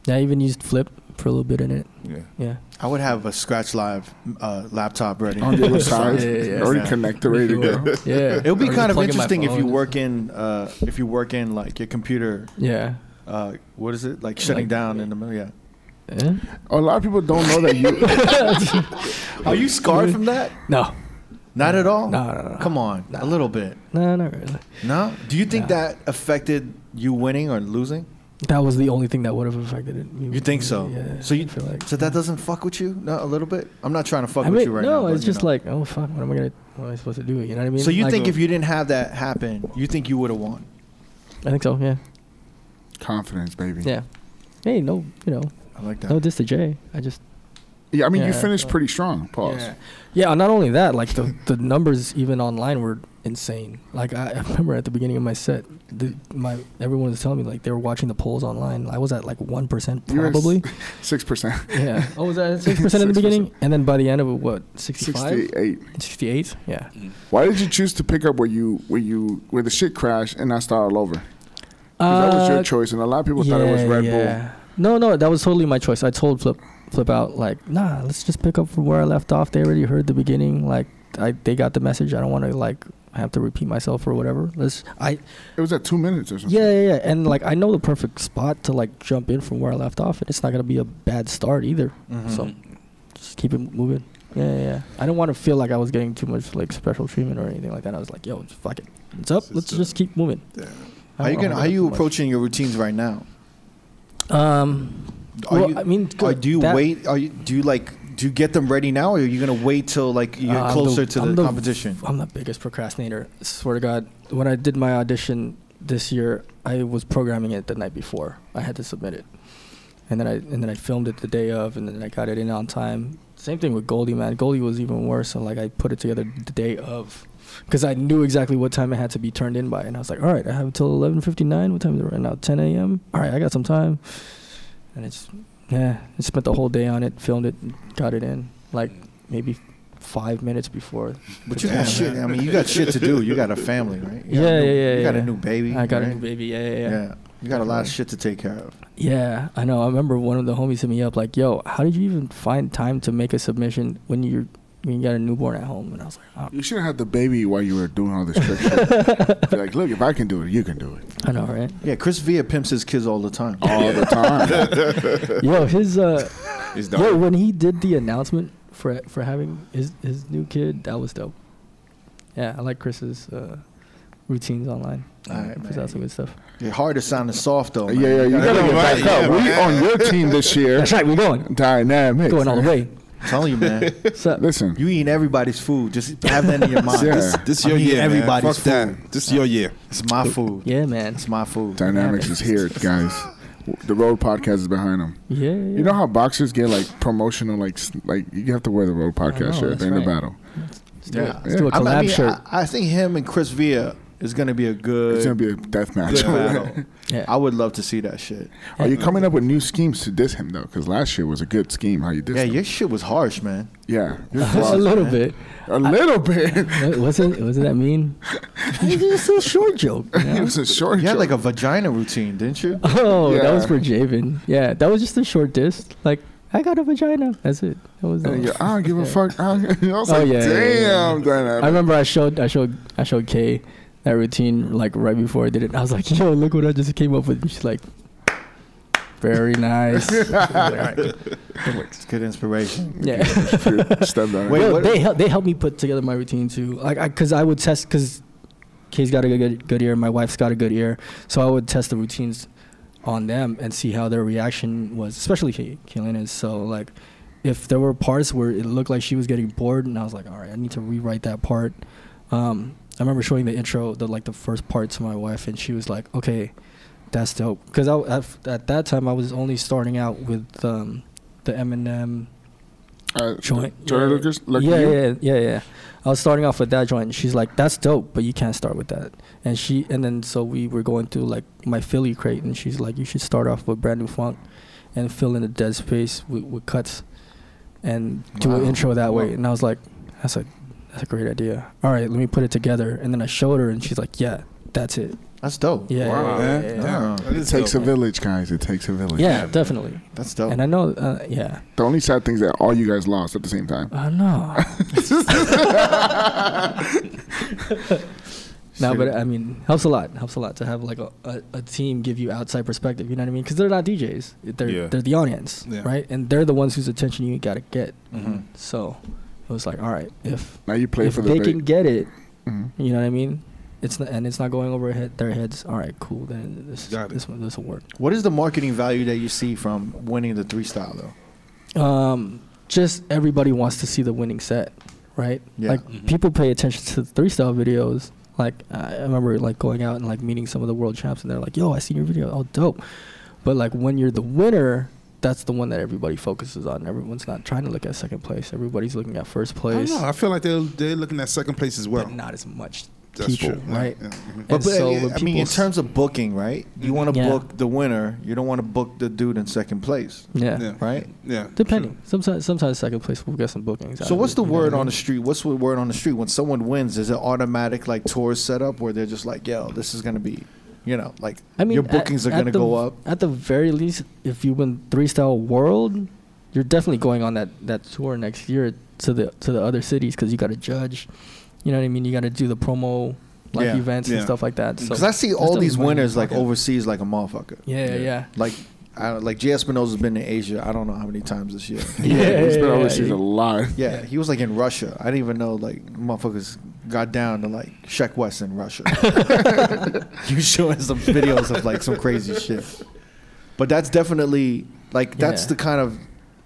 Speaker 4: I even used Flip for a little bit in it.
Speaker 3: Yeah.
Speaker 4: Yeah.
Speaker 1: I would have a Scratch Live uh, laptop ready.
Speaker 2: on the other
Speaker 1: Just
Speaker 2: side.
Speaker 1: like-
Speaker 4: Yeah, yeah, yeah.
Speaker 2: Already
Speaker 1: Yeah.
Speaker 2: connected, ready to go.
Speaker 4: Yeah.
Speaker 1: It would
Speaker 4: Or
Speaker 1: be
Speaker 4: just
Speaker 1: kind of
Speaker 4: plug in my
Speaker 1: interesting if you
Speaker 4: phone.
Speaker 1: work in uh, if you work in like your computer.
Speaker 4: Yeah.
Speaker 1: Uh, what is it like shutting
Speaker 4: Like-
Speaker 1: down in the middle? Yeah.
Speaker 4: Eh?
Speaker 2: A lot of people don't know that you.
Speaker 1: Are you scarred from that?
Speaker 4: No.
Speaker 1: Not at all.
Speaker 4: No, no, no, no.
Speaker 1: Come on,
Speaker 4: No.
Speaker 1: a little bit.
Speaker 4: No, not really.
Speaker 1: No. Do you think
Speaker 4: No.
Speaker 1: that affected you winning or losing?
Speaker 4: That was the only thing that would have affected it.
Speaker 1: You think so?
Speaker 4: Yeah.
Speaker 1: So you
Speaker 4: I feel like
Speaker 1: so that doesn't fuck with you? No, a little bit. I'm not trying to fuck
Speaker 4: I
Speaker 1: with
Speaker 4: mean,
Speaker 1: you right now.
Speaker 4: no,
Speaker 1: but,
Speaker 4: it's
Speaker 1: you
Speaker 4: just
Speaker 1: know.
Speaker 4: like, oh fuck, what am I gonna? What am I supposed to do? You know what I mean?
Speaker 1: So you
Speaker 4: Like,
Speaker 1: think if you didn't have that happen, you think you would have won?
Speaker 4: I think so. Yeah.
Speaker 2: Confidence,
Speaker 1: Mm.
Speaker 2: baby.
Speaker 4: Yeah. Hey, no, you know,
Speaker 1: I like that.
Speaker 4: no diss to Jay. I just
Speaker 2: Yeah, I mean, you
Speaker 4: Yeah.
Speaker 2: finished pretty strong. Pause.
Speaker 4: Yeah. Yeah, not only that, like the, the numbers even online were insane. Like I, I remember at the beginning of my set, the, my everyone was telling me like they were watching the polls online. I was at like one percent
Speaker 2: You were s-
Speaker 4: probably.
Speaker 2: Six percent.
Speaker 4: yeah. Oh, was that six percent in the beginning? And then by the end of it, what 65?
Speaker 2: Sixty-eight.
Speaker 4: 68? Yeah.
Speaker 2: Why did you choose to pick up where you where you where the shit crashed and not start all over? 'Cause that was your
Speaker 4: Uh,
Speaker 2: choice, and a lot of people thought it was Red Bull.
Speaker 4: No, no, that was totally my choice. I told Flip Flip out like, nah, let's just pick up from where I left off. They already heard the beginning. Like, I they got the message. I don't want to like have to repeat myself or whatever. Let's. I
Speaker 2: It was at two minutes or something.
Speaker 4: yeah, yeah, yeah. And like, I know the perfect spot to like jump in from where I left off, and it's not gonna be a bad start either.
Speaker 1: Mhm.
Speaker 4: So just keep it moving. Mm-hmm. Yeah, yeah, yeah. I didn't want to feel like I was getting too much like special treatment or anything like that. I was like, yo, fuck it. What's up?
Speaker 5: This is
Speaker 4: Let's
Speaker 5: the-
Speaker 4: just keep moving.
Speaker 5: Damn.
Speaker 4: I
Speaker 1: how you
Speaker 4: don't
Speaker 1: gonna,
Speaker 4: wanna
Speaker 1: how
Speaker 4: get
Speaker 1: you
Speaker 4: too much.
Speaker 1: approaching your routines right now?
Speaker 4: Um,
Speaker 1: Are
Speaker 4: well,
Speaker 1: you-
Speaker 4: I mean,
Speaker 1: Or do you
Speaker 4: that-
Speaker 1: wait? Are you do you like do you get them ready now, or are you gonna wait till like you're
Speaker 4: Uh, I'm
Speaker 1: closer to
Speaker 4: I'm
Speaker 1: the, competition?
Speaker 4: I'm the biggest procrastinator. Swear to God, when I did my audition this year, I was programming it the night before. I had to submit it, and then I and then I filmed it the day of, and then I got it in on time. Same thing with Goldie, man. Goldie was even worse. So like I put it together the day of, because I knew exactly what time it had to be turned in by, and I was like, all right, I have until 11:59. What time is it right now? 10 a.m. All right, I got some time, and it's yeah, I spent the whole day on it, filmed it, got it in like maybe five minutes before
Speaker 1: But you got shit. I mean, you got shit to do. You got a family, right? You got
Speaker 4: Yeah,
Speaker 1: a new,
Speaker 4: yeah, yeah,
Speaker 1: You got a
Speaker 4: yeah.
Speaker 1: new baby.
Speaker 4: I got a
Speaker 1: right?
Speaker 4: new baby. Yeah, yeah, yeah,
Speaker 1: Yeah.
Speaker 4: yeah.
Speaker 1: you got a lot of shit to take care of.
Speaker 4: I know. I remember one of the homies hit me up like, "Yo, how did you even find time to make a submission when you're when you got a newborn at home?" And I was like, oh,
Speaker 2: You should have had the baby while you were doing all this trick shit. Be like, look, if I can do it, you can do it
Speaker 4: "I know, right?"
Speaker 1: Yeah, Chris Villa pimps his kids all the time.
Speaker 2: all the time.
Speaker 4: yo, his uh,
Speaker 3: It's dope.
Speaker 4: yo, when he did the announcement for for having his his new kid, that was dope. Yeah, I like Chris's uh, routines online.
Speaker 1: All right,
Speaker 4: He puts
Speaker 1: man.
Speaker 4: out some good stuff.
Speaker 1: Your heart is sounding soft though.
Speaker 2: yeah,
Speaker 1: man.
Speaker 2: yeah, you gotta
Speaker 5: right,
Speaker 2: back up.
Speaker 5: yeah,
Speaker 2: we on your team this year.
Speaker 4: That's right. We're going.
Speaker 2: Dynamic.
Speaker 4: Going all the way.
Speaker 1: I'm telling you, man.
Speaker 4: What's up?
Speaker 2: Listen,
Speaker 1: You eating everybody's food. Just have that in your mind.
Speaker 2: Yeah.
Speaker 1: This,
Speaker 5: This
Speaker 1: I
Speaker 5: your
Speaker 1: mean,
Speaker 5: year, everybody's
Speaker 1: everybody's
Speaker 5: man. Fuck that. This your year.
Speaker 1: it's my food.
Speaker 4: Yeah, man.
Speaker 1: It's my food.
Speaker 2: Dynamics is here, guys. The road podcast is behind them.
Speaker 4: Yeah, yeah.
Speaker 2: You know how boxers get like promotional, like s- like you have to wear the road podcast
Speaker 4: know,
Speaker 2: shirt at
Speaker 4: that's
Speaker 2: the end of
Speaker 4: right.
Speaker 2: battle.
Speaker 4: Let's do, it.
Speaker 1: Yeah.
Speaker 4: Let's do a
Speaker 1: I mean,
Speaker 4: collab
Speaker 1: I, mean,
Speaker 4: shirt.
Speaker 1: I, I think him and Chris Villa is gonna be a good.
Speaker 2: It's gonna be a death match.
Speaker 5: Good
Speaker 1: battle.
Speaker 4: yeah.
Speaker 1: I would love to see that shit.
Speaker 2: Are you coming up with new schemes to diss him though? Because last year was a good scheme. How you diss
Speaker 1: Yeah,
Speaker 2: him?
Speaker 1: your shit was harsh, man.
Speaker 2: Yeah,
Speaker 4: a little bit.
Speaker 2: a little bit.
Speaker 4: What- Wasn't wasn't that mean? it's a short joke. you know?
Speaker 2: it was a short.
Speaker 1: You had
Speaker 2: joke.
Speaker 1: like a vagina routine, didn't you?
Speaker 4: Oh, that was
Speaker 2: Yeah.
Speaker 4: for Javen. Yeah, that was just a short diss. Like I got a vagina. That's it. That was.
Speaker 2: And
Speaker 4: all.
Speaker 2: you're, I don't give a fuck. I, don't- I was
Speaker 4: Oh,
Speaker 2: like,
Speaker 4: yeah, yeah, yeah,
Speaker 2: damn,
Speaker 4: yeah.
Speaker 2: Dynamic.
Speaker 4: I remember I showed I showed I showed Kay that routine like right before I did it. I was like, yo, look what I just came up with. And she's like, very nice.
Speaker 1: It's good inspiration.
Speaker 4: yeah.
Speaker 2: Step down.
Speaker 1: Wait,
Speaker 4: Yo,
Speaker 1: what-
Speaker 4: they help. They helped me put together my routine too. Like, I, cause I would test, cause Kay's got a good good ear, my wife's got a good ear, so I would test the routines on them and see how their reaction was, especially Kay, Kaylin is. So like, if there were parts where it looked like she was getting bored, and I was like, all right, I need to rewrite that part. Um, I remember showing the intro, the like the first part to my wife, and she was like, "Okay, that's dope." Because I, I at that time I was only starting out with um, the Eminem
Speaker 2: Uh,
Speaker 4: joint.
Speaker 2: Johnny
Speaker 4: yeah.
Speaker 2: Lucas, Lucky
Speaker 4: yeah,
Speaker 2: You?
Speaker 4: yeah, yeah, yeah. I was starting off with that joint. And she's like, "That's dope, but you can't start with that." And she, and then so we were going through like my Philly crate, and she's like, "You should start off with brand new funk, and fill in the dead space with, with cuts, and do an
Speaker 2: Wow.
Speaker 4: intro that way."
Speaker 2: Wow.
Speaker 4: And I was like, "That's a, that's a great idea. All right, let me put it together." And then I showed her, and she's like, "Yeah, that's it.
Speaker 1: That's dope.
Speaker 4: Yeah,
Speaker 5: Wow,
Speaker 4: yeah,
Speaker 5: man.
Speaker 4: yeah, yeah, yeah.
Speaker 1: Yeah.
Speaker 5: That
Speaker 2: It
Speaker 5: is
Speaker 2: takes a
Speaker 5: dope.
Speaker 2: village, guys. It takes a village.
Speaker 4: Yeah, definitely."
Speaker 1: That's
Speaker 2: Oh.
Speaker 1: dope.
Speaker 4: And I know, uh, yeah,
Speaker 2: The only sad thing is that all you guys lost at the same time.
Speaker 4: I know. No, but I mean, helps a lot. Helps a lot to have like a, a, a team give you outside perspective. You know what I mean? Because they're not DJs. They're
Speaker 3: Yeah.
Speaker 4: they're the audience,
Speaker 5: Yeah. Mm-hmm.
Speaker 4: right? And they're the ones whose attention you gotta get.
Speaker 1: Mhm.
Speaker 4: So it was like, all right, if
Speaker 2: Now you play
Speaker 4: if
Speaker 2: for the
Speaker 4: they can
Speaker 2: bait.
Speaker 4: get it,
Speaker 2: Mhm.
Speaker 4: you know what I mean? It's not, and it's not going over head, their heads. All right, cool. Then this
Speaker 5: Got it.
Speaker 4: this one this will work.
Speaker 1: What is the marketing value that you see from winning the three style though?
Speaker 4: Um, just everybody wants to see the winning set, right?
Speaker 1: Yeah.
Speaker 4: Like
Speaker 5: Mhm.
Speaker 4: people pay attention to the three style videos. Like I I remember like going out and like meeting some of the world champs, and they're like, "Yo, I seen your video. Oh, dope." But like when you're the winner, that's the one that everybody focuses on. Everyone's not trying to look at second place. Everybody's looking at first
Speaker 5: I don't
Speaker 4: place,
Speaker 5: know. I feel like they're they're looking at second place as well.
Speaker 4: but not as much
Speaker 5: That's
Speaker 4: people,
Speaker 5: true. Yeah,
Speaker 4: right?
Speaker 5: yeah, mhm.
Speaker 1: But,
Speaker 4: And
Speaker 1: but
Speaker 4: so
Speaker 1: I-
Speaker 4: when
Speaker 1: I mean, in
Speaker 4: people's-
Speaker 1: terms of booking, right? You want to
Speaker 4: Yeah.
Speaker 1: book the winner. You don't want to book the dude in second place,
Speaker 4: Yeah,
Speaker 5: Yeah.
Speaker 1: right?
Speaker 5: Yeah.
Speaker 4: depending. Sometimes sometimes second place will get some bookings. out
Speaker 1: So
Speaker 4: of
Speaker 1: what's
Speaker 4: it,
Speaker 1: the
Speaker 4: you know what
Speaker 1: word
Speaker 4: I
Speaker 1: on
Speaker 4: mean?
Speaker 1: the street? What's the word on the street when someone wins? Is it automatic like tour setup where they're just like, "Yo, this is gonna be, you know, like
Speaker 4: I mean,
Speaker 1: your
Speaker 4: at-
Speaker 1: bookings are
Speaker 4: at
Speaker 1: gonna
Speaker 4: the-
Speaker 1: go up."
Speaker 4: At the very least, if you win three style world, you're definitely going on that, that tour next year to the to the other cities because you got to judge. You know what I mean? You got to do the promo like
Speaker 1: Yeah,
Speaker 4: events
Speaker 5: yeah.
Speaker 4: and stuff like that. So
Speaker 1: Because I see
Speaker 4: there's
Speaker 1: all
Speaker 4: definitely
Speaker 1: these
Speaker 4: money in
Speaker 1: winners
Speaker 4: the
Speaker 1: like
Speaker 4: pocket.
Speaker 1: overseas, like a motherfucker.
Speaker 4: Yeah, yeah, yeah.
Speaker 1: Like, I, like Jay Espinosa's been in Asia. I don't know how many times this year.
Speaker 4: Yeah, yeah,
Speaker 2: It's been
Speaker 4: yeah,
Speaker 2: overseas
Speaker 4: yeah.
Speaker 2: a lot.
Speaker 1: Yeah, he was like in Russia. I didn't even know like motherfuckers got down to like Sheck West in Russia. you showing some videos of like some crazy shit. But that's definitely like that's
Speaker 4: Yeah.
Speaker 1: the kind of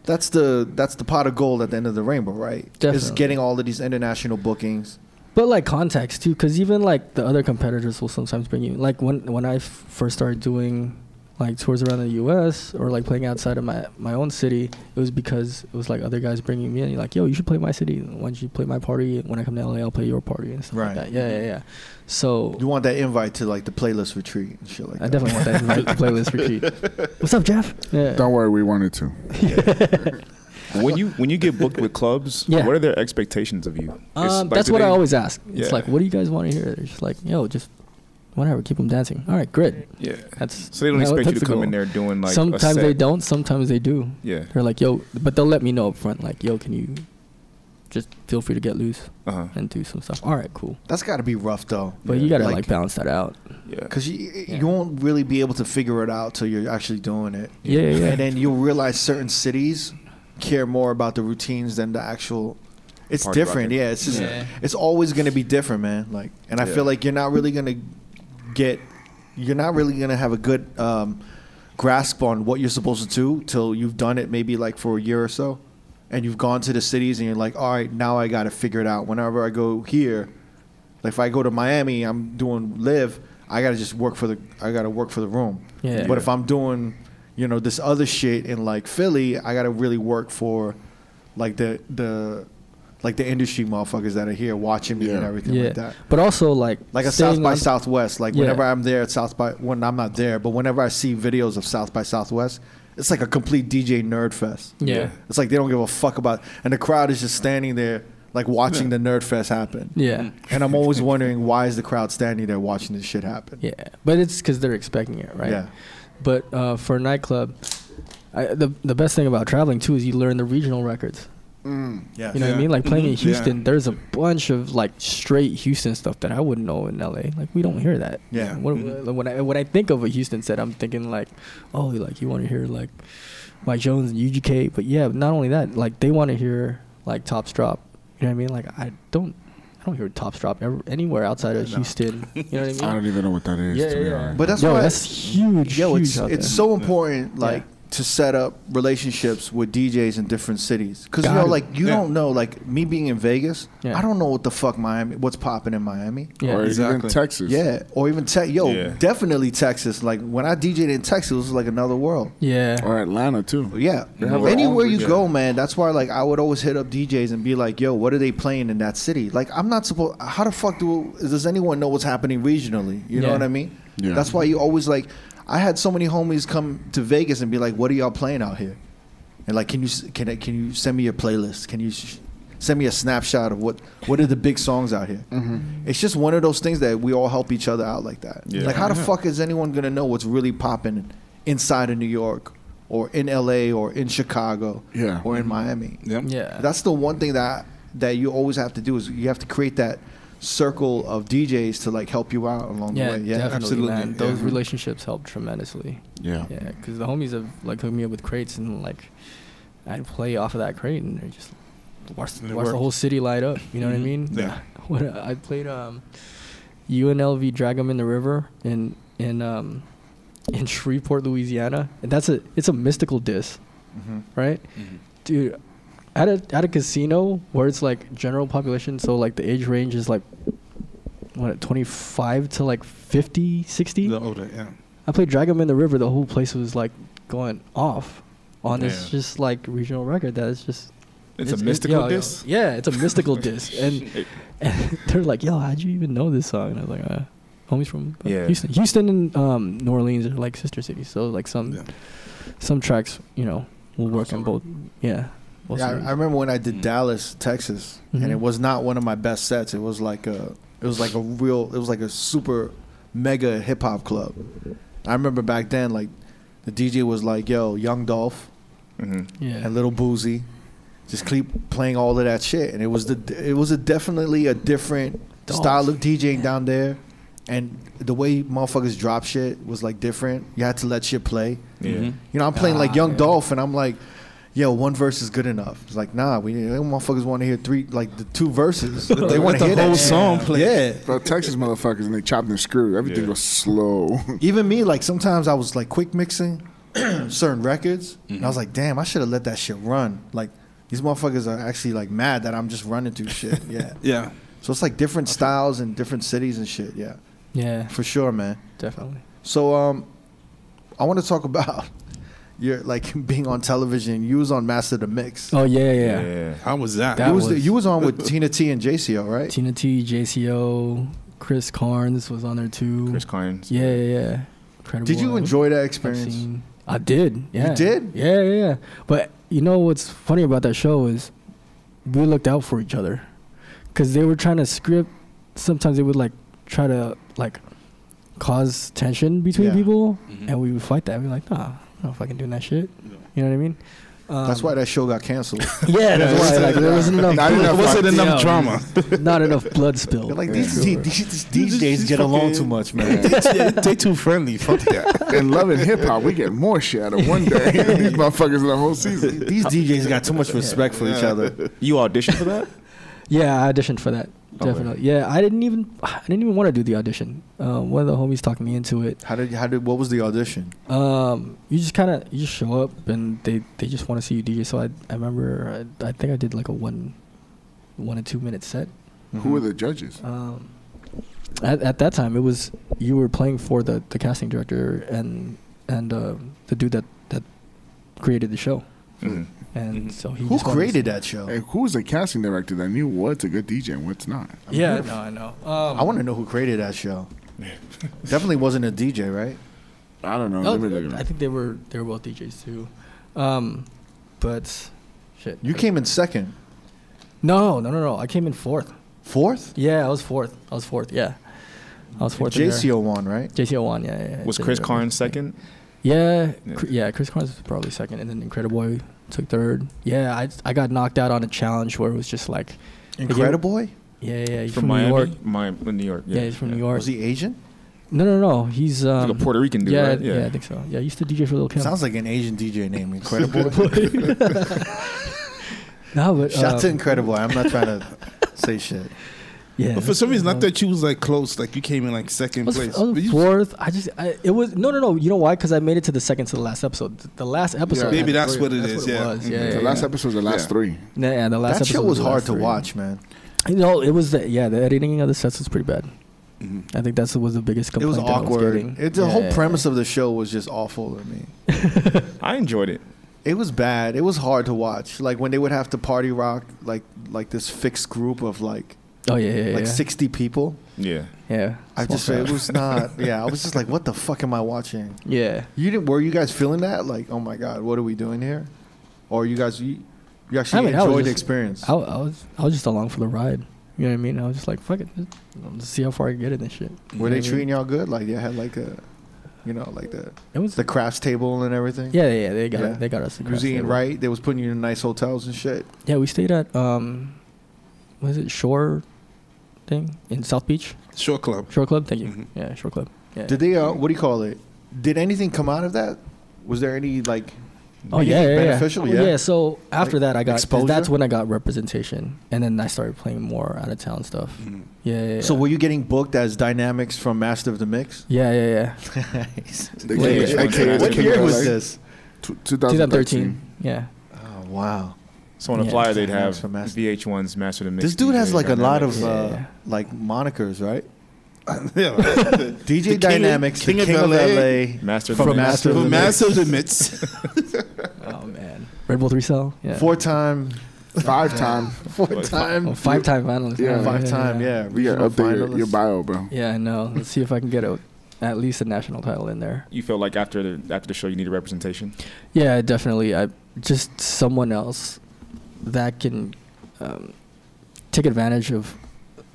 Speaker 1: that's the that's the pot of gold at the end of the rainbow, right? Is
Speaker 4: Definitely.
Speaker 1: getting all of these international bookings.
Speaker 4: But like contacts too, because even like the other competitors will sometimes bring you. Like when when I f- first started doing like tours around the U.S. or like playing outside of my my own city, it was because it was like other guys bringing me in. Like, yo, you should play my city. Why don't you play my party? When I come to LA, I'll play your party and stuff
Speaker 1: Right.
Speaker 4: like that. Yeah, yeah, yeah. So
Speaker 1: You want that invite to like the playlist retreat and shit like
Speaker 4: I
Speaker 1: that.
Speaker 4: definitely want that in my playlist retreat. What's up, Jeff? Yeah.
Speaker 2: Don't worry, we wanted to.
Speaker 3: When you when you get booked with clubs,
Speaker 4: Yeah.
Speaker 3: what are their expectations of you? It's
Speaker 4: Um,
Speaker 3: like,
Speaker 4: that's
Speaker 3: do
Speaker 4: what I
Speaker 3: they-
Speaker 4: always ask.
Speaker 3: Yeah.
Speaker 4: It's like, what do you guys want to hear? They're just like, yo, just whatever, keep them dancing. All right, great.
Speaker 3: Yeah.
Speaker 4: That's
Speaker 3: So they don't
Speaker 4: that-
Speaker 3: expect you
Speaker 4: that's
Speaker 3: to
Speaker 4: the
Speaker 3: come
Speaker 4: goal.
Speaker 3: in there doing like. a
Speaker 4: sometimes they
Speaker 3: set.
Speaker 4: don't. Sometimes they do.
Speaker 3: Yeah.
Speaker 4: They're like, yo, but they'll let me know up front, like, yo, can you just feel free to get loose
Speaker 3: Uh huh.
Speaker 4: and do some stuff? All right, cool.
Speaker 1: That's got to be rough though.
Speaker 4: But you gotta like,
Speaker 1: Like-
Speaker 4: balance that out.
Speaker 3: Yeah.
Speaker 1: Cause you
Speaker 4: Yeah.
Speaker 1: you won't really be able to figure it out till you're actually doing it.
Speaker 4: Yeah, yeah. yeah.
Speaker 1: and then you'll realize certain cities care more about the routines than the actual it's
Speaker 3: Party
Speaker 1: different
Speaker 3: rocker.
Speaker 1: yeah it's just
Speaker 4: Yeah.
Speaker 1: it's always going to be different man like and i
Speaker 3: Yeah.
Speaker 1: feel like you're not really going to get you're not really going to have a good um, grasp on what you're supposed to do till you've done it maybe like for a year or so and you've gone to the cities and you're like all right now i got to figure it out whenever i go here like if i go to miami i'm doing live i got to just work for the i got to work for the room
Speaker 4: Yeah.
Speaker 1: but if i'm doing you know this other shit in like philly i got to really work for like the the like the industry motherfuckers that are here watching me and
Speaker 2: Yeah.
Speaker 1: everything like that.
Speaker 4: But also like
Speaker 1: Like a
Speaker 4: staying
Speaker 1: South by
Speaker 4: on-
Speaker 1: Southwest. Like
Speaker 4: Yeah.
Speaker 1: whenever I'm there at South by when I'm not there, but whenever I see videos of South by Southwest, it's like a complete DJ nerd fest.
Speaker 4: Yeah.
Speaker 1: It's like they don't give a fuck about and the crowd is just standing there like watching the nerd fest happen.
Speaker 4: Yeah.
Speaker 1: And I'm always wondering why is the crowd standing there watching this shit happen?
Speaker 4: Yeah. But it's because they're expecting it, right?
Speaker 1: Yeah.
Speaker 4: But uh, for a nightclub, I, the the best thing about traveling too is you learn the regional records.
Speaker 1: Yeah.
Speaker 4: You know what
Speaker 5: Yeah.
Speaker 4: I mean? Like playing in
Speaker 5: Mhm. Yeah.
Speaker 4: Houston, there's a bunch of like straight Houston stuff that I wouldn't know in LA. Like we don't hear that.
Speaker 1: Yeah. Mm-hmm.
Speaker 4: What, When I when I think of a Houston set, I'm thinking like, oh, like you want to hear like Mike Jones and UGK, but yeah, not only that, like they want to hear like Tops Drop. You know what I mean? Like I don't I don't hear Tops Drop ever, anywhere outside of Houston. You know what I
Speaker 2: I
Speaker 4: mean?
Speaker 2: don't even know what that is.
Speaker 4: Yeah,
Speaker 2: to be
Speaker 4: yeah, yeah.
Speaker 2: honest.
Speaker 1: But that's
Speaker 4: Yo,
Speaker 1: why
Speaker 4: that's huge.
Speaker 1: Yo,
Speaker 4: huge
Speaker 1: it's
Speaker 4: out
Speaker 1: it's
Speaker 4: there.
Speaker 1: so important,
Speaker 4: Yeah.
Speaker 1: like to set up relationships with DJs in different cities because you
Speaker 4: Got
Speaker 1: know,
Speaker 4: it.
Speaker 1: like you
Speaker 5: Yeah.
Speaker 1: don't know, like me being in Vegas,
Speaker 4: Yeah.
Speaker 1: I don't know what the fuck Miami, what's popping in Miami.
Speaker 4: Yeah.
Speaker 2: or even
Speaker 5: exactly.
Speaker 2: Texas.
Speaker 1: Yeah, or even te- yo,
Speaker 5: Yeah.
Speaker 1: definitely Texas. Like when I DJed in Texas, it was like another world.
Speaker 4: Yeah.
Speaker 2: Or Atlanta too.
Speaker 1: Yeah,
Speaker 2: They have their
Speaker 1: anywhere
Speaker 2: own-
Speaker 1: you
Speaker 5: yeah.
Speaker 1: go, man. That's why, like, I would always hit up DJs and be like, "Yo, what are they playing in that city?" Like, I'm not supposed. How the fuck do does anyone know what's happening regionally? You know
Speaker 4: Yeah.
Speaker 1: what I mean?
Speaker 2: Yeah.
Speaker 1: That's why you always like. I had so many homies come to Vegas and be like, "What are y'all playing out here?" And like, can you s- can I- can you send me your playlist? Can you sh- send me a snapshot of what what are the big songs out here? It's just one of those things that we all help each other out like that.
Speaker 3: Yeah.
Speaker 1: Like, how the fuck is anyone gonna know what's really popping inside of New York or in LA or in Chicago
Speaker 2: Yeah.
Speaker 1: or in Miami?
Speaker 5: Yep.
Speaker 4: Yeah.
Speaker 1: That's the one thing that that you always have to do is you have to create that circle of DJs to like help you out along
Speaker 4: yeah,
Speaker 1: the way. Yeah,
Speaker 4: definitely,
Speaker 5: absolutely,
Speaker 4: man.
Speaker 5: yeah.
Speaker 4: Those relationships help tremendously.
Speaker 2: Yeah.
Speaker 4: Yeah, because the homies have like hooked me up with crates and like I'd play off of that crate and they just watch,
Speaker 5: And it
Speaker 4: watch the
Speaker 5: worked.
Speaker 4: whole city light up. You know what I
Speaker 5: Mhm.
Speaker 4: mean?
Speaker 5: Yeah.
Speaker 4: What I played um, UNLV Drag 'em in the River in in um, in Shreveport, Louisiana, and that's a it's a mystical diss,
Speaker 3: Mm-hmm.
Speaker 4: right?
Speaker 5: Mm-hmm.
Speaker 4: Dude, at a at a casino where it's like general population, so like the age range is like what 25 to like 50, 60.
Speaker 5: The older, yeah.
Speaker 4: I played Drag 'em in the River. The whole place was like going off on this
Speaker 3: Yeah.
Speaker 4: just like regional record that is just.
Speaker 3: It's, a mystical
Speaker 4: yo, yo.
Speaker 3: disc.
Speaker 4: yeah, it's a mystical disc, and, and they're like, "Yo, how'd you even know this song?" And I was like, uh, "Homies from uh,
Speaker 3: Yeah.
Speaker 4: Houston, Houston and um, New Orleans are like sister cities, so like some
Speaker 5: Yeah.
Speaker 4: some tracks, you know, will work in both. Yeah, both
Speaker 1: Yeah, I,
Speaker 4: cities.
Speaker 1: I remember when I did
Speaker 5: Mm.
Speaker 1: Dallas, Texas,
Speaker 4: Mhm.
Speaker 1: and it was not one of my best sets. It was like a, it was like a real, it was like a super mega hip hop club. I remember back then, like the DJ was like, "Yo, Young Dolph
Speaker 3: hmm
Speaker 4: yeah,
Speaker 1: and Little Boozy, just keep playing all of that shit." And it was the, it was a definitely a different
Speaker 4: Dolph.
Speaker 1: style of DJing down there, and the way motherfuckers drop shit was like different. You had to let shit play.
Speaker 3: Yeah.
Speaker 1: You know, I'm playing like
Speaker 4: Ah,
Speaker 1: Young
Speaker 4: yeah.
Speaker 1: Dolph, and I'm like, yo, one verse is good enough. It's like, nah, we them motherfuckers want to hear three, like the two verses. they want to
Speaker 5: the
Speaker 1: hear
Speaker 5: whole
Speaker 1: that shit.
Speaker 5: song played.
Speaker 1: Yeah.
Speaker 2: But Texas motherfuckers and they chopped and screwed. Everything
Speaker 3: Yeah.
Speaker 2: was slow.
Speaker 1: Even me, like sometimes I was like quick mixing certain records, and I was like, damn, I should have let that shit run. Like these motherfuckers are actually like mad that I'm just running through shit. Yeah.
Speaker 5: Yeah.
Speaker 1: so it's like different styles and different cities and shit. Yeah,
Speaker 4: yeah,
Speaker 1: for sure, man.
Speaker 4: definitely.
Speaker 1: So um, I want to talk about your like being on television. You was on Master the Mix.
Speaker 4: Oh yeah, yeah.
Speaker 3: Yeah.
Speaker 5: How was that?
Speaker 4: That
Speaker 1: you was,
Speaker 4: was-
Speaker 1: you was on with Tina T and JCO, right?
Speaker 4: Tina T, JCO, Chris Carnes was on there too.
Speaker 3: Chris Carnes.
Speaker 4: Yeah, yeah, yeah. Incredible.
Speaker 1: Did you enjoy that experience?
Speaker 4: Scene. I did. Yeah.
Speaker 1: did?
Speaker 4: Yeah, yeah, yeah. But you know what's funny about that show is we looked out for each other because they were trying to script. Sometimes they would like try to like cause tension between
Speaker 1: Yeah.
Speaker 4: people,
Speaker 5: Mhm.
Speaker 4: and we would fight that. We're like, nah, I'm not fucking doing that shit. You know what I mean? Um,
Speaker 1: That's why that show got canceled.
Speaker 4: Yeah, that's why. Like, there wasn't enough.
Speaker 2: Not
Speaker 4: blood-
Speaker 2: enough
Speaker 5: wasn't enough
Speaker 4: Yeah,
Speaker 5: drama.
Speaker 4: Not enough blood spill.
Speaker 1: They're like
Speaker 4: Yeah.
Speaker 1: these, these,
Speaker 4: Sure.
Speaker 5: These-
Speaker 1: these
Speaker 5: these
Speaker 1: DJs get along
Speaker 5: fucking-
Speaker 1: too much, man.
Speaker 5: Yeah, they too friendly. Fuck that.
Speaker 2: In love and hip hop, we get more shit out of one day. These motherfuckers in the whole season.
Speaker 1: these DJs got too much respect for each other.
Speaker 3: You auditioned for that?
Speaker 4: Yeah, I auditioned for that.
Speaker 3: Okay.
Speaker 4: Definitely. Yeah, I didn't even I didn't even want to do the audition. Um, one of the homies talked me into it.
Speaker 1: How did how did what was the audition?
Speaker 4: Um, you just kind of you just show up and they, they just want to see you DJ. So I I remember I, I think I did like a one one and two minute set.
Speaker 2: Who were the judges?
Speaker 4: Um, at, at that time it was you were playing for the, the casting director and and uh, the dude that that created the show. Mm-hmm.
Speaker 3: Mhm.
Speaker 4: And
Speaker 5: Mhm.
Speaker 4: so he
Speaker 1: Mm-hmm. Who
Speaker 4: just wanted to
Speaker 1: created
Speaker 4: see-
Speaker 1: that show?
Speaker 2: And who was the casting director that knew what's a good DJ and what's not? I mean,
Speaker 4: Yeah, no, I know. Um,
Speaker 1: I want to know who created that show. Definitely wasn't a DJ, right?
Speaker 2: I don't know.
Speaker 4: Oh,
Speaker 2: Let me look it
Speaker 4: I
Speaker 2: up.
Speaker 4: think they were they were both DJs too, um, but shit.
Speaker 1: You came in second,
Speaker 4: No, no, no, no. I came in fourth.
Speaker 1: fourth.
Speaker 4: Yeah, I was fourth. I was fourth. Yeah, I was fourth. in there.
Speaker 1: JCO won, right?
Speaker 4: JCO won. Yeah, yeah. yeah.
Speaker 3: Was
Speaker 4: JCO
Speaker 3: Chris
Speaker 4: won.
Speaker 3: Carnes second?
Speaker 4: Yeah,
Speaker 3: Yeah.
Speaker 4: Cr- yeah. Chris Carnes was probably second, and then Incrediboy took third. Yeah, I I got knocked out on a challenge where it was just like,
Speaker 1: Incrediboy.
Speaker 4: yeah, yeah. He's
Speaker 3: from,
Speaker 4: from,
Speaker 3: Miami?
Speaker 4: New York.
Speaker 3: Miami, New York.
Speaker 4: Yeah, he's from New York.
Speaker 1: Was he Asian?
Speaker 4: No, no, no. He's um,
Speaker 3: Like a Puerto Rican dude,
Speaker 4: yeah,
Speaker 3: right?
Speaker 4: yeah, I think so. Yeah, I used to DJ for Little Kim.
Speaker 1: Sounds like an Asian DJ name. Incrediboy.
Speaker 4: no, but
Speaker 1: Shout out to
Speaker 4: um,
Speaker 1: Incredible. I'm not trying to say shit.
Speaker 4: Yeah.
Speaker 5: But for some reason,
Speaker 4: I
Speaker 5: not that you was like close, like you came in like second
Speaker 4: was,
Speaker 5: place.
Speaker 4: I was
Speaker 5: But you-
Speaker 4: fourth. I just I, it was no no no. You know why? Because I made it to the second to the last episode. The, the last episode.
Speaker 5: Maybe
Speaker 4: had
Speaker 5: that's
Speaker 4: three.
Speaker 5: what it is, yeah.
Speaker 4: was.
Speaker 1: Mm-hmm.
Speaker 4: Yeah,
Speaker 5: Mhm.
Speaker 4: yeah,
Speaker 2: the
Speaker 4: yeah.
Speaker 2: last episode was the last
Speaker 3: Yeah.
Speaker 2: three.
Speaker 4: Yeah, yeah, the last
Speaker 1: that shit
Speaker 4: episode
Speaker 1: was
Speaker 4: the
Speaker 1: hard
Speaker 4: last
Speaker 1: to
Speaker 4: three.
Speaker 1: watch, man.
Speaker 4: You know, it was the yeah the editing of the sets was pretty bad.
Speaker 5: Mhm.
Speaker 4: I think that's was the biggest
Speaker 1: Mm-hmm. It was
Speaker 4: complaint. that I
Speaker 1: awkward.
Speaker 4: getting.
Speaker 1: it, the
Speaker 4: Yeah,
Speaker 1: whole
Speaker 4: yeah, yeah.
Speaker 1: premise of the show was just awful to me.
Speaker 3: I enjoyed it.
Speaker 1: It was bad. It was hard to watch. Like when they would have to party rock, like like this fixed group of like
Speaker 4: Oh yeah, yeah, yeah.
Speaker 1: like sixty people.
Speaker 3: Yeah.
Speaker 4: yeah.
Speaker 1: I
Speaker 4: Small
Speaker 1: just it
Speaker 4: crowd.
Speaker 1: was not. Yeah, I was just like, what the fuck am I watching?
Speaker 4: yeah.
Speaker 1: You didn't? Were you guys feeling that? Like, oh my god, what are we doing here? Or you guys, you, you actually
Speaker 4: I mean, I was
Speaker 1: enjoyed the
Speaker 4: just-
Speaker 1: experience?
Speaker 4: I, wa- I was I was just along for the ride. You know what I mean? I was just like, fuck it, let's- let's see how far I can get in this shit. You
Speaker 1: Were
Speaker 4: know
Speaker 1: they
Speaker 4: what I
Speaker 1: treating
Speaker 4: mean?
Speaker 1: y'all good? Like they had like a, you know, like the
Speaker 4: It was
Speaker 1: the crafts table and everything.
Speaker 4: yeah, yeah, yeah, they got
Speaker 1: Yeah.
Speaker 4: they got us. the
Speaker 1: You was
Speaker 4: crafts
Speaker 1: eating
Speaker 4: table.
Speaker 1: right. They was putting you in nice hotels and shit.
Speaker 4: Yeah, we stayed at um, was it Shore thing in South Beach
Speaker 5: Short Club.
Speaker 4: Shore Club? Thank you.
Speaker 5: Mhm.
Speaker 4: Yeah, Shore Club. Yeah.
Speaker 1: Mm-hmm. Did they? Uh, what do you call it? Did anything come out of that? Was there any like?
Speaker 4: oh yeah, yeah, yeah.
Speaker 1: beneficial?
Speaker 4: Oh,
Speaker 1: Yeah.
Speaker 4: So after
Speaker 1: Like
Speaker 4: that, I got 'cause
Speaker 1: exposure?
Speaker 4: that's when I got representation, and then I started playing more out of town stuff.
Speaker 5: Mhm.
Speaker 4: Yeah, yeah. yeah.
Speaker 1: Mm-hmm. So were you getting booked as Dynamics from Master of the Mix?
Speaker 4: yeah, yeah, yeah.
Speaker 2: The
Speaker 3: Wait, wait,
Speaker 2: king- the king-
Speaker 3: wait,
Speaker 2: the
Speaker 1: What
Speaker 3: wait,
Speaker 2: king
Speaker 1: year
Speaker 2: of
Speaker 1: was
Speaker 2: LA,
Speaker 1: this?
Speaker 2: tw-
Speaker 4: 2013.
Speaker 2: 2013.
Speaker 4: Yeah.
Speaker 1: Oh wow!
Speaker 3: So on a
Speaker 4: Yeah.
Speaker 3: flyer, they'd have
Speaker 1: That's for Master-
Speaker 3: VH1's Master of the Mix.
Speaker 1: This dude has
Speaker 3: DJ
Speaker 1: like a lot of
Speaker 3: Dynamics.
Speaker 1: uh,
Speaker 4: Yeah.
Speaker 1: like monikers, right?
Speaker 5: yeah.
Speaker 1: DJ
Speaker 5: king of-
Speaker 1: Dynamics,
Speaker 5: king
Speaker 1: the
Speaker 5: of
Speaker 1: King of
Speaker 5: LA.
Speaker 1: LA,
Speaker 3: Master of the
Speaker 1: from
Speaker 3: Mix.
Speaker 1: Master of the Mix,
Speaker 5: Massive limits.
Speaker 4: Oh man. Red Bull three cell. Yeah.
Speaker 1: four time,
Speaker 2: Five time.
Speaker 1: four time,
Speaker 4: Oh, five time finalist.
Speaker 2: Yeah.
Speaker 1: five time, yeah.
Speaker 2: We gotta
Speaker 1: regional
Speaker 2: update your, your
Speaker 1: finalist.
Speaker 2: bio, bro.
Speaker 4: Yeah, I know. Let's see if I can get a, at least a national title in there.
Speaker 3: You feel like after the after the show, you need a representation.
Speaker 4: Yeah, definitely. I just someone else that can um, take advantage of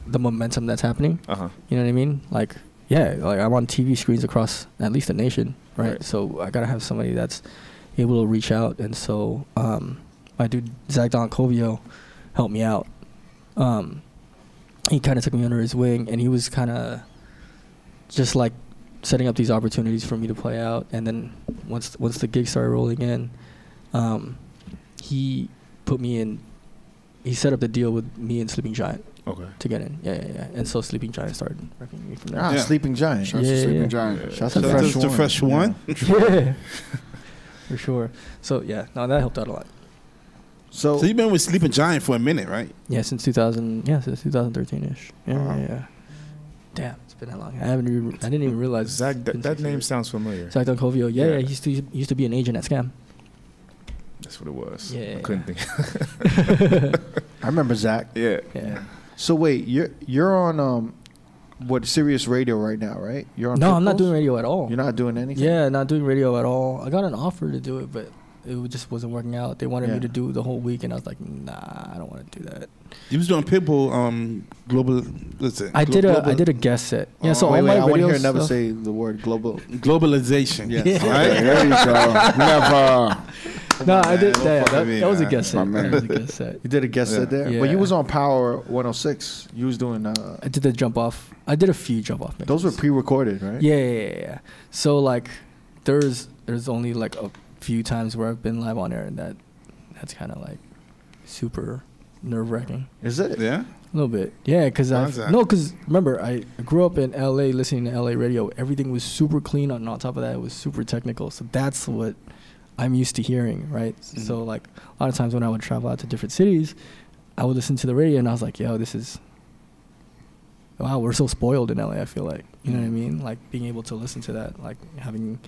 Speaker 4: the momentum that's happening.
Speaker 3: Uh huh.
Speaker 4: You know what I mean? Like, yeah, like I'm on TV screens across at least the nation, right?
Speaker 3: Right.
Speaker 4: So I gotta have somebody that's able to reach out, and so um, my dude Zach Doncovio helped me out. Um, he kind of took me under his wing, and he was kind of just like setting up these opportunities for me to play out. And then once once the gig started rolling in, um, he put me in. He set up the deal with me and Sleeping Giant
Speaker 3: Okay.
Speaker 4: to get in. Yeah, yeah, yeah. And so Sleeping Giant started repping me from there.
Speaker 1: Ah,
Speaker 5: Yeah.
Speaker 1: Sleeping Giant.
Speaker 2: Shouts
Speaker 4: Yeah,
Speaker 2: to
Speaker 4: yeah,
Speaker 2: Sleeping
Speaker 4: yeah.
Speaker 2: Giant.
Speaker 1: Shout
Speaker 5: So
Speaker 1: out to Fresh
Speaker 5: that's the
Speaker 1: One.
Speaker 5: Fresh One?
Speaker 1: Yeah.
Speaker 4: yeah, for sure. So yeah, no, that helped out a lot.
Speaker 1: So,
Speaker 5: So you've been with Sleeping Giant for a minute, right?
Speaker 4: Yeah, since 2000. Yeah, since 2013 ish. Yeah,
Speaker 3: Wow.
Speaker 4: yeah, yeah. Damn, it's been that long. I haven't. Even, I didn't even realize
Speaker 3: Zach,
Speaker 4: it's been
Speaker 3: that, that
Speaker 4: six
Speaker 3: name
Speaker 4: years.
Speaker 3: sounds familiar.
Speaker 4: Zach Duncovio. Yeah,
Speaker 3: Yeah.
Speaker 4: yeah. He used to he used to be an agent at Scam.
Speaker 3: That's what it was.
Speaker 4: Yeah.
Speaker 3: I couldn't think.
Speaker 1: I remember Zach.
Speaker 3: yeah.
Speaker 4: Yeah.
Speaker 1: So wait, you're you're on um, what Sirius Radio right now, right? You're on.
Speaker 4: No, I'm not doing
Speaker 1: Pitbull's?
Speaker 4: radio at all.
Speaker 1: You're not doing anything.
Speaker 4: Yeah, not doing radio at all. I got an offer to do it, but it w- just wasn't working out. They wanted
Speaker 1: Yeah.
Speaker 4: me to do the whole week, and I was like, nah, I don't want to do that.
Speaker 5: You was doing Pitbull um, Global. What's it?
Speaker 4: I did a
Speaker 5: Global-
Speaker 4: I did a guest set. Yeah,
Speaker 5: Oh,
Speaker 4: so
Speaker 1: wait,
Speaker 4: all
Speaker 1: wait,
Speaker 4: my
Speaker 1: I want to
Speaker 4: radio
Speaker 1: hear another
Speaker 4: stuff-
Speaker 1: say the word global.
Speaker 5: globalization.
Speaker 1: Yes.
Speaker 4: Yeah.
Speaker 5: Right?
Speaker 2: Okay, there you go. Never.
Speaker 4: No,
Speaker 5: on,
Speaker 4: I
Speaker 5: man.
Speaker 4: did
Speaker 5: Don't
Speaker 4: that.
Speaker 5: fuck
Speaker 4: That,
Speaker 5: with me,
Speaker 4: that was a
Speaker 5: man.
Speaker 4: guest
Speaker 2: My
Speaker 4: set.
Speaker 2: man.
Speaker 4: That was a guest set.
Speaker 1: You did a guest
Speaker 5: Yeah.
Speaker 1: set there, but
Speaker 4: Yeah.
Speaker 1: you was on Power 106. You was doing uh,
Speaker 4: I did the jump off. I did a few jump off mixes.
Speaker 1: those were pre-recorded, right?
Speaker 4: Yeah, yeah, yeah, yeah. So like, there's there's only like a few times where I've been live on air, and that that's kind of like super nerve wracking.
Speaker 1: Is it?
Speaker 5: Yeah.
Speaker 4: A little bit, yeah, because
Speaker 5: Why
Speaker 4: I
Speaker 5: is that?
Speaker 4: no, because remember I grew up in LA listening to LA radio. Everything was super clean, and on top of that, it was super technical. So that's what I'm used to hearing, right? So
Speaker 5: Mm-hmm.
Speaker 4: like a lot of times when I would travel out to different cities, I would listen to the radio, and I was like, "Yo, this is wow, we're so spoiled in LA." I feel like you know what I
Speaker 5: Mm.
Speaker 4: mean, like being able to listen to that, like having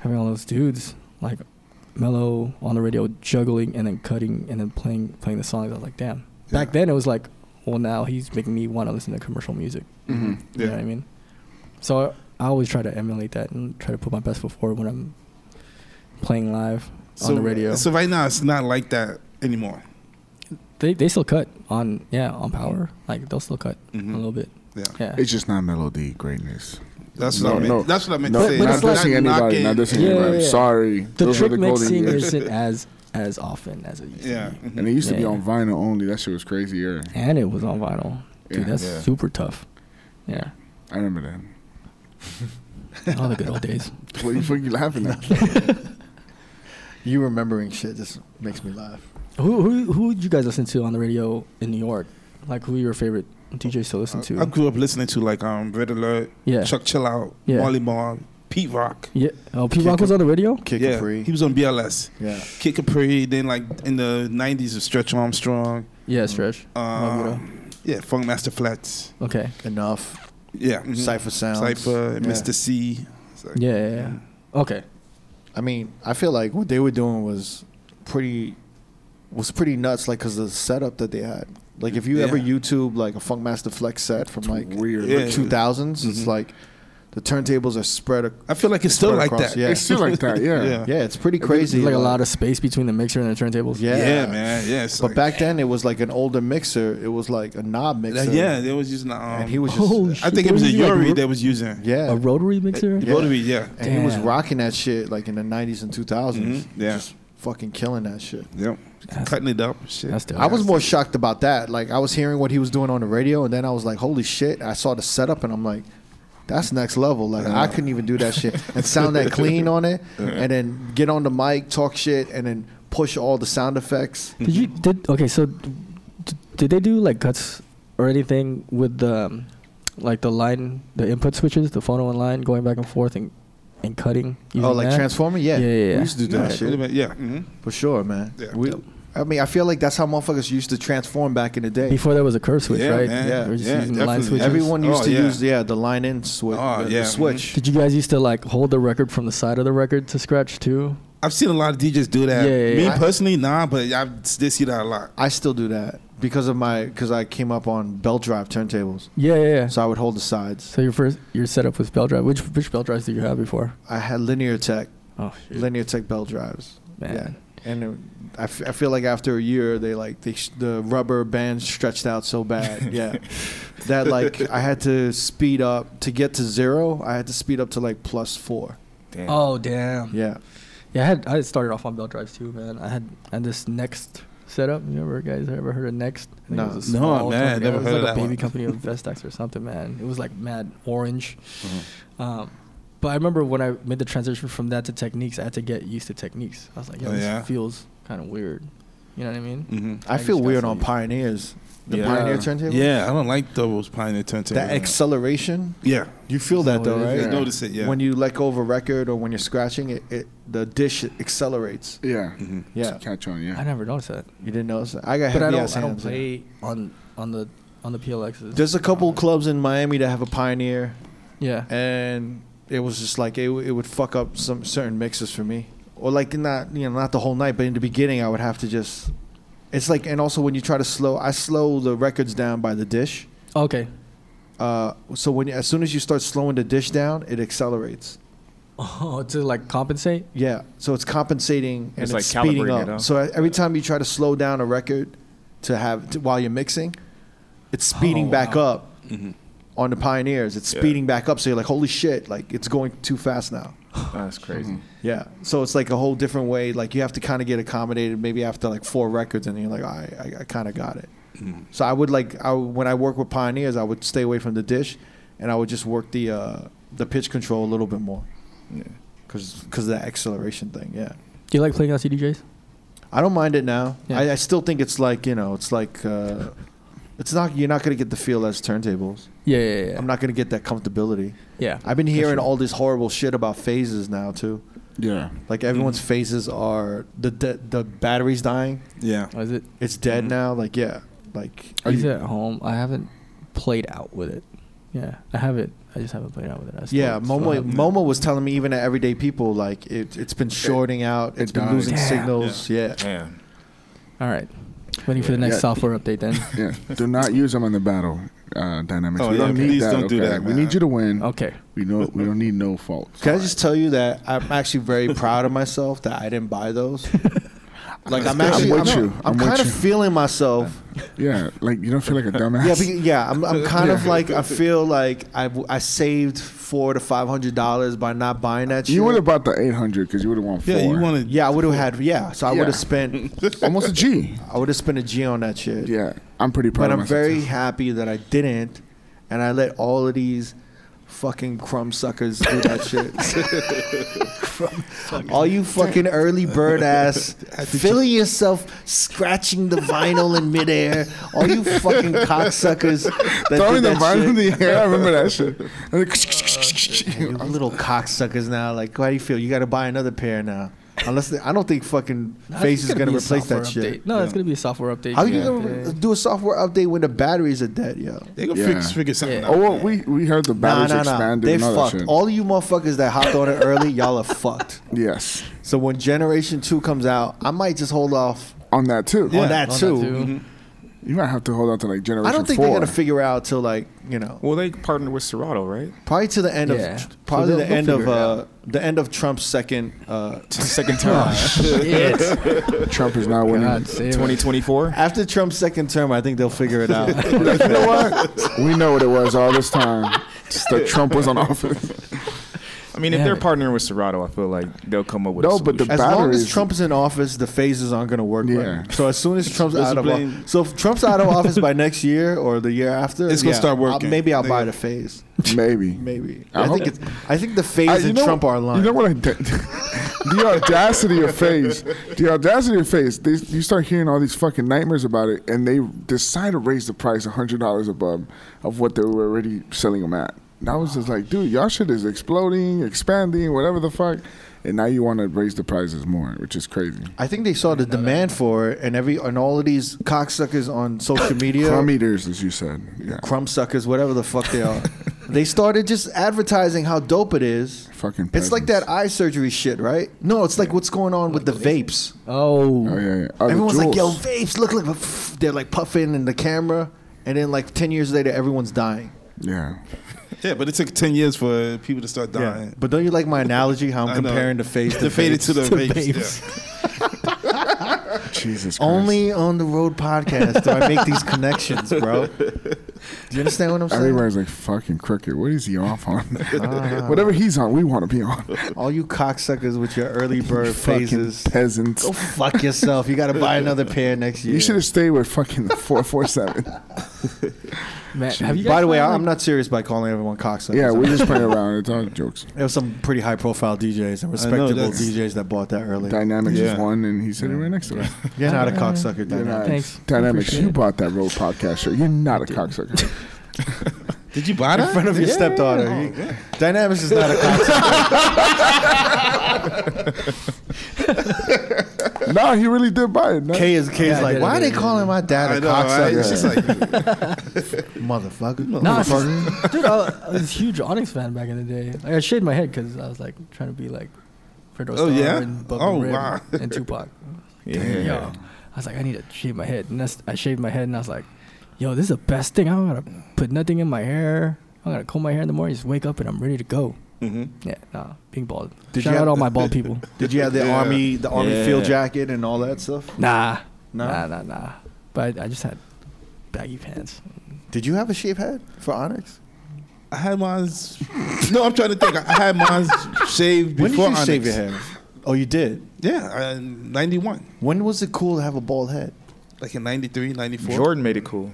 Speaker 4: having all those dudes like Mello on the radio juggling and then cutting and then playing playing the songs. I was like, "Damn." Back
Speaker 5: Yeah.
Speaker 4: then, it was like well now he's making me want to listen to commercial music
Speaker 2: hmm
Speaker 4: you know what i mean so I, I always try to emulate that and try to put my best foot forward when i'm playing live
Speaker 5: So,
Speaker 4: on the radio
Speaker 5: So right now it's not like that anymore.
Speaker 4: they, they still cut on yeah on power like they'll still cut
Speaker 5: Mhm.
Speaker 4: a little bit
Speaker 5: Yeah.
Speaker 4: yeah
Speaker 2: It's just not melody greatness.
Speaker 5: That's
Speaker 2: No,
Speaker 5: what I meant.
Speaker 2: no.
Speaker 5: That's what I meant
Speaker 2: No,
Speaker 5: to say.
Speaker 4: but
Speaker 2: not
Speaker 4: it's like-
Speaker 2: dissing anybody. Not dissing
Speaker 4: Yeah, yeah,
Speaker 2: anybody.
Speaker 4: yeah.
Speaker 2: Sorry.
Speaker 4: the
Speaker 2: Those were
Speaker 4: trick mixing
Speaker 2: golden years.
Speaker 4: isn't as as often as it used
Speaker 5: Yeah. Mm-hmm.
Speaker 4: to be
Speaker 2: And it used to be
Speaker 4: Yeah.
Speaker 2: on vinyl only. That shit was crazier.
Speaker 4: and it was on vinyl dude
Speaker 2: Yeah.
Speaker 4: that's
Speaker 3: Yeah.
Speaker 4: super tough yeah
Speaker 2: I remember that.
Speaker 4: all the good old days
Speaker 2: What the fuck you laughing at?
Speaker 1: You remembering shit just makes me laugh.
Speaker 4: who who who did you guys listen to on the radio in new york Like who your favorite DJs to
Speaker 1: Uh,
Speaker 4: listen to?
Speaker 5: I, I grew up listening to like um Red Alert,
Speaker 4: yeah.
Speaker 5: Chuck Chill Out,
Speaker 4: Yeah.
Speaker 5: Molly Mar, Pete Rock.
Speaker 4: Yeah. Oh, P Rock was on the radio.
Speaker 1: Kick
Speaker 5: yeah,
Speaker 1: yeah. free.
Speaker 5: he was on BLS.
Speaker 1: yeah.
Speaker 5: Kid Capri, then like in the '90s, of Stretch Armstrong.
Speaker 4: Yeah,
Speaker 1: Mm.
Speaker 4: stretch.
Speaker 5: Um, yeah, Funk Master Flats.
Speaker 4: Okay.
Speaker 1: Enough.
Speaker 5: Yeah, mhm.
Speaker 1: Cypher sounds.
Speaker 5: Cypher,
Speaker 1: Yeah.
Speaker 5: Mr. C. It's like-
Speaker 4: Yeah, yeah, yeah. Okay.
Speaker 1: I mean, I feel like what they were doing was pretty was pretty nuts. Like, cause the setup that they had. Like, if you ever
Speaker 5: Yeah.
Speaker 1: YouTube like a Funkmaster Flex set from like
Speaker 3: weird.
Speaker 5: Yeah.
Speaker 1: two it's like the turntables are spread. ac-
Speaker 5: I feel like it's still
Speaker 1: spread
Speaker 5: like
Speaker 1: across,
Speaker 5: that.
Speaker 1: Yeah.
Speaker 2: It's still like that, yeah.
Speaker 5: Yeah.
Speaker 1: yeah, it's pretty crazy.
Speaker 4: Like a lot of space between the mixer and the turntables.
Speaker 1: yeah,
Speaker 5: Yeah, man. Yeah, it's
Speaker 1: But
Speaker 5: like-
Speaker 1: back then, it was like an older mixer. It was like a knob
Speaker 5: Uh,
Speaker 1: mixer.
Speaker 5: yeah, they was using. Um,
Speaker 1: and he was just uh,
Speaker 4: Oh, shit.
Speaker 5: I think it was a
Speaker 4: They were
Speaker 5: Yuri
Speaker 4: using, like,
Speaker 5: they was using.
Speaker 1: yeah,
Speaker 4: A rotary mixer.
Speaker 1: Yeah.
Speaker 5: Rotary, yeah.
Speaker 1: and he was
Speaker 4: Damn.
Speaker 1: rocking that shit like in the '90s and 2000s.
Speaker 5: Mhm, yeah.
Speaker 1: just fucking killing that shit.
Speaker 5: Yep.
Speaker 4: That's-
Speaker 5: Cutting it up. Shit.
Speaker 4: That's dope.
Speaker 1: I was more shocked about that. Like I was hearing what he was doing on the radio, and then I was like, "Holy shit!" I saw the setup, and I'm like, "That's next level." Like I couldn't even do that shit and sound that clean on it, and then get on the mic, talk shit, and then push all the sound effects.
Speaker 4: Did you did okay? So, d- d- did they do like cuts or anything with the um, like the line, the input switches, the phono and line going back and forth and and cutting?
Speaker 1: oh,
Speaker 4: using
Speaker 1: like
Speaker 4: that?
Speaker 1: Transformer, yeah,
Speaker 4: Yeah, yeah, yeah.
Speaker 1: We used to do that
Speaker 5: Yeah,
Speaker 1: shit
Speaker 5: Yeah. mhm.
Speaker 1: for sure, man.
Speaker 5: Yeah.
Speaker 1: We, I mean, I feel like that's how motherfuckers used to transform back in the day.
Speaker 4: Before there was a curve switch,
Speaker 5: Yeah,
Speaker 4: right?
Speaker 5: man.
Speaker 1: Yeah,
Speaker 4: They were just
Speaker 5: yeah,
Speaker 4: using the line
Speaker 5: definitely.
Speaker 4: switches.
Speaker 1: Everyone used
Speaker 5: Oh,
Speaker 1: to
Speaker 5: yeah.
Speaker 1: use yeah the line in switch,
Speaker 5: Oh,
Speaker 1: the,
Speaker 5: yeah,
Speaker 1: the switch.
Speaker 4: Did you guys used to like hold the record from the side of the record to scratch too?
Speaker 5: I've seen a lot of DJs do that.
Speaker 4: Yeah, yeah,
Speaker 5: Me
Speaker 4: yeah.
Speaker 5: personally, nah, but I did see that a lot.
Speaker 1: I still do that because of my because I came up on belt drive turntables,
Speaker 4: Yeah, yeah, yeah.
Speaker 1: so I would hold the sides.
Speaker 4: So your first your setup was bell drive. Which which bell drives did you have before?
Speaker 1: I had linear tech,
Speaker 4: Oh
Speaker 1: linear tech belt drives.
Speaker 4: man.
Speaker 1: Yeah, and it, I, f- I feel like after a year they like they sh- the rubber band stretched out so bad. Yeah, that like I had to speed up to get to zero. I had to speed up to like plus four.
Speaker 3: Damn.
Speaker 4: Oh damn.
Speaker 1: Yeah,
Speaker 4: Yeah, I had I had started off on bell drives too, man. I had I had this next setup. You ever guys ever heard of Next? I think
Speaker 1: No.
Speaker 4: it was a
Speaker 5: No,
Speaker 4: small
Speaker 5: man, I
Speaker 4: company.
Speaker 5: never
Speaker 4: it was
Speaker 5: heard
Speaker 4: like
Speaker 5: of
Speaker 4: a
Speaker 5: that
Speaker 4: baby
Speaker 5: one.
Speaker 4: company of Vestax or something, man. It was like mad orange.
Speaker 5: Mm-hmm.
Speaker 4: Um, but I remember when I made the transition from that to techniques, I had to get used to techniques. I was like, yo,
Speaker 5: Oh,
Speaker 4: this
Speaker 5: yeah?
Speaker 4: feels kind of weird. You know what I mean?
Speaker 5: hmm
Speaker 1: I,
Speaker 4: I
Speaker 1: feel
Speaker 4: just
Speaker 1: weird
Speaker 4: got
Speaker 1: on
Speaker 4: so-
Speaker 1: pioneers. The
Speaker 2: Yeah.
Speaker 1: pioneer turntable.
Speaker 5: Yeah, I don't like those pioneer turntables.
Speaker 1: that acceleration.
Speaker 5: yeah,
Speaker 1: You feel that
Speaker 4: Oh,
Speaker 1: though,
Speaker 4: it
Speaker 1: right?
Speaker 4: is,
Speaker 5: I notice it. Yeah,
Speaker 1: When you let go of a record or when you're scratching it, it the dish accelerates.
Speaker 2: Yeah.
Speaker 5: Mhm.
Speaker 1: Yeah,
Speaker 2: Catch on,
Speaker 4: I
Speaker 2: yeah.
Speaker 4: never noticed that.
Speaker 1: you didn't notice that. I got
Speaker 4: But
Speaker 1: heavy
Speaker 4: I
Speaker 1: ass
Speaker 4: don't I
Speaker 1: hands.
Speaker 4: don't play on on the on the PLXs.
Speaker 1: There's a couple clubs in Miami that have a Pioneer,
Speaker 4: Uh, Yeah.
Speaker 1: and it was just like it, w- it would fuck up some certain mixes for me, or like not you know not the whole night, but in the beginning I would have to just. It's like and also when you try to slow, I slow the records down by the dish.
Speaker 4: Okay.
Speaker 1: Uh, so when you- as soon as you start slowing the dish down, it accelerates.
Speaker 4: Oh, to like compensate.
Speaker 1: Yeah, so it's compensating and it's,
Speaker 3: It's like
Speaker 1: speeding
Speaker 3: calibrating
Speaker 1: up.
Speaker 3: it, huh?
Speaker 1: So every time you try to slow down a record to have to, while you're mixing, it's speeding
Speaker 4: Oh,
Speaker 1: back
Speaker 4: wow.
Speaker 1: up on the Pioneers. It's
Speaker 3: Mm-hmm. Yeah.
Speaker 1: speeding back up, so you're like, holy shit, like it's going too fast now.
Speaker 3: That's crazy.
Speaker 1: Yeah, so it's like a whole different way. Like you have to kind of get accommodated. Maybe after like four records, and you're like, all right, I, I kind of got it.
Speaker 4: Mm-hmm.
Speaker 1: So I would like I, would- when I work with Pioneers, I would stay away from the dish, and I would just work the uh, the pitch control a little bit more,
Speaker 3: Yeah.
Speaker 1: because of that acceleration thing. Yeah.
Speaker 4: Do you like playing on CDJs?
Speaker 1: I don't mind it now.
Speaker 4: Yeah.
Speaker 1: I, I still think it's like you know, it's like uh, it's not. You're not gonna get the feel as turntables.
Speaker 4: Yeah, yeah, yeah.
Speaker 1: I'm not gonna get that comfortability.
Speaker 4: yeah.
Speaker 1: I've been hearing
Speaker 4: sure.
Speaker 1: all this horrible shit about phases now too.
Speaker 2: Yeah.
Speaker 1: Like everyone's
Speaker 2: Mm-hmm.
Speaker 1: phases are the de- the battery's dying.
Speaker 5: yeah.
Speaker 4: Oh, Is it?
Speaker 1: It's dead now. Like yeah, like
Speaker 2: Mm-hmm. Are
Speaker 4: Is
Speaker 2: you-
Speaker 4: it at home? I haven't played out with it. Yeah, I have it. I just haven't played out with it. I still-
Speaker 1: yeah.
Speaker 4: still
Speaker 1: Momo
Speaker 4: haven't.
Speaker 1: Momo was telling me even at Everyday People like it it's been shorting out. It's
Speaker 2: it
Speaker 1: been
Speaker 2: died.
Speaker 1: losing
Speaker 4: Damn.
Speaker 1: signals. Yeah.
Speaker 3: Man.
Speaker 4: All right. Waiting for the next
Speaker 2: Yeah.
Speaker 4: software update then.
Speaker 2: Yeah. Do not use them in the battle uh, dynamics.
Speaker 5: Oh,
Speaker 2: we
Speaker 5: yeah,
Speaker 2: don't need
Speaker 5: please
Speaker 2: that.
Speaker 5: don't do
Speaker 2: okay?
Speaker 5: that,
Speaker 2: We
Speaker 5: man.
Speaker 2: need you to win.
Speaker 4: Okay.
Speaker 2: We know we don't need no faults.
Speaker 1: Can I just tell you that I'm actually very proud of myself that I didn't buy those. Like I'm
Speaker 2: I'm
Speaker 1: actually, I'm,
Speaker 2: with you.
Speaker 1: I'm,
Speaker 2: I'm with
Speaker 1: kind of
Speaker 2: you.
Speaker 1: feeling myself.
Speaker 2: Yeah, like you don't feel like a
Speaker 1: Yeah,
Speaker 2: dumbass.
Speaker 1: be, yeah. I'm, I'm kind of like I feel like I, w- I saved four to five hundred dollars by not buying that. Shit.
Speaker 2: you would have bought the eight hundred because you would have won four.
Speaker 5: Yeah, you want to?
Speaker 1: yeah. I would have had yeah. So I
Speaker 2: Yeah.
Speaker 1: would have spent
Speaker 2: almost a G.
Speaker 1: I would have spent a G on that shit.
Speaker 2: Yeah, I'm pretty proud.
Speaker 1: but
Speaker 2: of
Speaker 1: I'm
Speaker 2: myself,
Speaker 1: very
Speaker 2: too.
Speaker 1: happy that I didn't, and I let all of these Fucking crumb suckers do that shit. Crumb- All you fucking early bird ass, feel yourself scratching the vinyl in midair. All you fucking cocksuckers that
Speaker 2: Throwing
Speaker 1: did
Speaker 2: the
Speaker 1: that
Speaker 2: vinyl
Speaker 1: shit.
Speaker 2: in the air. I remember that shit. And then-
Speaker 1: You little cocksuckers now. Like, how do you feel? You got to buy another pair now. Unless they, I don't think fucking
Speaker 4: Nah,
Speaker 1: Face
Speaker 4: it's
Speaker 1: is gonna
Speaker 4: be a
Speaker 1: replace that
Speaker 4: software
Speaker 1: shit.
Speaker 4: update. No, it's gonna be a software update.
Speaker 1: How you
Speaker 4: Yeah.
Speaker 1: gonna
Speaker 4: Yeah.
Speaker 1: do a software update when the batteries are dead, yo?
Speaker 5: They gonna
Speaker 2: Yeah.
Speaker 5: fix figure something
Speaker 4: Yeah.
Speaker 2: Oh
Speaker 5: out.
Speaker 2: well, we we heard the
Speaker 1: Nah,
Speaker 2: batteries
Speaker 1: nah, nah.
Speaker 2: expanded
Speaker 1: They
Speaker 2: and all that
Speaker 1: fucked.
Speaker 2: shit.
Speaker 1: All you motherfuckers that hopped on it early, y'all are fucked.
Speaker 2: yes,
Speaker 1: So when Generation Two comes out, I might just hold off
Speaker 2: on that too.
Speaker 1: on that
Speaker 4: On that
Speaker 1: too.
Speaker 4: too.
Speaker 2: You might have to hold on to like generation
Speaker 1: I don't think
Speaker 2: four.
Speaker 1: they're gonna figure out till like you know
Speaker 3: Well, they partnered with Serato, right?
Speaker 1: probably to the end
Speaker 4: Yeah.
Speaker 1: of probably
Speaker 4: So
Speaker 1: the
Speaker 4: they'll-
Speaker 1: end
Speaker 4: they'll
Speaker 1: of
Speaker 4: figure it
Speaker 1: uh, the end of Trump's second uh,
Speaker 3: Second term,
Speaker 4: Oh,
Speaker 2: Trump is not winning.
Speaker 4: God save it.
Speaker 3: 2024.
Speaker 1: after Trump's second term. I think they'll figure it out.
Speaker 2: Like, you know what? We know what it was all this time. Just that Trump was on office.
Speaker 3: I mean, if
Speaker 4: Damn
Speaker 3: they're
Speaker 4: it.
Speaker 3: partnering with Serato, I feel like they'll come up with
Speaker 2: No,
Speaker 3: A
Speaker 2: but the
Speaker 3: solution.
Speaker 1: As long as
Speaker 2: Batteries-
Speaker 1: Trump's in office, the phases aren't going to work.
Speaker 2: Yeah.
Speaker 1: Right. So as soon as Trump's
Speaker 5: Let's
Speaker 1: out of
Speaker 5: blame-
Speaker 1: office, so if Trump's out of office by next year or the year after,
Speaker 5: It's gonna
Speaker 1: yeah,
Speaker 5: start
Speaker 1: I'll-
Speaker 5: working.
Speaker 1: maybe I'll
Speaker 5: They-
Speaker 1: buy the phase.
Speaker 2: Maybe.
Speaker 1: Maybe
Speaker 2: I
Speaker 1: I, think
Speaker 2: hope-
Speaker 1: it's. I think the phase
Speaker 2: I-
Speaker 1: and Trump are aligned.
Speaker 2: You know what I did? the audacity of phase. The audacity of phase. They, you start hearing all these fucking nightmares about it, and they decide to raise the price hundred dollars above of what they were already selling them at. And I was just like, dude, y'all shit is exploding, expanding, whatever the fuck. And now you want to raise the prices more, which is crazy.
Speaker 1: I think they saw the demand for it, and every and all of these cocksuckers on social media,
Speaker 2: Crumb eaters, as you said. Yeah.
Speaker 1: crumb suckers, whatever the fuck they are, they started just advertising how dope it is.
Speaker 2: Fucking.
Speaker 1: It's like that
Speaker 2: peasants.
Speaker 1: eye surgery shit, right? No, it's like what's going on with the vapes.
Speaker 4: Oh,
Speaker 2: Oh yeah. yeah. Oh, the
Speaker 1: everyone's like, "Yo,
Speaker 2: jewels.
Speaker 1: vapes look like pff," they're like puffing in the camera," and then like ten years later, everyone's dying.
Speaker 2: Yeah.
Speaker 5: Yeah, but it took ten years for people to start dying.
Speaker 1: But don't you like my analogy? How
Speaker 5: I
Speaker 1: I'm
Speaker 5: know.
Speaker 1: comparing the phase to
Speaker 5: They faded
Speaker 1: vapes?
Speaker 5: to the vapes.
Speaker 2: Jesus. Christ.
Speaker 1: Only on the road podcast do I make these connections, bro. Do you understand what I'm saying?
Speaker 2: Everybody's like fucking crooked. What is he off on? Whatever he's on, we want to be on.
Speaker 1: All you cocksuckers with your early bird
Speaker 2: fucking
Speaker 1: phases.
Speaker 2: peasants.
Speaker 1: Go fuck yourself. You got to buy another pair next year.
Speaker 2: You should have stayed with fucking four four seven.
Speaker 4: man. Have you guys
Speaker 1: By the way, I-
Speaker 4: found, like-
Speaker 1: I'm not serious by calling everyone cocksuckers.
Speaker 2: Yeah, we're just playing around. It's all jokes.
Speaker 1: there were some pretty high profile DJs and respectable
Speaker 5: that's-
Speaker 1: DJs that bought that early.
Speaker 2: Dynamics
Speaker 5: Yeah.
Speaker 2: is one, and he's sitting right next to us.
Speaker 1: You're not a cocksucker,
Speaker 2: You're
Speaker 1: Dynamic.
Speaker 2: not-
Speaker 4: Thanks.
Speaker 2: Dynamics,
Speaker 4: Appreciate
Speaker 2: you
Speaker 4: it.
Speaker 2: bought that road podcast shirt. You're not a cocksucker.
Speaker 5: Did you buy
Speaker 1: in
Speaker 5: that?
Speaker 1: front of your stepdaughter. He- Dynamics is not a cocksucker.
Speaker 2: no, he really did buy it. No.
Speaker 1: K is K
Speaker 4: Yeah,
Speaker 1: is
Speaker 4: I
Speaker 1: like,
Speaker 4: did,
Speaker 1: why
Speaker 4: I
Speaker 1: are they
Speaker 4: did, I
Speaker 1: calling my dad
Speaker 5: I
Speaker 1: a
Speaker 5: know. Right?
Speaker 1: cocksucker?
Speaker 5: It's just like
Speaker 1: Motherfucker.
Speaker 4: Nah, it's
Speaker 1: Motherfucker.
Speaker 4: just- dude, I was, I was a huge Onyx fan back in the day. Like, I shaved my head because I was like trying to be like Fredo Starr
Speaker 5: yeah?
Speaker 4: and Bubba
Speaker 5: Oh,
Speaker 4: Red
Speaker 5: wow.
Speaker 4: and Tupac.
Speaker 3: Yeah.
Speaker 4: Yo, I was like, I need to shave my head, and that's, I shaved my head, and I was like, Yo, this is the best thing. I don't gotta put nothing in my hair. I am going to comb my hair in the morning. Just wake up and I'm ready to go.
Speaker 5: Mhm.
Speaker 4: Yeah, nah, being bald.
Speaker 1: Did
Speaker 4: Shout
Speaker 1: you
Speaker 4: out
Speaker 1: have-
Speaker 4: all my bald people.
Speaker 1: Did you have the
Speaker 5: Yeah.
Speaker 1: army, the army
Speaker 3: Yeah.
Speaker 1: field jacket and all that stuff?
Speaker 4: Nah,
Speaker 1: No?
Speaker 4: nah, nah, nah. But I just had baggy pants.
Speaker 1: Did you have a shaved head for Onyx?
Speaker 5: I had mine. No, I'm trying to think. I had mine shaved
Speaker 1: When did
Speaker 5: before
Speaker 1: you shave your
Speaker 5: Onyx.
Speaker 1: head? Oh, you did.
Speaker 5: Yeah, uh, 91,
Speaker 1: When was it cool to have a bald head?
Speaker 5: like in 93, 94.
Speaker 3: Jordan made it cool.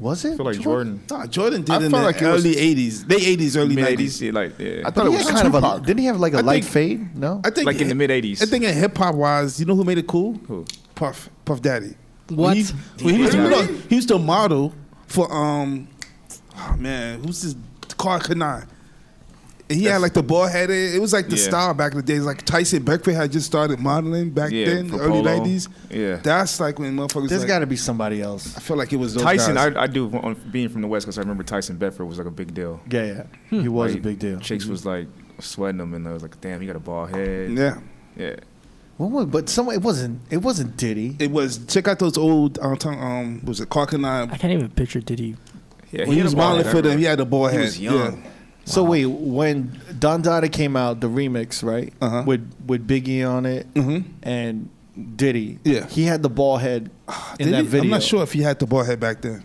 Speaker 1: Was it?
Speaker 3: I feel like Jordan,
Speaker 5: Nah, Jordan did
Speaker 2: I
Speaker 5: in the
Speaker 2: felt like it was-
Speaker 5: early 80s, late 80s, early
Speaker 3: mid
Speaker 5: 90s.
Speaker 3: '80s, yeah, like yeah.
Speaker 2: I thought it
Speaker 1: He
Speaker 2: was
Speaker 1: had kind of a,
Speaker 2: Tupac.
Speaker 1: didn't he have like a
Speaker 5: I
Speaker 1: light
Speaker 5: think-
Speaker 1: fade? No.
Speaker 5: I think
Speaker 3: like in the mid '80s.
Speaker 5: I think in hip hop wise, you know who made it cool?
Speaker 3: Who?
Speaker 5: Puff, Puff Daddy.
Speaker 4: What?
Speaker 5: When he, when he was,
Speaker 4: Yeah.
Speaker 5: no, he used to model for um, oh man, who's this? Carl Kanai. And he had
Speaker 3: That's-
Speaker 5: like the ball headed. It was like the
Speaker 3: Yeah.
Speaker 5: style back in the days. Like Tyson Beckford had just started modeling back
Speaker 3: Yeah,
Speaker 5: then,
Speaker 3: for
Speaker 5: early
Speaker 3: polo.
Speaker 5: nineties.
Speaker 3: Yeah.
Speaker 5: that's like when motherfuckers.
Speaker 1: There's
Speaker 5: like,
Speaker 1: got to be somebody else.
Speaker 5: I feel like it was those
Speaker 3: Tyson,
Speaker 5: guys.
Speaker 3: I, I do on being from the West Coast. I remember Tyson Bedford was like a big deal.
Speaker 1: Yeah, yeah.
Speaker 5: Hmm.
Speaker 1: He was a
Speaker 3: Like,
Speaker 1: big deal.
Speaker 3: Chicks was like sweating him, and I was like, "Damn, he got a bald head."
Speaker 5: yeah,
Speaker 3: yeah.
Speaker 1: What was, but someone it wasn't it wasn't Diddy.
Speaker 5: it was. Check out those old um, tongue- um was it Carl Kanai?
Speaker 4: I can't even picture Diddy.
Speaker 3: yeah
Speaker 5: When he,
Speaker 3: had
Speaker 5: was
Speaker 3: a bald
Speaker 5: modeling
Speaker 3: head,
Speaker 5: for
Speaker 3: I
Speaker 5: them, he
Speaker 3: remember.
Speaker 5: had the ball
Speaker 3: He
Speaker 5: head.
Speaker 3: was young.
Speaker 5: Yeah.
Speaker 1: So wait, when Don Dada came out, the remix, right?
Speaker 5: Uh-huh.
Speaker 1: With with Biggie on it
Speaker 5: Mhm.
Speaker 1: and Diddy.
Speaker 5: Yeah.
Speaker 1: He had the ball head in
Speaker 5: Did
Speaker 1: that
Speaker 5: he?
Speaker 1: video.
Speaker 5: I'm not sure if he had the bald head back then.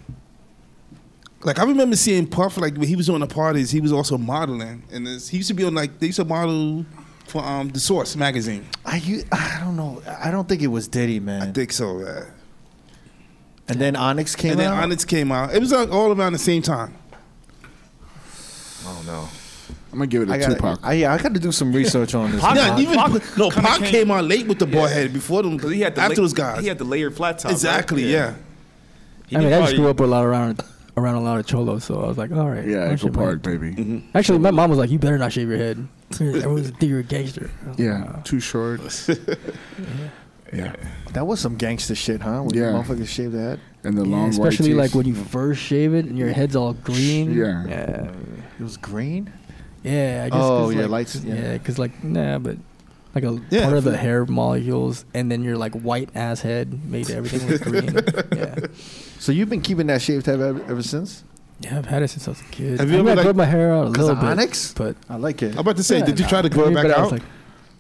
Speaker 5: Like I remember seeing Puff like when he was doing the parties, he was also modeling, and this, he used to be on like they used to model for um the Source magazine.
Speaker 1: I u- I don't know. I don't think it was Diddy, man.
Speaker 5: I think so. Yeah.
Speaker 1: and then Onyx came
Speaker 5: And then
Speaker 1: out.
Speaker 5: uh, Onyx came out. It was like all around the same time.
Speaker 3: I don't know.
Speaker 2: I'm gonna give it a
Speaker 1: I gotta,
Speaker 2: Tupac.
Speaker 1: I, yeah, I gotta do some research on this.
Speaker 5: Nah,
Speaker 6: Pac-
Speaker 5: even
Speaker 6: Pac
Speaker 5: no,
Speaker 6: kinda
Speaker 5: Pac
Speaker 6: came-
Speaker 5: came out late with the bald head before them
Speaker 3: Because he had the
Speaker 5: after
Speaker 3: la-
Speaker 5: those guys.
Speaker 3: He had the layered flat top.
Speaker 5: exactly,
Speaker 3: right?
Speaker 5: yeah.
Speaker 3: He
Speaker 4: I mean,
Speaker 3: did
Speaker 4: I just grew
Speaker 3: probably-
Speaker 4: up a lot around around a lot of cholos, so I was like, all right.
Speaker 2: yeah,
Speaker 4: I
Speaker 2: Echo
Speaker 4: should wear
Speaker 2: Park,
Speaker 4: it.
Speaker 2: baby.
Speaker 1: Mm-hmm.
Speaker 4: Actually, my mom was like, you better not shave your head. Everyone's a think you're a gangster. I was like,
Speaker 2: Yeah, too short. yeah,
Speaker 1: That was some gangster shit, huh? When
Speaker 2: Yeah.
Speaker 1: motherfuckers shaved their head.
Speaker 2: and the
Speaker 4: Yeah,
Speaker 2: long
Speaker 4: especially
Speaker 2: white
Speaker 4: like
Speaker 2: teeth.
Speaker 4: when you first shave it and your head's all green.
Speaker 2: Yeah.
Speaker 4: yeah,
Speaker 1: It was green.
Speaker 4: yeah. I guess
Speaker 1: Oh,
Speaker 4: 'cause,
Speaker 1: yeah,
Speaker 4: like,
Speaker 1: lights, yeah.
Speaker 4: yeah, because like nah, but like a
Speaker 5: Yeah,
Speaker 4: part of
Speaker 5: for-
Speaker 4: the hair molecules, and then your like white ass head made everything look green. Yeah,
Speaker 1: So you've been keeping that shaved head ever, ever since?
Speaker 4: yeah. I've had it since I was a kid.
Speaker 5: Have you
Speaker 4: I mean,
Speaker 5: ever,
Speaker 4: I
Speaker 5: like-
Speaker 4: grow my hair out a
Speaker 1: Because
Speaker 4: little
Speaker 1: of
Speaker 4: bit,
Speaker 1: Onyx?
Speaker 4: but
Speaker 1: I like it.
Speaker 5: I'm about to say,
Speaker 4: Yeah,
Speaker 5: did you
Speaker 4: nah.
Speaker 5: try to grow
Speaker 4: I
Speaker 5: it
Speaker 4: mean,
Speaker 5: back
Speaker 4: but I
Speaker 5: out?
Speaker 4: was like,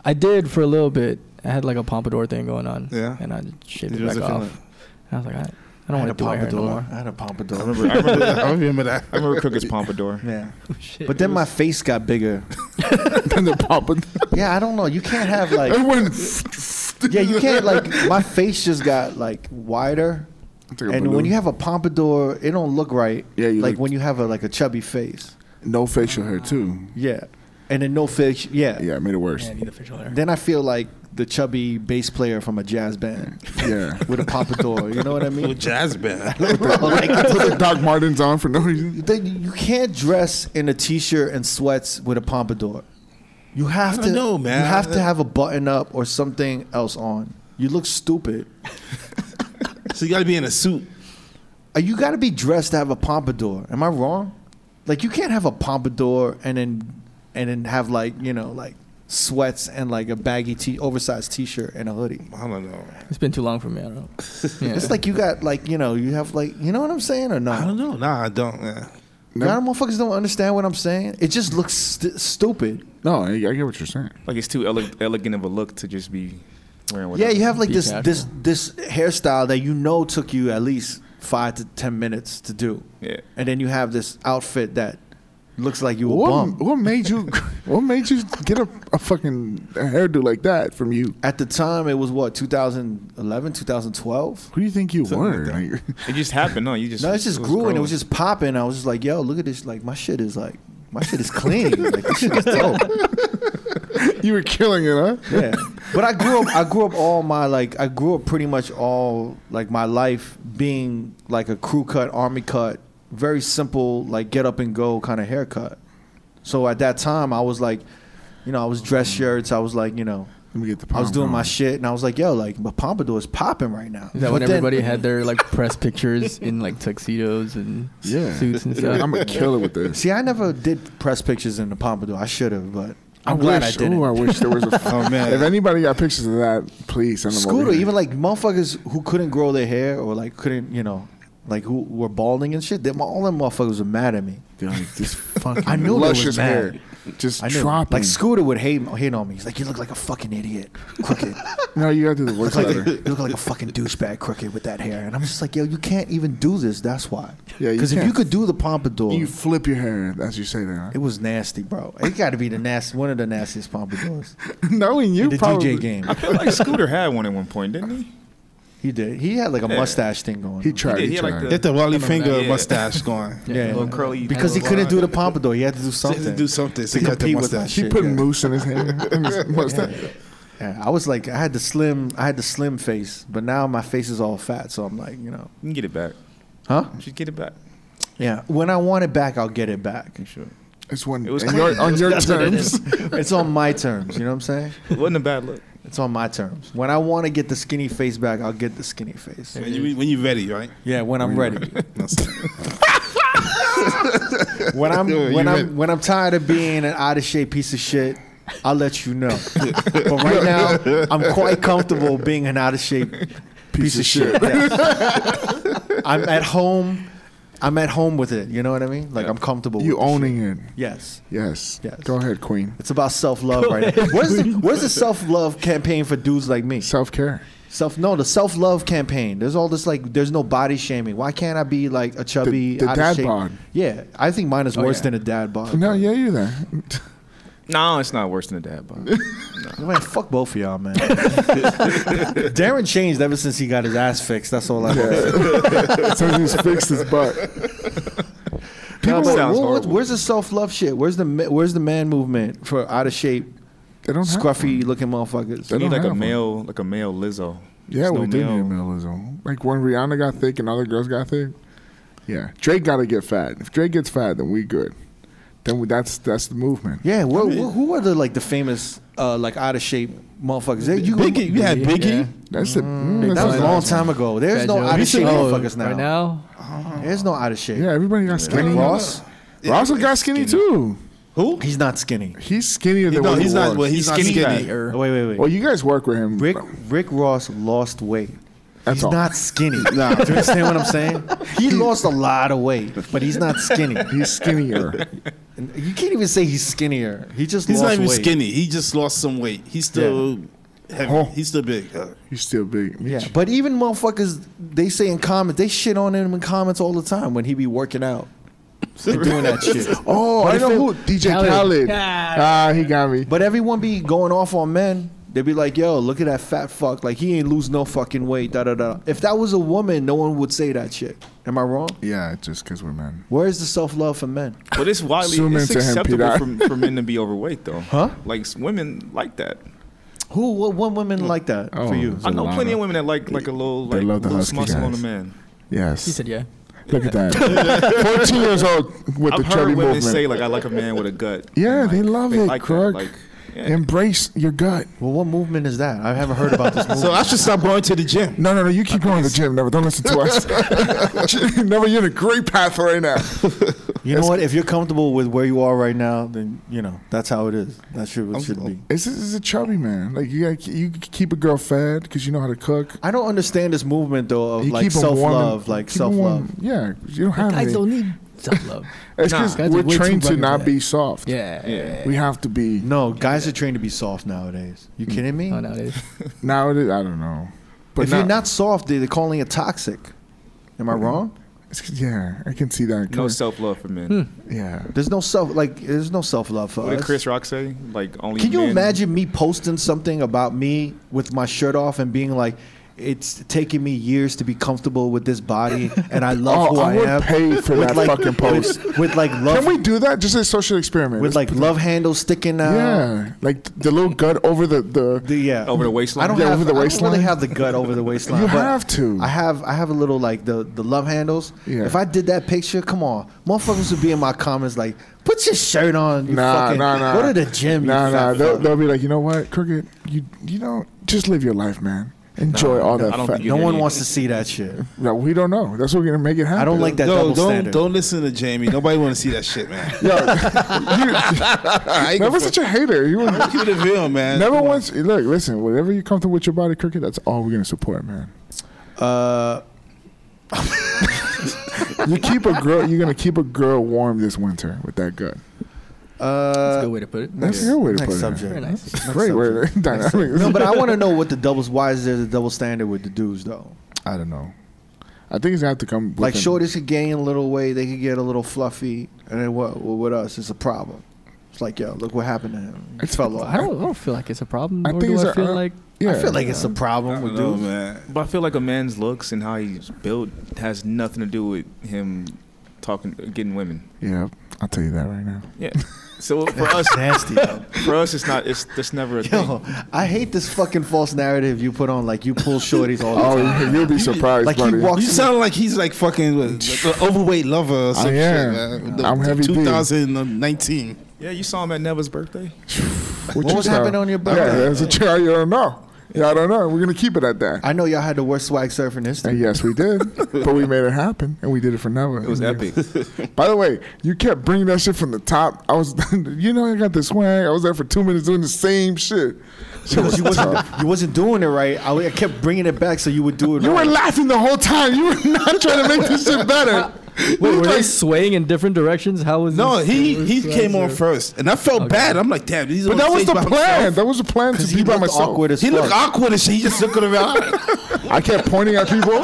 Speaker 4: I did for a little bit. I had like a pompadour thing going on.
Speaker 5: Yeah.
Speaker 4: and I just shaved
Speaker 5: It
Speaker 4: it
Speaker 5: was
Speaker 4: back
Speaker 5: a
Speaker 4: off.
Speaker 5: feeling.
Speaker 4: And I was like, I, I
Speaker 1: I
Speaker 4: don't
Speaker 1: had
Speaker 4: want
Speaker 1: a
Speaker 4: to do my hair no
Speaker 1: pompadour.
Speaker 4: more.
Speaker 1: I had a
Speaker 3: I
Speaker 1: pompadour.
Speaker 3: remember, I remember,
Speaker 5: I remember that.
Speaker 3: I remember Crooker's pompadour.
Speaker 1: Yeah.
Speaker 4: Shit,
Speaker 1: But
Speaker 4: it
Speaker 1: then
Speaker 4: was-
Speaker 1: my face got bigger.
Speaker 2: and the popping.
Speaker 1: Yeah, I don't know. You can't have like.
Speaker 2: It went.
Speaker 1: Yeah, you can't like. My face just got like wider.
Speaker 2: It's like a
Speaker 1: And when
Speaker 2: balloon.
Speaker 1: you have a pompadour, it don't look right.
Speaker 2: Yeah, you
Speaker 1: like
Speaker 2: look-
Speaker 1: when you have a like a chubby face.
Speaker 2: no facial hair too.
Speaker 1: Yeah, and then no fish. Yeah.
Speaker 2: Yeah, it made it worse.
Speaker 4: Yeah, I need the facial hair.
Speaker 1: Then I feel like the chubby bass player from a jazz band
Speaker 2: Yeah.
Speaker 1: with a pompadour. You know what I mean?
Speaker 5: With jazz band.
Speaker 1: like,
Speaker 2: Put the Doc Martens on for no reason.
Speaker 1: they, you can't dress in a t-shirt and sweats with a pompadour. You have to.
Speaker 5: I don't know, man.
Speaker 1: You have to have a button up or something else on. You look stupid.
Speaker 5: so you got to be in a suit.
Speaker 1: Uh, You got to be dressed to have a pompadour. Am I wrong? Like you can't have a pompadour and then and then have like you know like sweats and like a baggy t oversized t-shirt and a hoodie.
Speaker 5: I don't know.
Speaker 4: It's been too long for me. I don't know. Yeah.
Speaker 1: It's like you got like you know you have like you know what I'm saying or
Speaker 5: I don't
Speaker 1: not?
Speaker 5: know. Nah, I don't. Yeah.
Speaker 1: Y'all motherfuckers don't understand what I'm saying. It just looks st- stupid.
Speaker 2: No, I, I get what you're saying.
Speaker 3: Like it's too ele- elegant of a look to just be wearing
Speaker 1: Yeah,
Speaker 3: whatever.
Speaker 1: you have like
Speaker 4: Be
Speaker 1: this
Speaker 4: casual.
Speaker 1: this this hairstyle that you know took you at least five to ten minutes to do,
Speaker 3: Yeah.
Speaker 1: and then you have this outfit that looks like you were
Speaker 2: What,
Speaker 1: bum.
Speaker 2: what made you? What made you get a, a fucking hairdo like that from you?
Speaker 1: At the time, it was what 2011, 2012.
Speaker 2: Who do you think you were? Like,
Speaker 3: It just happened. No, you just.
Speaker 1: No, it just grew and it was just popping. I was just like, yo, look at this. Like my shit is like my shit is clean. like this shit is dope.
Speaker 2: you were killing it, huh?
Speaker 1: Yeah, but I grew up. I grew up all my like. I grew up pretty much all like my life being like a crew cut, army cut, very simple like get up and go kind of haircut. So at that time, I was like, you know, I was dress shirts. I was like, you know,
Speaker 2: Let me get the.
Speaker 1: I was
Speaker 2: palm
Speaker 1: doing my
Speaker 2: going.
Speaker 1: shit, and I was like, yo, like my pompadour is popping right now.
Speaker 4: Is that when
Speaker 1: But then-
Speaker 4: everybody had their like press pictures in like tuxedos and
Speaker 2: Yeah.
Speaker 4: suits and stuff?
Speaker 2: I'm a killer with this.
Speaker 1: See, I never did press pictures in the pompadour. I should have, but I'm
Speaker 2: I
Speaker 1: glad
Speaker 2: wish,
Speaker 1: I didn't.
Speaker 2: Ooh, I wish there was a. oh man! If anybody got pictures of that, please send them. over
Speaker 1: Scooter,
Speaker 2: here.
Speaker 1: even like motherfuckers who couldn't grow their hair or like couldn't, you know, like who were balding and shit, them all them motherfuckers were mad at me.
Speaker 2: They're like this fucking
Speaker 1: I knew they
Speaker 2: luscious
Speaker 1: was
Speaker 2: hair,
Speaker 1: mad.
Speaker 2: just
Speaker 1: I knew.
Speaker 2: dropping.
Speaker 1: Like Scooter would hate hate on me. He's like, you look like a fucking idiot, crooked.
Speaker 2: no, you gotta do the voice
Speaker 1: Look like a,
Speaker 2: louder.
Speaker 1: you look like a fucking douchebag, crooked with that hair. And I'm just like, yo, you can't even do this. That's why.
Speaker 2: Yeah, you
Speaker 1: Because if
Speaker 2: can't.
Speaker 1: you could do the pompadour,
Speaker 2: You flip your hair as you say that.
Speaker 1: it was nasty, bro. It got to be the nasty, one of the nastiest pompadours.
Speaker 2: Knowing you,
Speaker 1: the
Speaker 2: probably
Speaker 1: DJ game,
Speaker 3: I feel like Scooter had one at one point, didn't he?
Speaker 1: he did. He had like a
Speaker 3: Yeah.
Speaker 1: mustache thing going.
Speaker 2: He
Speaker 1: on.
Speaker 2: tried.
Speaker 3: He
Speaker 2: He,
Speaker 3: did, he had, like,
Speaker 2: tried.
Speaker 3: the-
Speaker 5: Get the Wally
Speaker 3: Remember
Speaker 5: Finger
Speaker 3: that, yeah.
Speaker 5: mustache going.
Speaker 4: Yeah,
Speaker 1: Yeah.
Speaker 4: a little curly.
Speaker 1: because he couldn't do the pompadour. He had to do
Speaker 5: So
Speaker 1: something.
Speaker 5: to do something. So
Speaker 1: To
Speaker 5: you got the
Speaker 1: compete with that
Speaker 5: mustache.
Speaker 1: shit.
Speaker 2: He put
Speaker 1: yeah.
Speaker 2: moose in his hair. and his mustache.
Speaker 1: Yeah, I was like, I had the slim, I had the slim face, but now my face is all fat, so I'm like, you know,
Speaker 3: You can get it back.
Speaker 1: huh?
Speaker 3: Just get it back.
Speaker 1: Yeah. When I want it back, I'll get it back.
Speaker 3: You sure?
Speaker 2: It's one
Speaker 3: It was
Speaker 2: on your,
Speaker 3: clean.
Speaker 2: on your
Speaker 3: That's what it
Speaker 2: terms.
Speaker 1: it's on my terms. You know what I'm saying?
Speaker 3: It wasn't a bad look.
Speaker 1: It's on my terms. When I want to get the skinny face back, I'll get the skinny face.
Speaker 5: When you when you ready, right?
Speaker 1: Yeah, when I'm ready.
Speaker 5: That's-
Speaker 1: When I'm
Speaker 5: Yeah,
Speaker 1: when
Speaker 5: you
Speaker 1: I'm
Speaker 5: ready.
Speaker 1: when I'm tired of being an out of shape piece of shit, I'll let you know. but right now, I'm quite comfortable being an out of shape piece, of,
Speaker 2: of
Speaker 1: shit. yes. I'm at home. I'm at home with it. You know what I mean? Like I'm comfortable.
Speaker 2: You
Speaker 1: with the shit.
Speaker 2: owning it.
Speaker 1: Yes.
Speaker 2: Yes.
Speaker 1: Yes.
Speaker 2: Go ahead, Queen.
Speaker 1: It's about self love right now. Where's the, where's the self love campaign for dudes like me?
Speaker 2: Self care.
Speaker 1: Self no, the self love campaign. There's all this like there's no body shaming. Why can't I be like a chubby
Speaker 2: The- the
Speaker 1: out
Speaker 2: dad
Speaker 1: of shape?
Speaker 2: bod.
Speaker 1: Yeah, I think mine is worse
Speaker 4: yeah.
Speaker 1: than a dad bod.
Speaker 2: No, yeah, you're there.
Speaker 3: No, it's not worse than a dad bod.
Speaker 1: Man, fuck both of y'all, man. Darren changed ever since he got his ass fixed. That's all I know.
Speaker 2: Yeah. so he's fixed his butt.
Speaker 1: No,
Speaker 2: people
Speaker 1: but
Speaker 3: sounds
Speaker 1: wh- wh-
Speaker 3: horrible.
Speaker 1: where's the self love shit? Where's the ma- where's the man movement for out of shape,
Speaker 2: they don't have
Speaker 1: scruffy looking motherfuckers?
Speaker 2: They
Speaker 3: We need
Speaker 2: don't
Speaker 3: like a
Speaker 2: have one.
Speaker 3: male, like a male Lizzo.
Speaker 2: Yeah,
Speaker 3: There's
Speaker 2: we
Speaker 3: no
Speaker 2: do need a
Speaker 3: male.
Speaker 2: minimalism. Like when Rihanna got thick and other girls got thick. Yeah, Drake got to get fat. If Drake gets fat, then we good. Then we, that's that's the movement.
Speaker 1: Yeah, wh- wh- who are the like the famous uh, like out of shape motherfuckers? They- you-
Speaker 5: Biggie, you had Biggie.
Speaker 2: That's the mm,
Speaker 1: That
Speaker 2: that's
Speaker 1: was
Speaker 2: the-
Speaker 1: a long time ago. There's no out of shape
Speaker 4: Oh,
Speaker 1: motherfuckers now.
Speaker 4: Right now,
Speaker 1: There's no out of shape.
Speaker 2: Yeah, everybody got skinny.
Speaker 1: Rick Ross,
Speaker 2: Ross got skinny, too.
Speaker 5: Who?
Speaker 1: he's not skinny.
Speaker 2: He's skinnier than
Speaker 5: No,
Speaker 2: what
Speaker 5: he's
Speaker 2: he
Speaker 5: not.
Speaker 2: was.
Speaker 5: Well, he's, not
Speaker 3: Skinny guy.
Speaker 5: skinny.
Speaker 1: Oh, wait, wait, wait.
Speaker 2: Well, you guys work with him.
Speaker 1: Rick Rick Ross lost weight.
Speaker 2: That's
Speaker 1: he's
Speaker 2: all.
Speaker 1: not skinny. nah, do you understand what I'm saying? He lost a lot of weight, but he's not skinny.
Speaker 2: He's skinnier.
Speaker 1: And You can't even say he's skinnier. He just
Speaker 5: He's
Speaker 1: lost
Speaker 5: not even
Speaker 1: weight.
Speaker 5: skinny. He just lost some weight. He's still heavy.
Speaker 2: Huh.
Speaker 5: He's still big. Uh,
Speaker 2: he's still big.
Speaker 1: Yeah, but even motherfuckers, they say in comments, they shit on him in comments all the time when he be working out and doing that shit.
Speaker 2: Oh,
Speaker 1: But
Speaker 2: I
Speaker 1: if
Speaker 2: know
Speaker 1: it-
Speaker 2: who. DJ
Speaker 4: Khaled.
Speaker 2: Khaled.
Speaker 4: Ah.
Speaker 2: Ah, he got me.
Speaker 1: But everyone be going off on men. They be like, "Yo, look at that fat fuck! Like he ain't lose no fucking weight." Da da da. If that was a woman, no one would say that shit. Am I wrong?
Speaker 2: Yeah, just because we're men.
Speaker 1: Where is the self love for men?
Speaker 3: But it's widely
Speaker 2: Zoom
Speaker 3: it's
Speaker 2: into him,
Speaker 3: acceptable
Speaker 2: Peter.
Speaker 3: for, for men to be overweight, though.
Speaker 1: Huh?
Speaker 3: Like s- women like that.
Speaker 1: Who? What? What women like that
Speaker 2: Oh.
Speaker 1: for you?
Speaker 3: I
Speaker 2: a
Speaker 3: know
Speaker 2: lot
Speaker 3: plenty
Speaker 2: of-
Speaker 3: of women that like like a little
Speaker 2: They
Speaker 3: like
Speaker 2: love the
Speaker 3: little
Speaker 2: husky
Speaker 3: muscle on a
Speaker 2: guys.
Speaker 3: man.
Speaker 2: Yes.
Speaker 4: he said, yeah.
Speaker 2: Look at that. 14 years old with
Speaker 3: I've
Speaker 2: the
Speaker 3: heard
Speaker 2: chubby
Speaker 3: women
Speaker 2: movement.
Speaker 3: say like I like a man with a gut.
Speaker 2: Yeah,
Speaker 3: And,
Speaker 2: they
Speaker 3: like,
Speaker 2: love it, Kirk.
Speaker 3: yeah.
Speaker 2: Embrace your gut.
Speaker 1: Well, what movement is that? I haven't heard about this movement.
Speaker 5: so I should stop going to the gym.
Speaker 2: No, no, no. You keep going to the gym. Never. Don't listen to us. Never. You're in a great path right now.
Speaker 1: you know what? If you're comfortable with where you are right now, then you know that's how it is. That should what it should be.
Speaker 2: This is a chubby man. Like you, gotta, you keep a girl fed because you know how to cook.
Speaker 1: I don't understand this movement though of
Speaker 2: You
Speaker 1: like
Speaker 2: keep 'em
Speaker 1: self
Speaker 2: warm and-
Speaker 1: love, like
Speaker 2: keep 'em
Speaker 1: self love.
Speaker 2: warm. Yeah, you don't have
Speaker 4: Guys
Speaker 2: any.
Speaker 4: don't need self love.
Speaker 2: It's because
Speaker 4: Nah. Guys are
Speaker 2: we're
Speaker 4: way too
Speaker 2: trained to
Speaker 4: rugged for
Speaker 2: not
Speaker 4: that.
Speaker 2: be soft.
Speaker 4: Yeah.
Speaker 3: Yeah.
Speaker 2: we have to be.
Speaker 1: No, guys are trained to be soft nowadays. You kidding me?
Speaker 4: Oh, no, it is.
Speaker 2: Now it is. I don't know. But
Speaker 1: if
Speaker 2: now-
Speaker 1: you're not soft, they- they're calling it toxic. Am I wrong?
Speaker 2: it's 'cause- yeah, I can see that.
Speaker 3: No
Speaker 2: coming.
Speaker 3: self love for men.
Speaker 2: Hmm. yeah,
Speaker 1: There's no self like there's no self love for
Speaker 3: What did
Speaker 1: us.
Speaker 3: Chris Rock say? Like only.
Speaker 1: Can you
Speaker 3: men-
Speaker 1: imagine me posting something about me with my shirt off and being like, "It's taking me years to be comfortable with this body, and I love
Speaker 2: Oh,
Speaker 1: who
Speaker 2: I
Speaker 1: I,
Speaker 2: would
Speaker 1: am."
Speaker 2: pay for
Speaker 1: with
Speaker 2: that fucking post.
Speaker 1: with, with like
Speaker 2: can
Speaker 1: love
Speaker 2: we do that? Just a social experiment.
Speaker 1: with
Speaker 2: Let's
Speaker 1: like love handles sticking out.
Speaker 2: Yeah, like th- the little gut over the the.
Speaker 1: The, yeah.
Speaker 3: Over the waistline?
Speaker 1: I don't
Speaker 2: Yeah,
Speaker 1: have
Speaker 2: over the
Speaker 1: I don't
Speaker 2: waistline.
Speaker 1: really have the gut over the waistline.
Speaker 2: You
Speaker 1: but
Speaker 2: have to.
Speaker 1: I have I have a little like the the love handles.
Speaker 2: Yeah.
Speaker 1: If I did that picture, come on, motherfuckers would be in my comments like, "Put your shirt on, you
Speaker 2: Nah,
Speaker 1: fucking
Speaker 2: nah, nah.
Speaker 1: go to the gym,
Speaker 2: Nah,
Speaker 1: you
Speaker 2: nah.
Speaker 1: fat
Speaker 2: They'll,
Speaker 1: fuck."
Speaker 2: they'll be like, you know what, Crooked, you you know, just live your life, man. Enjoy all that.
Speaker 3: I don't
Speaker 2: fat-
Speaker 3: think you-
Speaker 1: No one wants to see that shit.
Speaker 2: No, we don't know. That's what we're gonna make it happen.
Speaker 1: I don't like that
Speaker 5: No,
Speaker 1: double
Speaker 5: don't
Speaker 1: standard.
Speaker 5: don't listen to Jamie. Nobody want to see that shit, man.
Speaker 2: Yo, you, never such a hater. You were,
Speaker 5: Keep it real, man.
Speaker 2: never once. Look, listen. Whatever you're comfortable with your body, Crooked, that's all we're gonna support, man.
Speaker 1: Uh,
Speaker 2: You keep a girl. You're gonna keep a girl warm this winter with that gut.
Speaker 4: That's a
Speaker 1: uh,
Speaker 4: good way to put it.
Speaker 2: That's a good way to
Speaker 1: next
Speaker 2: put
Speaker 1: subject.
Speaker 4: Very nice.
Speaker 2: it. Great way. to- Dynamic.
Speaker 1: No, but I want to know what the doubles. Why is there the double standard with the dudes though?
Speaker 2: I don't know. I think it's gonna have to come.
Speaker 1: Like
Speaker 2: within-
Speaker 1: shorties could gain a little weight, they could get a little fluffy, and then what? Well, with us, it's a problem. It's like, yo, look what happened to him. He
Speaker 2: It's-
Speaker 1: fell off.
Speaker 4: I don't, I don't feel like it's a er- problem.
Speaker 2: I
Speaker 4: nor
Speaker 2: think
Speaker 4: do
Speaker 2: it's
Speaker 4: I
Speaker 2: a-
Speaker 4: feel
Speaker 2: uh,
Speaker 4: like
Speaker 2: Yeah.
Speaker 1: I feel like it's a problem with
Speaker 5: No,
Speaker 1: dudes.
Speaker 5: man.
Speaker 3: But I feel like a man's looks and how he's built has nothing to do with him talking, getting women.
Speaker 2: Yeah, I'll tell you that right now.
Speaker 3: Yeah. So for us,
Speaker 1: Nasty. Though.
Speaker 3: for us, it's not. It's that's never a
Speaker 1: Yo,
Speaker 3: thing.
Speaker 1: I hate this fucking false narrative you put on. Like you pull shorties all the
Speaker 2: Oh,
Speaker 1: time.
Speaker 2: you- you'll be surprised,
Speaker 1: Like, he
Speaker 2: buddy.
Speaker 1: walked-
Speaker 5: You sound like he's like fucking what, like an overweight lover or some
Speaker 2: I am.
Speaker 5: shit, man. The-
Speaker 2: I'm heavy D.
Speaker 5: 2019.
Speaker 3: Yeah, you saw him at Neva's birthday.
Speaker 1: What
Speaker 2: you
Speaker 1: was
Speaker 2: saw?
Speaker 1: happening on your birthday?
Speaker 2: Yeah, that's a chair. You don't know. Yeah, I don't know. We're gonna keep it at that.
Speaker 1: I know y'all had the worst swag surf in history.
Speaker 2: And yes, we did, but we made it happen, and we did it for Nova.
Speaker 3: It was epic.
Speaker 2: By the way, you kept bringing that shit from the top. I was, you know, I got the swag. I was there for two minutes doing the same shit. Shit was
Speaker 1: Because you wasn't,
Speaker 2: tough.
Speaker 1: you wasn't doing it right. I, I kept bringing it back so you would do it
Speaker 2: You were
Speaker 1: right.
Speaker 2: laughing the whole time. You were not trying to make this shit better.
Speaker 4: Wait,
Speaker 2: You
Speaker 4: were they
Speaker 2: like-
Speaker 4: swaying in different directions? How was
Speaker 5: No,
Speaker 4: this-
Speaker 5: he he
Speaker 4: this
Speaker 5: came on
Speaker 4: answer?
Speaker 5: first, and I felt bad. I'm like, damn, he's
Speaker 2: but
Speaker 5: on
Speaker 2: that was
Speaker 5: stage
Speaker 2: the
Speaker 5: by
Speaker 2: plan.
Speaker 5: himself.
Speaker 2: That was the plan to
Speaker 1: Because he
Speaker 2: be by
Speaker 1: looked
Speaker 2: myself.
Speaker 1: awkward as
Speaker 5: He
Speaker 1: fuck.
Speaker 5: looked awkward and shit. He just looking around.
Speaker 2: I kept pointing at people.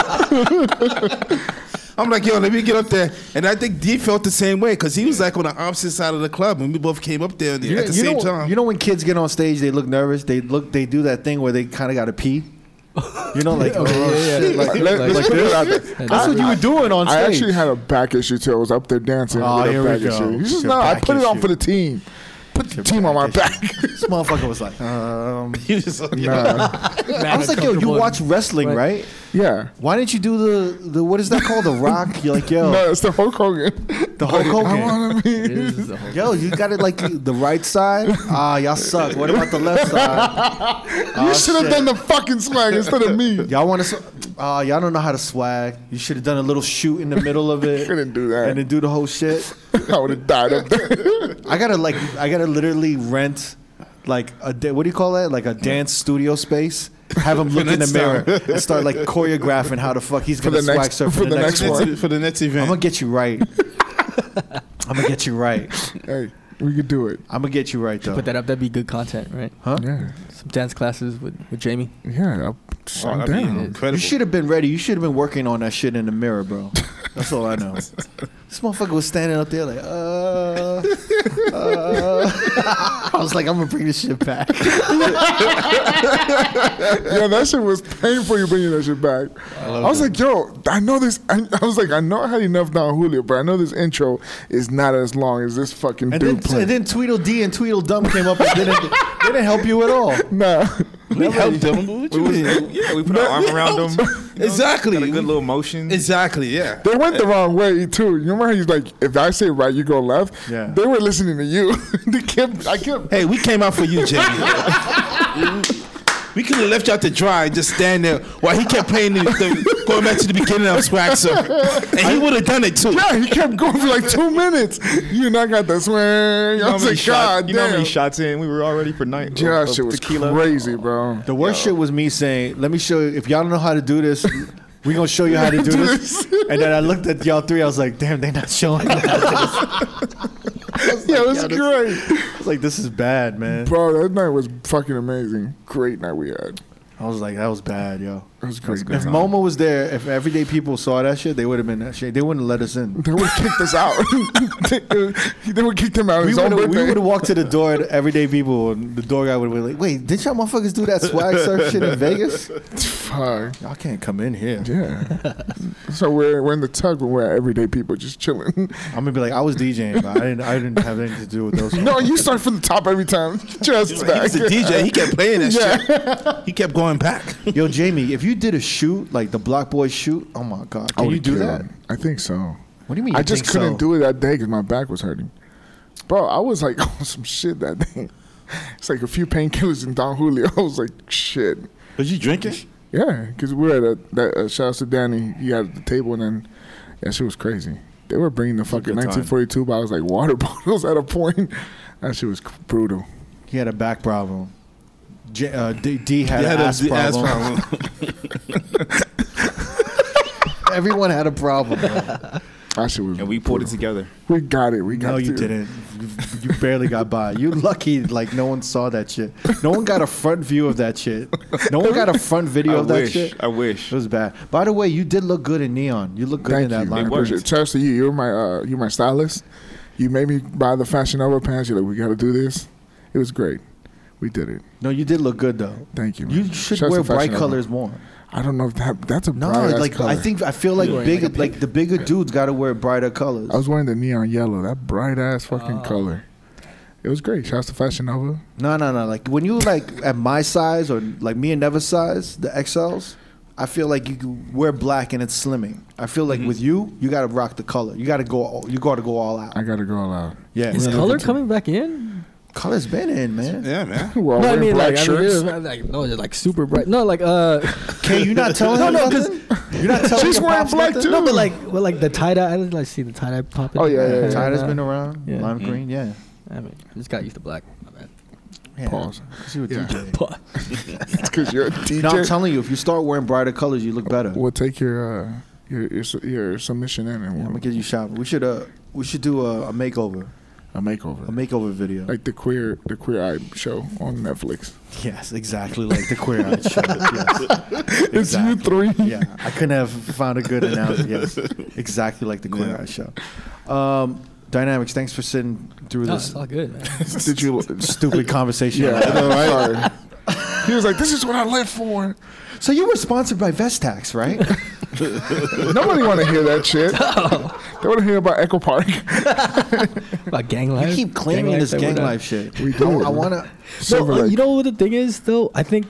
Speaker 5: I'm like, yo, let me get up there. And I think D felt the same way because he was like on the opposite side of the club, and we both came up there
Speaker 1: You-
Speaker 5: at the
Speaker 1: you
Speaker 5: same
Speaker 1: know,
Speaker 5: time.
Speaker 1: You know when kids get on stage, they look nervous. They look. They do that thing where they kind of got to pee. You know, like,
Speaker 4: Oh, yeah, yeah.
Speaker 1: shit, like,
Speaker 2: Like, let-
Speaker 1: like
Speaker 2: let's put
Speaker 1: this.
Speaker 2: it out there.
Speaker 1: That's what you were doing on stage.
Speaker 2: I actually had a back issue too. I was up there dancing
Speaker 1: Oh,
Speaker 2: with
Speaker 1: here
Speaker 2: a
Speaker 1: we
Speaker 2: back
Speaker 1: go.
Speaker 2: issue. You just
Speaker 1: Your
Speaker 2: know, I
Speaker 1: back
Speaker 2: put it on
Speaker 1: issue.
Speaker 2: for the team. Put the
Speaker 1: Your
Speaker 2: team on my
Speaker 1: back
Speaker 2: back.
Speaker 1: this motherfucker was like, um,
Speaker 5: You just like,
Speaker 2: nah.
Speaker 1: I was like, yo, you watch wrestling,
Speaker 4: Right.
Speaker 1: right?
Speaker 2: Yeah.
Speaker 1: Why didn't you do the the what is that called? The Rock? You're like, yo,
Speaker 2: No, it's the Hulk Hogan.
Speaker 1: the Hulk
Speaker 2: I
Speaker 1: Hogan.
Speaker 2: want to be.
Speaker 1: Yo, you got it like the right side. Ah, y'all suck. What about the left side? Ah,
Speaker 2: You
Speaker 1: Oh,
Speaker 2: should have done the fucking swag instead of me.
Speaker 1: Y'all want to? Sw- uh, y'all don't know how to swag. You should have done a little shoot in the middle of it.
Speaker 2: Couldn't do that.
Speaker 1: And then do the whole shit.
Speaker 2: I would have died up there.
Speaker 1: I gotta like, I gotta literally rent like a da- what do you call that? Like a dance studio space. Have him look in the
Speaker 5: next
Speaker 1: mirror
Speaker 5: time.
Speaker 1: and start like choreographing how the fuck he's gonna
Speaker 2: the
Speaker 1: swag
Speaker 2: next-
Speaker 1: surf
Speaker 2: for the next
Speaker 1: one.
Speaker 2: one.
Speaker 5: Next- for the next
Speaker 1: I'm
Speaker 5: event.
Speaker 1: gonna get you right. I'm gonna get you right.
Speaker 2: hey, we could do it.
Speaker 1: I'm gonna get you right though.
Speaker 4: Put that up. That'd be good content, right?
Speaker 2: Yeah,
Speaker 4: Some dance classes with, with Jamie.
Speaker 2: yeah. I'll,
Speaker 5: Oh,
Speaker 2: I'm
Speaker 5: that'd be
Speaker 2: down.
Speaker 1: You
Speaker 5: incredible.
Speaker 1: should have been ready. You should have been working on that shit in the mirror, bro. That's all I know. this motherfucker was standing up there like, uh, uh. I was like, I'm gonna bring this shit back.
Speaker 2: yeah, that shit was painful. You bringing that shit back. I, was like, yo, I know this. I, I was like, I know I had enough down Julio, but I know this intro is not as long as this fucking
Speaker 1: And then,
Speaker 2: dude playing.
Speaker 1: and then Tweedledee and Tweedledum came up and didn't, they didn't help you at all.
Speaker 2: nah,
Speaker 5: We helped them. What you mean?
Speaker 3: yeah, we put our arm around him.
Speaker 5: Exactly.
Speaker 3: Got a good little motion.
Speaker 5: Exactly. Yeah.
Speaker 2: they went the wrong way too. You remember how he's like, if I say right, you go left.
Speaker 1: Yeah.
Speaker 2: They were listening to you. they kept. I kept.
Speaker 5: Hey, we came out for you, Jamie. we could have left you out to dry and just stand there while he kept playing the, the going back to the beginning of Swag Surfer, and he would have done it too.
Speaker 2: Yeah, he kept going for like two minutes. You and I got that swing.
Speaker 3: You know
Speaker 2: I
Speaker 3: how
Speaker 2: was
Speaker 3: many
Speaker 2: like,
Speaker 3: shot-
Speaker 2: God
Speaker 3: you know how many
Speaker 2: damn.
Speaker 3: shots in? We were already for night.
Speaker 2: Yeah,
Speaker 3: of-
Speaker 2: that shit
Speaker 3: of
Speaker 2: was
Speaker 3: tequila.
Speaker 2: crazy, bro.
Speaker 1: The worst shit was me saying, let me show you, if y'all don't know how to do this, we gonna show you how to do
Speaker 2: Do
Speaker 1: this. And then I looked at y'all three, I was like, damn, they not showing me how to do this.
Speaker 2: Yeah, it was great.
Speaker 1: I was like, this is bad, man.
Speaker 2: Bro, that night was fucking amazing. Great night we had.
Speaker 1: I was like, that was bad, yo.
Speaker 2: It was great.
Speaker 1: If MoMA was there, if everyday people saw that shit, they would have been that shit. They wouldn't let us in.
Speaker 2: They would have kicked us out. they, would kicked him out on
Speaker 1: We
Speaker 2: his own
Speaker 1: would have we
Speaker 2: birthday.
Speaker 1: would have walked to the door and everyday people and the door guy would have been like, Wait, did y'all motherfuckers do that swag surf shit in Vegas?
Speaker 2: Fuck.
Speaker 1: Y'all can't come in here.
Speaker 2: Yeah. so we're we're in the tug when we're everyday people just chilling.
Speaker 1: I'm gonna be like, I was DJing, but I didn't I didn't have anything to do with those.
Speaker 2: no, you start from the top every time. Just
Speaker 5: He
Speaker 2: back.
Speaker 5: was a DJ. He kept playing that shit. He kept going back.
Speaker 1: Yo, Jamie, if you did a shoot, like the block boy shoot, oh my god.
Speaker 2: I
Speaker 1: Can you
Speaker 2: would've
Speaker 1: do
Speaker 2: killed
Speaker 1: that?
Speaker 2: him. I think so.
Speaker 1: What do you mean?
Speaker 2: I
Speaker 1: you
Speaker 2: just
Speaker 1: think
Speaker 2: couldn't
Speaker 1: so?
Speaker 2: do it that day because my back was hurting. Bro, I was like on some shit that day. It's like a few painkillers and Don Julio. I was like, shit.
Speaker 5: Was you drinking?
Speaker 2: Yeah, because we were at a, that. Uh, shout out to Danny. He had the table, and then that shit was crazy. They were bringing the fucking
Speaker 3: good time.
Speaker 2: 1942 bottles, like water bottles, at a point. That shit was c- brutal.
Speaker 1: He had a back problem. J- uh, D, D had
Speaker 5: You
Speaker 1: an ass,
Speaker 5: d-
Speaker 1: problem.
Speaker 5: problem.
Speaker 1: Everyone had a problem. bro.
Speaker 2: That shit was.
Speaker 3: And we pulled it
Speaker 2: brutal.
Speaker 3: together.
Speaker 2: We got it. We got.
Speaker 1: No, you
Speaker 2: through.
Speaker 1: didn't. You, you barely got by. You lucky, like no one saw that shit. No one got a front view of that shit. No one got a front video
Speaker 3: I
Speaker 1: of that
Speaker 3: wish.
Speaker 1: shit.
Speaker 3: I wish.
Speaker 1: It was bad. By the way, you did look good in neon. You look good in
Speaker 2: Thank
Speaker 1: that
Speaker 2: you. I
Speaker 1: line.
Speaker 2: appreciate it. Shout out to you. You're my. Uh, you're my stylist. You made me buy the Fashion Nova pants. You're like, we got to do this. It was great. We did it.
Speaker 1: No, you did look good though.
Speaker 2: Thank you. man.
Speaker 1: You should
Speaker 2: Shout out
Speaker 1: wear
Speaker 2: to Fashion
Speaker 1: bright
Speaker 2: Nova.
Speaker 1: colors more.
Speaker 2: I don't know if that. That's a
Speaker 1: No,
Speaker 2: bright
Speaker 1: like
Speaker 2: color.
Speaker 1: I think I feel like
Speaker 4: You're wearing
Speaker 1: bigger,
Speaker 4: like
Speaker 1: like,
Speaker 4: a
Speaker 1: the bigger dudes got to wear brighter colors.
Speaker 2: I was wearing the neon yellow. That bright ass fucking
Speaker 4: Oh.
Speaker 2: color. It was great. Shouts to Fashion Nova.
Speaker 1: No, no, no. Like when you like at my size or like me and Neva's size, the XLs, I feel like you could wear black and it's slimming. I feel
Speaker 4: Mm-hmm.
Speaker 1: like with you, you gotta rock the color. You gotta go. All, you gotta go all out.
Speaker 2: I gotta go all out.
Speaker 1: Yeah,
Speaker 4: Is
Speaker 1: Yeah.
Speaker 4: color coming back in?
Speaker 1: color's been in, man.
Speaker 5: Yeah, man.
Speaker 2: We're all
Speaker 4: No, I
Speaker 2: wearing
Speaker 4: mean
Speaker 2: black
Speaker 4: like, I mean,
Speaker 2: shirts.
Speaker 4: yeah, like no, they're like super bright. No, like uh,
Speaker 1: Can you not telling
Speaker 4: No,
Speaker 1: him?
Speaker 4: no,
Speaker 1: nothing? You're not telling
Speaker 2: She's
Speaker 1: your
Speaker 2: wearing
Speaker 1: pops
Speaker 2: black,
Speaker 1: nothing?
Speaker 2: too.
Speaker 4: no, but like, well, like the tie dye. I didn't like see the tie dye popping.
Speaker 2: Oh, yeah, yeah, yeah.
Speaker 1: Tide
Speaker 2: Tie-dye's
Speaker 1: has been around.
Speaker 4: Yeah. Mm-hmm.
Speaker 1: Lime green, yeah.
Speaker 4: I mean, I just got used to black. My bad.
Speaker 1: yeah.
Speaker 2: Pause.
Speaker 1: See what
Speaker 2: Yeah.
Speaker 1: DJ.
Speaker 4: But
Speaker 2: It's because you're a
Speaker 1: No, I'm
Speaker 2: DJ.
Speaker 1: telling you, if you start wearing brighter colors, you look better.
Speaker 2: we'll take your, uh, your your su- your submission in and
Speaker 1: Yeah, I'm gonna
Speaker 2: we'll
Speaker 1: give you shot. We should uh, we should do a, a makeover,
Speaker 2: a makeover.
Speaker 1: a makeover video.
Speaker 2: like the queer the queer eye show on Netflix.
Speaker 1: Yes, exactly like the queer eye show. Yes.
Speaker 2: It's you
Speaker 1: Exactly.
Speaker 2: three.
Speaker 1: Yeah, I couldn't have found a good analogy. Yes, exactly like the queer
Speaker 2: Yeah.
Speaker 1: eye show. Um, Dynamics, thanks for sitting through
Speaker 4: no,
Speaker 1: this
Speaker 4: it's all good, man.
Speaker 2: Did you?
Speaker 1: stupid conversation.
Speaker 2: Yeah, I know, right? He was like, "This is what I live for."
Speaker 1: So you were sponsored by Vestax, right?
Speaker 2: Nobody want to hear that shit. They want to hear about Echo Park.
Speaker 4: uh, About gang life.
Speaker 1: you keep claiming this
Speaker 4: that we're
Speaker 1: gang
Speaker 4: not-
Speaker 1: life shit.
Speaker 2: We do.
Speaker 1: I, I wanna.
Speaker 2: Silver
Speaker 4: no, uh,
Speaker 2: Lake.
Speaker 4: you know what the thing is though. I think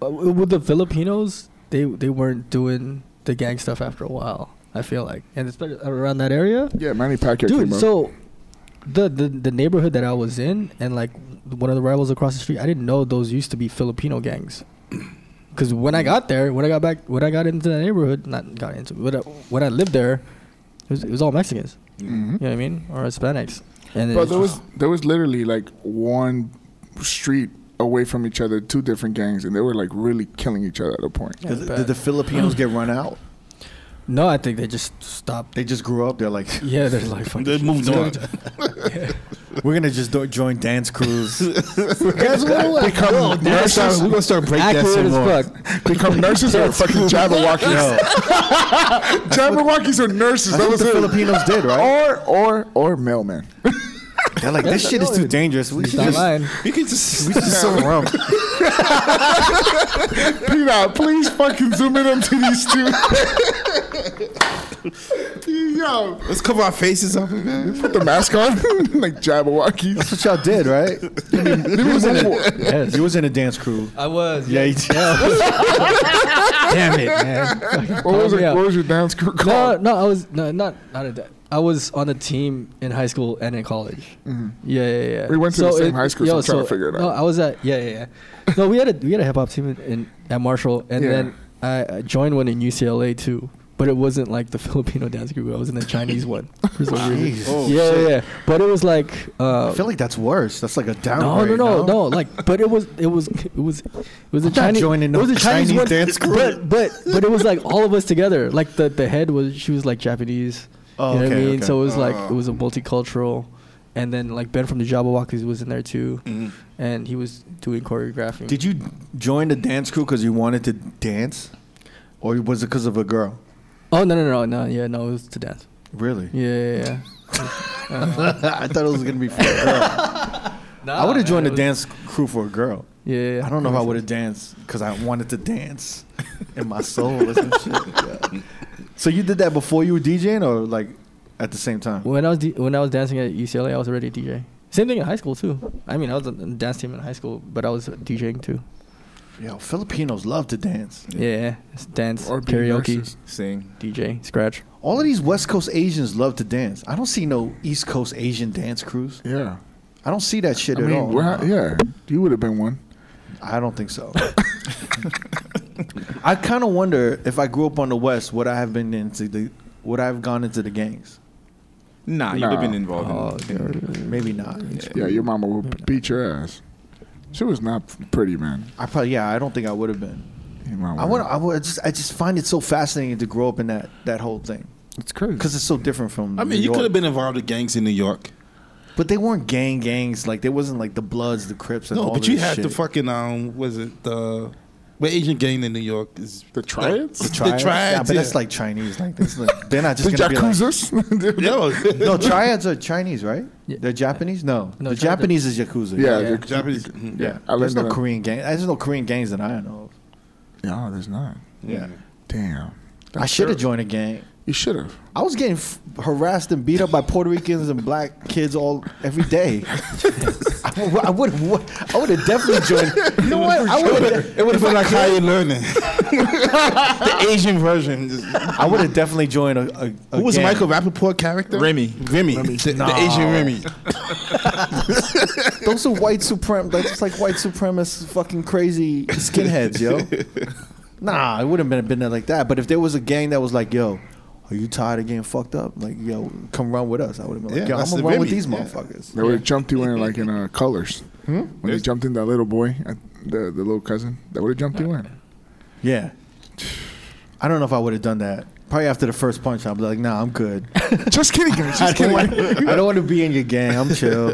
Speaker 4: uh, with the Filipinos, they they weren't doing the gang stuff after a while. I feel like, and especially around that area,
Speaker 2: yeah, Manny Pacquiao.
Speaker 4: dude.
Speaker 2: came up.
Speaker 4: So the, the the neighborhood that I was in, and like one of the rivals across the street, I didn't know those used to be Filipino gangs. Because when I got there, when I got back, when I got into the neighborhood, not got into, but uh, when I lived there, it was, it was all Mexicans.
Speaker 2: Mhm.
Speaker 4: You know what I mean, or Hispanics. And
Speaker 2: But
Speaker 4: it's
Speaker 2: there was
Speaker 4: just-
Speaker 2: there was literally like one street away from each other, two different gangs, and they were like really killing each other at a point.
Speaker 4: Yeah,
Speaker 1: Did,
Speaker 4: bad.
Speaker 1: did the Filipinos get run out?
Speaker 4: no, I think they just stopped
Speaker 1: They just grew up. They're like,
Speaker 4: Yeah, they're like fucking.
Speaker 5: They moved on.
Speaker 1: we're gonna just do- join dance crews.
Speaker 2: Guys, become nurses,
Speaker 5: We're gonna start
Speaker 4: Accurate as fuck.
Speaker 2: become nurses or fucking Jabberwockies.
Speaker 1: Yo,
Speaker 2: Jabberwockies or nurses. That
Speaker 1: that's what
Speaker 2: was
Speaker 1: the
Speaker 2: it.
Speaker 1: Filipinos did, right?
Speaker 2: Or or or mailman.
Speaker 4: Oh.
Speaker 1: They're like, this shit is too dangerous. We should
Speaker 4: Not
Speaker 1: just,
Speaker 4: mine.
Speaker 5: You can just
Speaker 1: we should just sell rum.
Speaker 2: Peanut, please fucking zoom in onto these two. Yo,
Speaker 5: let's cover our faces up. man.
Speaker 2: put the mask on like Jabberwockies.
Speaker 1: That's what y'all did, right?
Speaker 2: There was one-
Speaker 1: You was in a dance crew.
Speaker 4: I was.
Speaker 1: Yeah, you
Speaker 4: Damn it, man.
Speaker 2: What was it?
Speaker 4: Yeah.
Speaker 2: What was your dance crew
Speaker 4: No,
Speaker 2: called?
Speaker 4: no, I was no, not not at that. I was on the team in high school and in college. Yeah, yeah, yeah.
Speaker 2: Mm-hmm. We went to the same high school, so I'm trying to figure it
Speaker 4: No,
Speaker 2: out.
Speaker 4: I was at yeah, yeah, yeah. No, we had a we had a hip hop team in, in at Marshall, and
Speaker 2: Yeah.
Speaker 4: then I, I joined one in UCLA too. But it wasn't like the Filipino dance group. I was in the Chinese one for
Speaker 2: Oh,
Speaker 4: some reason.
Speaker 1: Jesus.
Speaker 4: yeah, yeah, yeah. But it was like uh,
Speaker 1: I feel like that's worse. That's like a
Speaker 4: No,
Speaker 1: downgrade.
Speaker 4: no, no, no, Like, but it was, it was, it was, it was a
Speaker 1: not
Speaker 4: Chinese.
Speaker 1: joining no
Speaker 4: it was a Chinese,
Speaker 1: Chinese
Speaker 4: one,
Speaker 1: dance group.
Speaker 4: But, but, but it was like all of us together. Like the the head was she was like Japanese.
Speaker 1: Oh,
Speaker 4: you know what I
Speaker 1: okay,
Speaker 4: mean?
Speaker 1: okay. Uh.
Speaker 4: So it was like
Speaker 5: Oh.
Speaker 4: it was a multicultural, and then like Ben from the Jabberwockies was in there too,
Speaker 5: Mhm.
Speaker 4: and he was doing choreographing.
Speaker 1: Mm-hmm. Did you join the dance crew because you wanted to dance, or was it because of a girl?
Speaker 4: oh no, no, no, no, yeah, no, it was to dance.
Speaker 1: Really?
Speaker 4: Yeah, yeah, yeah.
Speaker 1: I thought it was gonna be for a girl. I would have joined the dance crew for a girl.
Speaker 4: Yeah, yeah, yeah.
Speaker 1: I don't know if I would have danced because I wanted to dance in my soul or some shit. Yeah. So you did that before you were DJing, or like at the same time?
Speaker 4: When I was d when I was dancing at UCLA, I was already a DJ. Same thing in high school too. I mean, I was on the dance team in high school, but I was DJing too.
Speaker 1: Yo, Filipinos love to dance.
Speaker 4: Yeah, it's dance,
Speaker 2: Or be
Speaker 4: karaoke,
Speaker 2: nurses.
Speaker 3: Sing.
Speaker 4: DJ, scratch.
Speaker 1: All of these West Coast Asians love to dance. I don't see no East Coast Asian dance crews.
Speaker 2: Yeah.
Speaker 1: I don't see that shit
Speaker 2: I
Speaker 1: at
Speaker 2: mean,
Speaker 1: all.
Speaker 2: we're ha- yeah, you would have been one.
Speaker 1: I don't think so. I kind of wonder if I grew up on the West, would I have been into the, would I have gone into the gangs?
Speaker 3: Nah, you'd have
Speaker 2: Nah.
Speaker 3: been involved.
Speaker 4: Oh,
Speaker 3: in, in,
Speaker 1: Maybe not.
Speaker 2: Yeah, your mama would beat your ass. She was not pretty, man.
Speaker 1: I probably yeah. I don't think I would have been.
Speaker 2: Your mama
Speaker 1: I
Speaker 2: would-
Speaker 1: want. I would I just. I just find it so fascinating to grow up in that that whole thing
Speaker 2: It's crazy.
Speaker 1: because it's so different from.
Speaker 5: Hmm. I mean,
Speaker 1: New
Speaker 5: you
Speaker 1: York.
Speaker 5: could have been involved with gangs in New York.
Speaker 1: but they weren't gang gangs. Like they wasn't like the Bloods, the Crips, and
Speaker 5: No,
Speaker 1: all
Speaker 5: but you
Speaker 1: this
Speaker 5: had
Speaker 1: shit.
Speaker 5: the fucking um, was it the what Asian gang in New York is
Speaker 2: The Triads?
Speaker 5: The,
Speaker 1: triads.
Speaker 5: triads.
Speaker 1: yeah, but that's
Speaker 5: yeah.
Speaker 1: like Chinese. Like, that's like they're not
Speaker 2: The
Speaker 1: just gonna be like.
Speaker 2: Yakuza's?
Speaker 5: Yo,
Speaker 1: No, triads are Chinese, right?
Speaker 4: Yeah.
Speaker 1: They're Japanese. No,
Speaker 4: No,
Speaker 1: the
Speaker 4: triads are-
Speaker 1: Japanese is yakuza.
Speaker 2: yeah,
Speaker 4: Yeah.
Speaker 2: yeah.
Speaker 5: Japanese. mhm.
Speaker 1: yeah.
Speaker 2: I
Speaker 1: There's
Speaker 2: learned
Speaker 1: no
Speaker 2: that.
Speaker 1: Korean gang. There's no Korean gangs that I know of.
Speaker 2: No, there's not.
Speaker 1: Yeah,
Speaker 2: Damn.
Speaker 1: I should have joined a gang.
Speaker 2: You should have.
Speaker 1: I was getting f- harassed and beat up by Puerto Ricans and black kids all every day. I, w- I would I would have definitely joined. You know what? I would
Speaker 5: It would have been like higher learning, the Asian version.
Speaker 1: I would have definitely joined a. a, a
Speaker 5: Who was
Speaker 1: gang.
Speaker 5: Michael Rappaport character?
Speaker 3: Remy.
Speaker 5: Remy, The, the Asian Remy.
Speaker 1: Those are white suprem. That's like white supremacist, fucking crazy skinheads, yo. Nah, it wouldn't have been, been like that. But if there was a gang that was like, yo. Are you tired of getting fucked up? Like, yo, come run with us. I would have been like,
Speaker 5: Yeah,
Speaker 1: yo, I'm
Speaker 5: that's
Speaker 1: gonna
Speaker 5: the
Speaker 1: run with
Speaker 5: Remy.
Speaker 1: these
Speaker 5: Yeah.
Speaker 1: motherfuckers.
Speaker 2: They would have jumped you in like in uh, colors. When they jumped in that little boy, uh, the, the little cousin, they would have jumped you in.
Speaker 1: Yeah. I don't know if I would have done that. Probably after the first punch, I'd be like, nah, I'm good.
Speaker 2: Just kidding, guys.
Speaker 1: I
Speaker 2: Just
Speaker 1: don't,
Speaker 2: kidding.
Speaker 1: want, I don't want to be in your gang. I'm chill.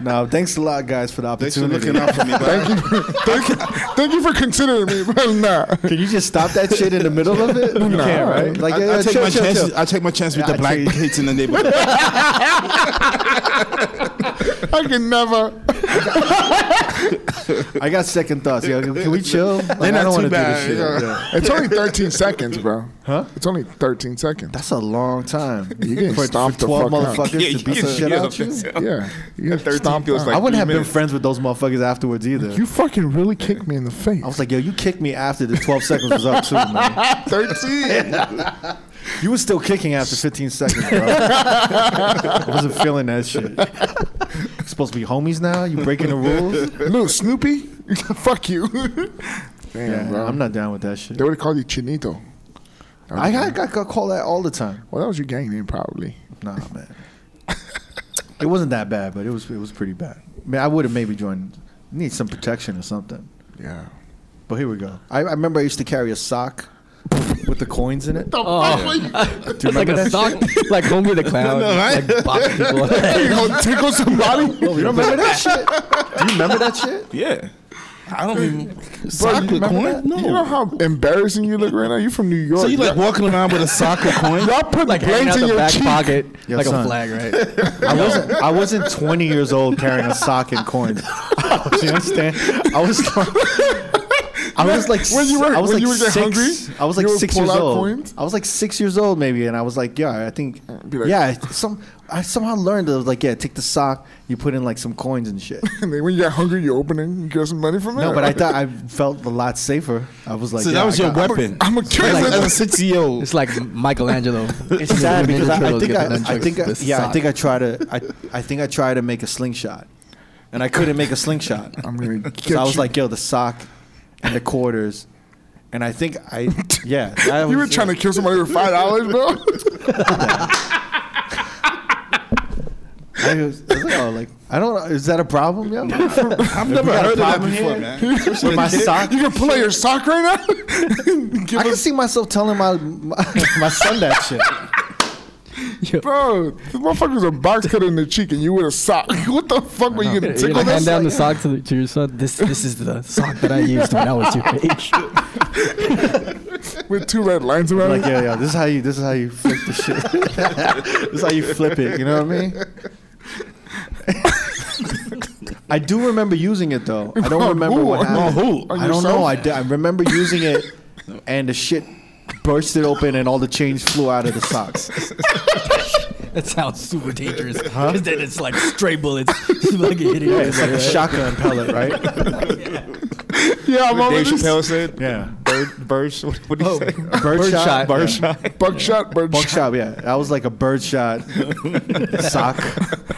Speaker 1: no, thanks a lot, guys, for the
Speaker 5: Thanks for
Speaker 1: opportunity.
Speaker 5: looking out for me, bro.
Speaker 2: Thank you. thank, you thank you for considering me, but nah.
Speaker 1: Can you just stop that shit in the middle of it? You
Speaker 2: Nah.
Speaker 1: can't, right? Like,
Speaker 5: I,
Speaker 1: yeah,
Speaker 5: I take
Speaker 1: chill,
Speaker 5: my
Speaker 1: chill,
Speaker 5: chances.
Speaker 1: chill.
Speaker 5: I take my chance with
Speaker 1: Yeah, I
Speaker 5: the black
Speaker 1: take-
Speaker 5: kids in the neighborhood.
Speaker 2: I can never.
Speaker 1: I got second thoughts. Yo, can we chill? Like, I
Speaker 5: not
Speaker 1: don't want
Speaker 5: too
Speaker 1: to do this
Speaker 5: bad,
Speaker 1: shit.
Speaker 5: yeah.
Speaker 1: Yeah.
Speaker 2: It's only 13 seconds, bro.
Speaker 1: Huh?
Speaker 2: It's only 13 seconds.
Speaker 1: That's a long time.
Speaker 2: You getting
Speaker 1: for,
Speaker 2: stomped
Speaker 1: for
Speaker 2: the
Speaker 1: 12
Speaker 2: fuck out.
Speaker 1: motherfuckers to beat the shit out you?
Speaker 2: yeah. You got
Speaker 3: 13
Speaker 2: stomped
Speaker 3: feels
Speaker 2: out.
Speaker 3: like-
Speaker 1: I wouldn't
Speaker 3: three
Speaker 1: have been
Speaker 3: minutes.
Speaker 1: friends with those motherfuckers afterwards either.
Speaker 2: You fucking really kicked me in the face.
Speaker 1: I was like, yo, you kicked me after the 12 seconds was up too, man.
Speaker 2: 13.
Speaker 1: You was still kicking after 15 seconds, bro. I wasn't feeling that shit. Supposed to be homies now? You breaking the rules?
Speaker 2: Little Snoopy? Fuck you. Damn,
Speaker 1: Yeah,
Speaker 2: bro.
Speaker 1: I'm not down with that shit.
Speaker 2: They would have called you Chinito.
Speaker 1: I got, got, got called that all the time.
Speaker 2: Well, that was your gang name, probably.
Speaker 1: Nah, man. it wasn't that bad, but it was it was pretty bad. I mean, I would have maybe joined. Need some protection or something.
Speaker 2: Yeah.
Speaker 1: But here we go. I, I remember I used to carry a sock with the coins in
Speaker 3: Oh,
Speaker 1: it.
Speaker 2: Oh.
Speaker 4: It's like a sock, like Homie the Clown.
Speaker 5: No, right?
Speaker 4: Like box people.
Speaker 2: You gonna tickle somebody?
Speaker 1: You don't remember that shit? Do you remember that shit?
Speaker 3: Yeah.
Speaker 5: I don't even.
Speaker 2: Bro,
Speaker 5: Sock
Speaker 2: you
Speaker 5: with
Speaker 2: remember
Speaker 5: coin?
Speaker 2: that? You know
Speaker 5: No.
Speaker 2: how embarrassing you look right now? You from New York.
Speaker 5: So you like walking around with a sock with coin?
Speaker 2: y'all put
Speaker 4: like hanging
Speaker 2: blades
Speaker 4: out
Speaker 2: in
Speaker 4: the
Speaker 2: your
Speaker 4: back
Speaker 2: cheek.
Speaker 4: pocket,
Speaker 1: Yo,
Speaker 4: like
Speaker 1: son.
Speaker 4: a flag, right?
Speaker 1: I wasn't. I wasn't 20 years old carrying a sock and coins. you understand? I was. Like, I was like.
Speaker 2: When you were-
Speaker 1: I was
Speaker 2: when
Speaker 1: like
Speaker 2: you would get
Speaker 1: six,
Speaker 2: hungry,
Speaker 1: I was like
Speaker 2: you would
Speaker 1: six
Speaker 2: pull
Speaker 1: years
Speaker 2: out
Speaker 1: old.
Speaker 2: coins?
Speaker 1: I was like six years old maybe, and I was like, yeah, I think,
Speaker 2: Be like-
Speaker 1: yeah, I- some. I somehow learned that it was like, yeah, take the sock, you put in like some coins and shit.
Speaker 2: And then when you get hungry, you open it and you get some money from it.
Speaker 1: No, but I thought I felt a lot safer. I was like,
Speaker 5: So
Speaker 1: yeah,
Speaker 5: that was
Speaker 1: I
Speaker 5: your
Speaker 1: got-
Speaker 5: weapon.
Speaker 2: I'm a kid.
Speaker 5: As a six year old.
Speaker 4: It's like Michelangelo.
Speaker 1: It's sad
Speaker 4: When
Speaker 1: because
Speaker 4: Ninja
Speaker 1: I, I
Speaker 4: Turtles
Speaker 1: think
Speaker 4: get
Speaker 1: I,
Speaker 4: the
Speaker 1: I
Speaker 4: nunchucks
Speaker 1: think I,
Speaker 4: with
Speaker 1: yeah, I
Speaker 4: sock.
Speaker 1: think I tried to I, I think I tried to make a slingshot, and I couldn't make a slingshot.
Speaker 2: I'm gonna get
Speaker 1: So I was
Speaker 2: you.
Speaker 1: like, yo, the sock and the quarters. And I think I, yeah. That
Speaker 2: you were
Speaker 1: was-
Speaker 2: trying to kill somebody with five dollars, bro.
Speaker 1: I was, I was like, oh, like, I don't know. Is that a problem, yo?
Speaker 5: I've never
Speaker 1: got a
Speaker 5: heard of that
Speaker 1: problem
Speaker 5: before,
Speaker 1: here?
Speaker 5: man.
Speaker 1: With my sock?
Speaker 2: You can pull out your sock right now. Give
Speaker 1: I can
Speaker 2: us,
Speaker 1: see myself telling my, my, my son that shit.
Speaker 2: bro. This motherfucker's a box cut in the cheek, and you with a sock. What the fuck were you gonna
Speaker 4: You're
Speaker 2: tickle
Speaker 4: gonna hand
Speaker 2: this?
Speaker 4: down the sock to, the, to your son. This this is the sock that I used when I was your age.
Speaker 2: with two red lines around
Speaker 1: Like,
Speaker 2: it?
Speaker 1: yo, yo, this is how you, this is how you flip the shit. this is how you flip it. You know what I mean? I do remember using it though. I don't
Speaker 2: On
Speaker 1: remember
Speaker 2: who?
Speaker 1: what
Speaker 2: On
Speaker 1: happened.
Speaker 2: who? On
Speaker 1: I don't know.
Speaker 2: yourself?
Speaker 1: I, did, I remember using it, and the shit bursted open, and all the change flew out of the socks.
Speaker 4: That sounds super dangerous. Because then it's like stray bullets like hitting
Speaker 1: Yeah,
Speaker 4: you.
Speaker 1: it's like a shotgun pellet, right?
Speaker 2: Yeah, I'm
Speaker 3: Dave
Speaker 2: already
Speaker 3: Chappelle said,
Speaker 1: Yeah.
Speaker 3: bird, bird, what, what did
Speaker 5: Oh.
Speaker 3: he say?
Speaker 1: Birdshot.
Speaker 4: Birdshot.
Speaker 3: Birdshot.
Speaker 2: buckshot, bird
Speaker 1: Buckshot, yeah. That was like a birdshot sock.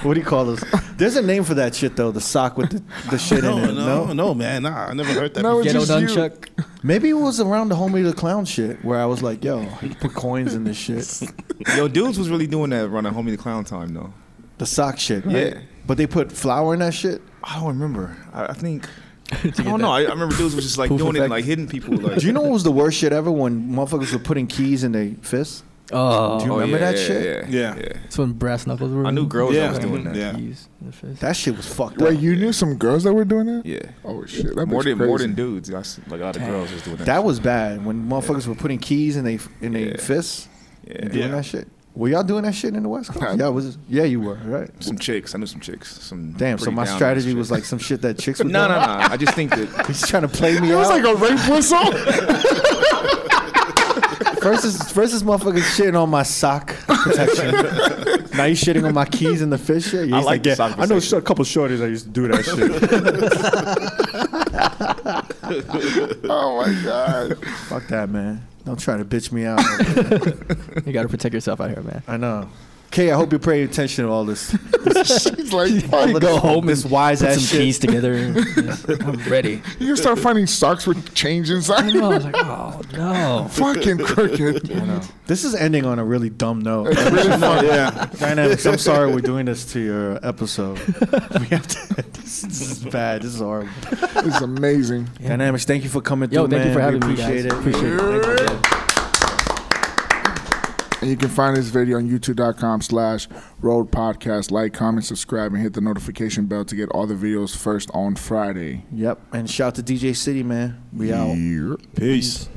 Speaker 1: What do you call those? There's a name for that shit though. The sock with the, the shit in
Speaker 5: No,
Speaker 1: it.
Speaker 5: no, no, man. Nah, I never heard that
Speaker 2: No,
Speaker 5: before.
Speaker 4: Ghetto
Speaker 2: Just you.
Speaker 4: nunchuck.
Speaker 1: Maybe it was around the homie the clown shit where I was like, yo, you put coins in this shit.
Speaker 3: Yo, dudes was really doing that around the homie the clown time though.
Speaker 1: The sock shit, right?
Speaker 3: Yeah.
Speaker 1: But they put flour in that shit.
Speaker 3: I don't remember. I, I think I don't know. I, I remember dudes was just like
Speaker 4: Poof
Speaker 3: doing it,
Speaker 4: effect.
Speaker 3: and, like hitting people. Like,
Speaker 1: Do you know what was the worst shit ever when motherfuckers were putting keys in their fists? Do you
Speaker 4: Oh,
Speaker 1: remember that shit?
Speaker 3: Yeah,
Speaker 5: Yeah.
Speaker 4: that's when brass knuckles were.
Speaker 3: I knew girls
Speaker 5: Yeah.
Speaker 3: that was doing that.
Speaker 5: Yeah.
Speaker 4: Keys in the fist.
Speaker 1: That shit was fucked
Speaker 2: Wait,
Speaker 1: up.
Speaker 2: you knew some girls that were doing that?
Speaker 3: Yeah,
Speaker 2: Oh shit, that
Speaker 3: more
Speaker 2: bitch
Speaker 3: than
Speaker 2: crazy.
Speaker 3: more than dudes. I see, like a lot of girls was doing that.
Speaker 1: That was bad when motherfuckers were putting keys in their in their
Speaker 3: Yeah.
Speaker 1: fists and
Speaker 3: shit. yeah.
Speaker 1: doing
Speaker 5: Yeah.
Speaker 1: that shit. Were y'all doing that shit in the West Coast? Yeah, was yeah, you were right.
Speaker 3: Some chicks. I knew some chicks. Some
Speaker 1: Damn. So
Speaker 3: pretty
Speaker 1: my
Speaker 3: down-ass
Speaker 1: strategy
Speaker 3: chicks.
Speaker 1: was like some shit that chicks would
Speaker 3: No,
Speaker 1: do.
Speaker 3: no, no. I just think that
Speaker 1: He's trying to play me
Speaker 2: It was
Speaker 1: out.
Speaker 2: like a rape whistle.
Speaker 1: First is first is motherfuckers shitting on my sock protection. now you shitting on my keys and the fish shit. Yeah,
Speaker 3: I
Speaker 1: he's
Speaker 3: like the
Speaker 1: yeah,
Speaker 3: sock
Speaker 1: I know
Speaker 3: protection.
Speaker 1: a couple shorties that used to do that shit.
Speaker 2: oh my god.
Speaker 1: Fuck that, man. Don't try to bitch me out.
Speaker 4: You gotta protect yourself out here, man.
Speaker 1: I know. Kay, I hope you're paying attention to all this.
Speaker 2: She's like,
Speaker 1: All
Speaker 2: fuck.
Speaker 1: this, this wise
Speaker 4: Put
Speaker 1: ass
Speaker 4: some
Speaker 1: shit.
Speaker 4: keys together. I'm ready.
Speaker 2: you can start finding socks with change
Speaker 4: I
Speaker 2: inside.
Speaker 4: know. I was like, oh no.
Speaker 2: Fucking crooked.
Speaker 1: I know. This is ending on a really dumb note.
Speaker 5: yeah.
Speaker 1: Dynamics, I'm sorry we're doing this to your episode. We have to. This, this is bad. This is horrible.
Speaker 2: It's amazing.
Speaker 1: Dynamics, thank you for coming
Speaker 4: Yo,
Speaker 1: through,
Speaker 4: thank
Speaker 1: man.
Speaker 4: you for having
Speaker 1: we
Speaker 4: me,
Speaker 1: appreciate it.
Speaker 4: guys. Appreciate it. Thank you, yeah.
Speaker 2: And you can find this video on youtube.com slash road podcast. Like, comment, subscribe, and hit the notification bell to get all the videos first on Friday.
Speaker 1: Yep. And shout out to DJ City, man. We out.
Speaker 2: Yep.
Speaker 5: Peace.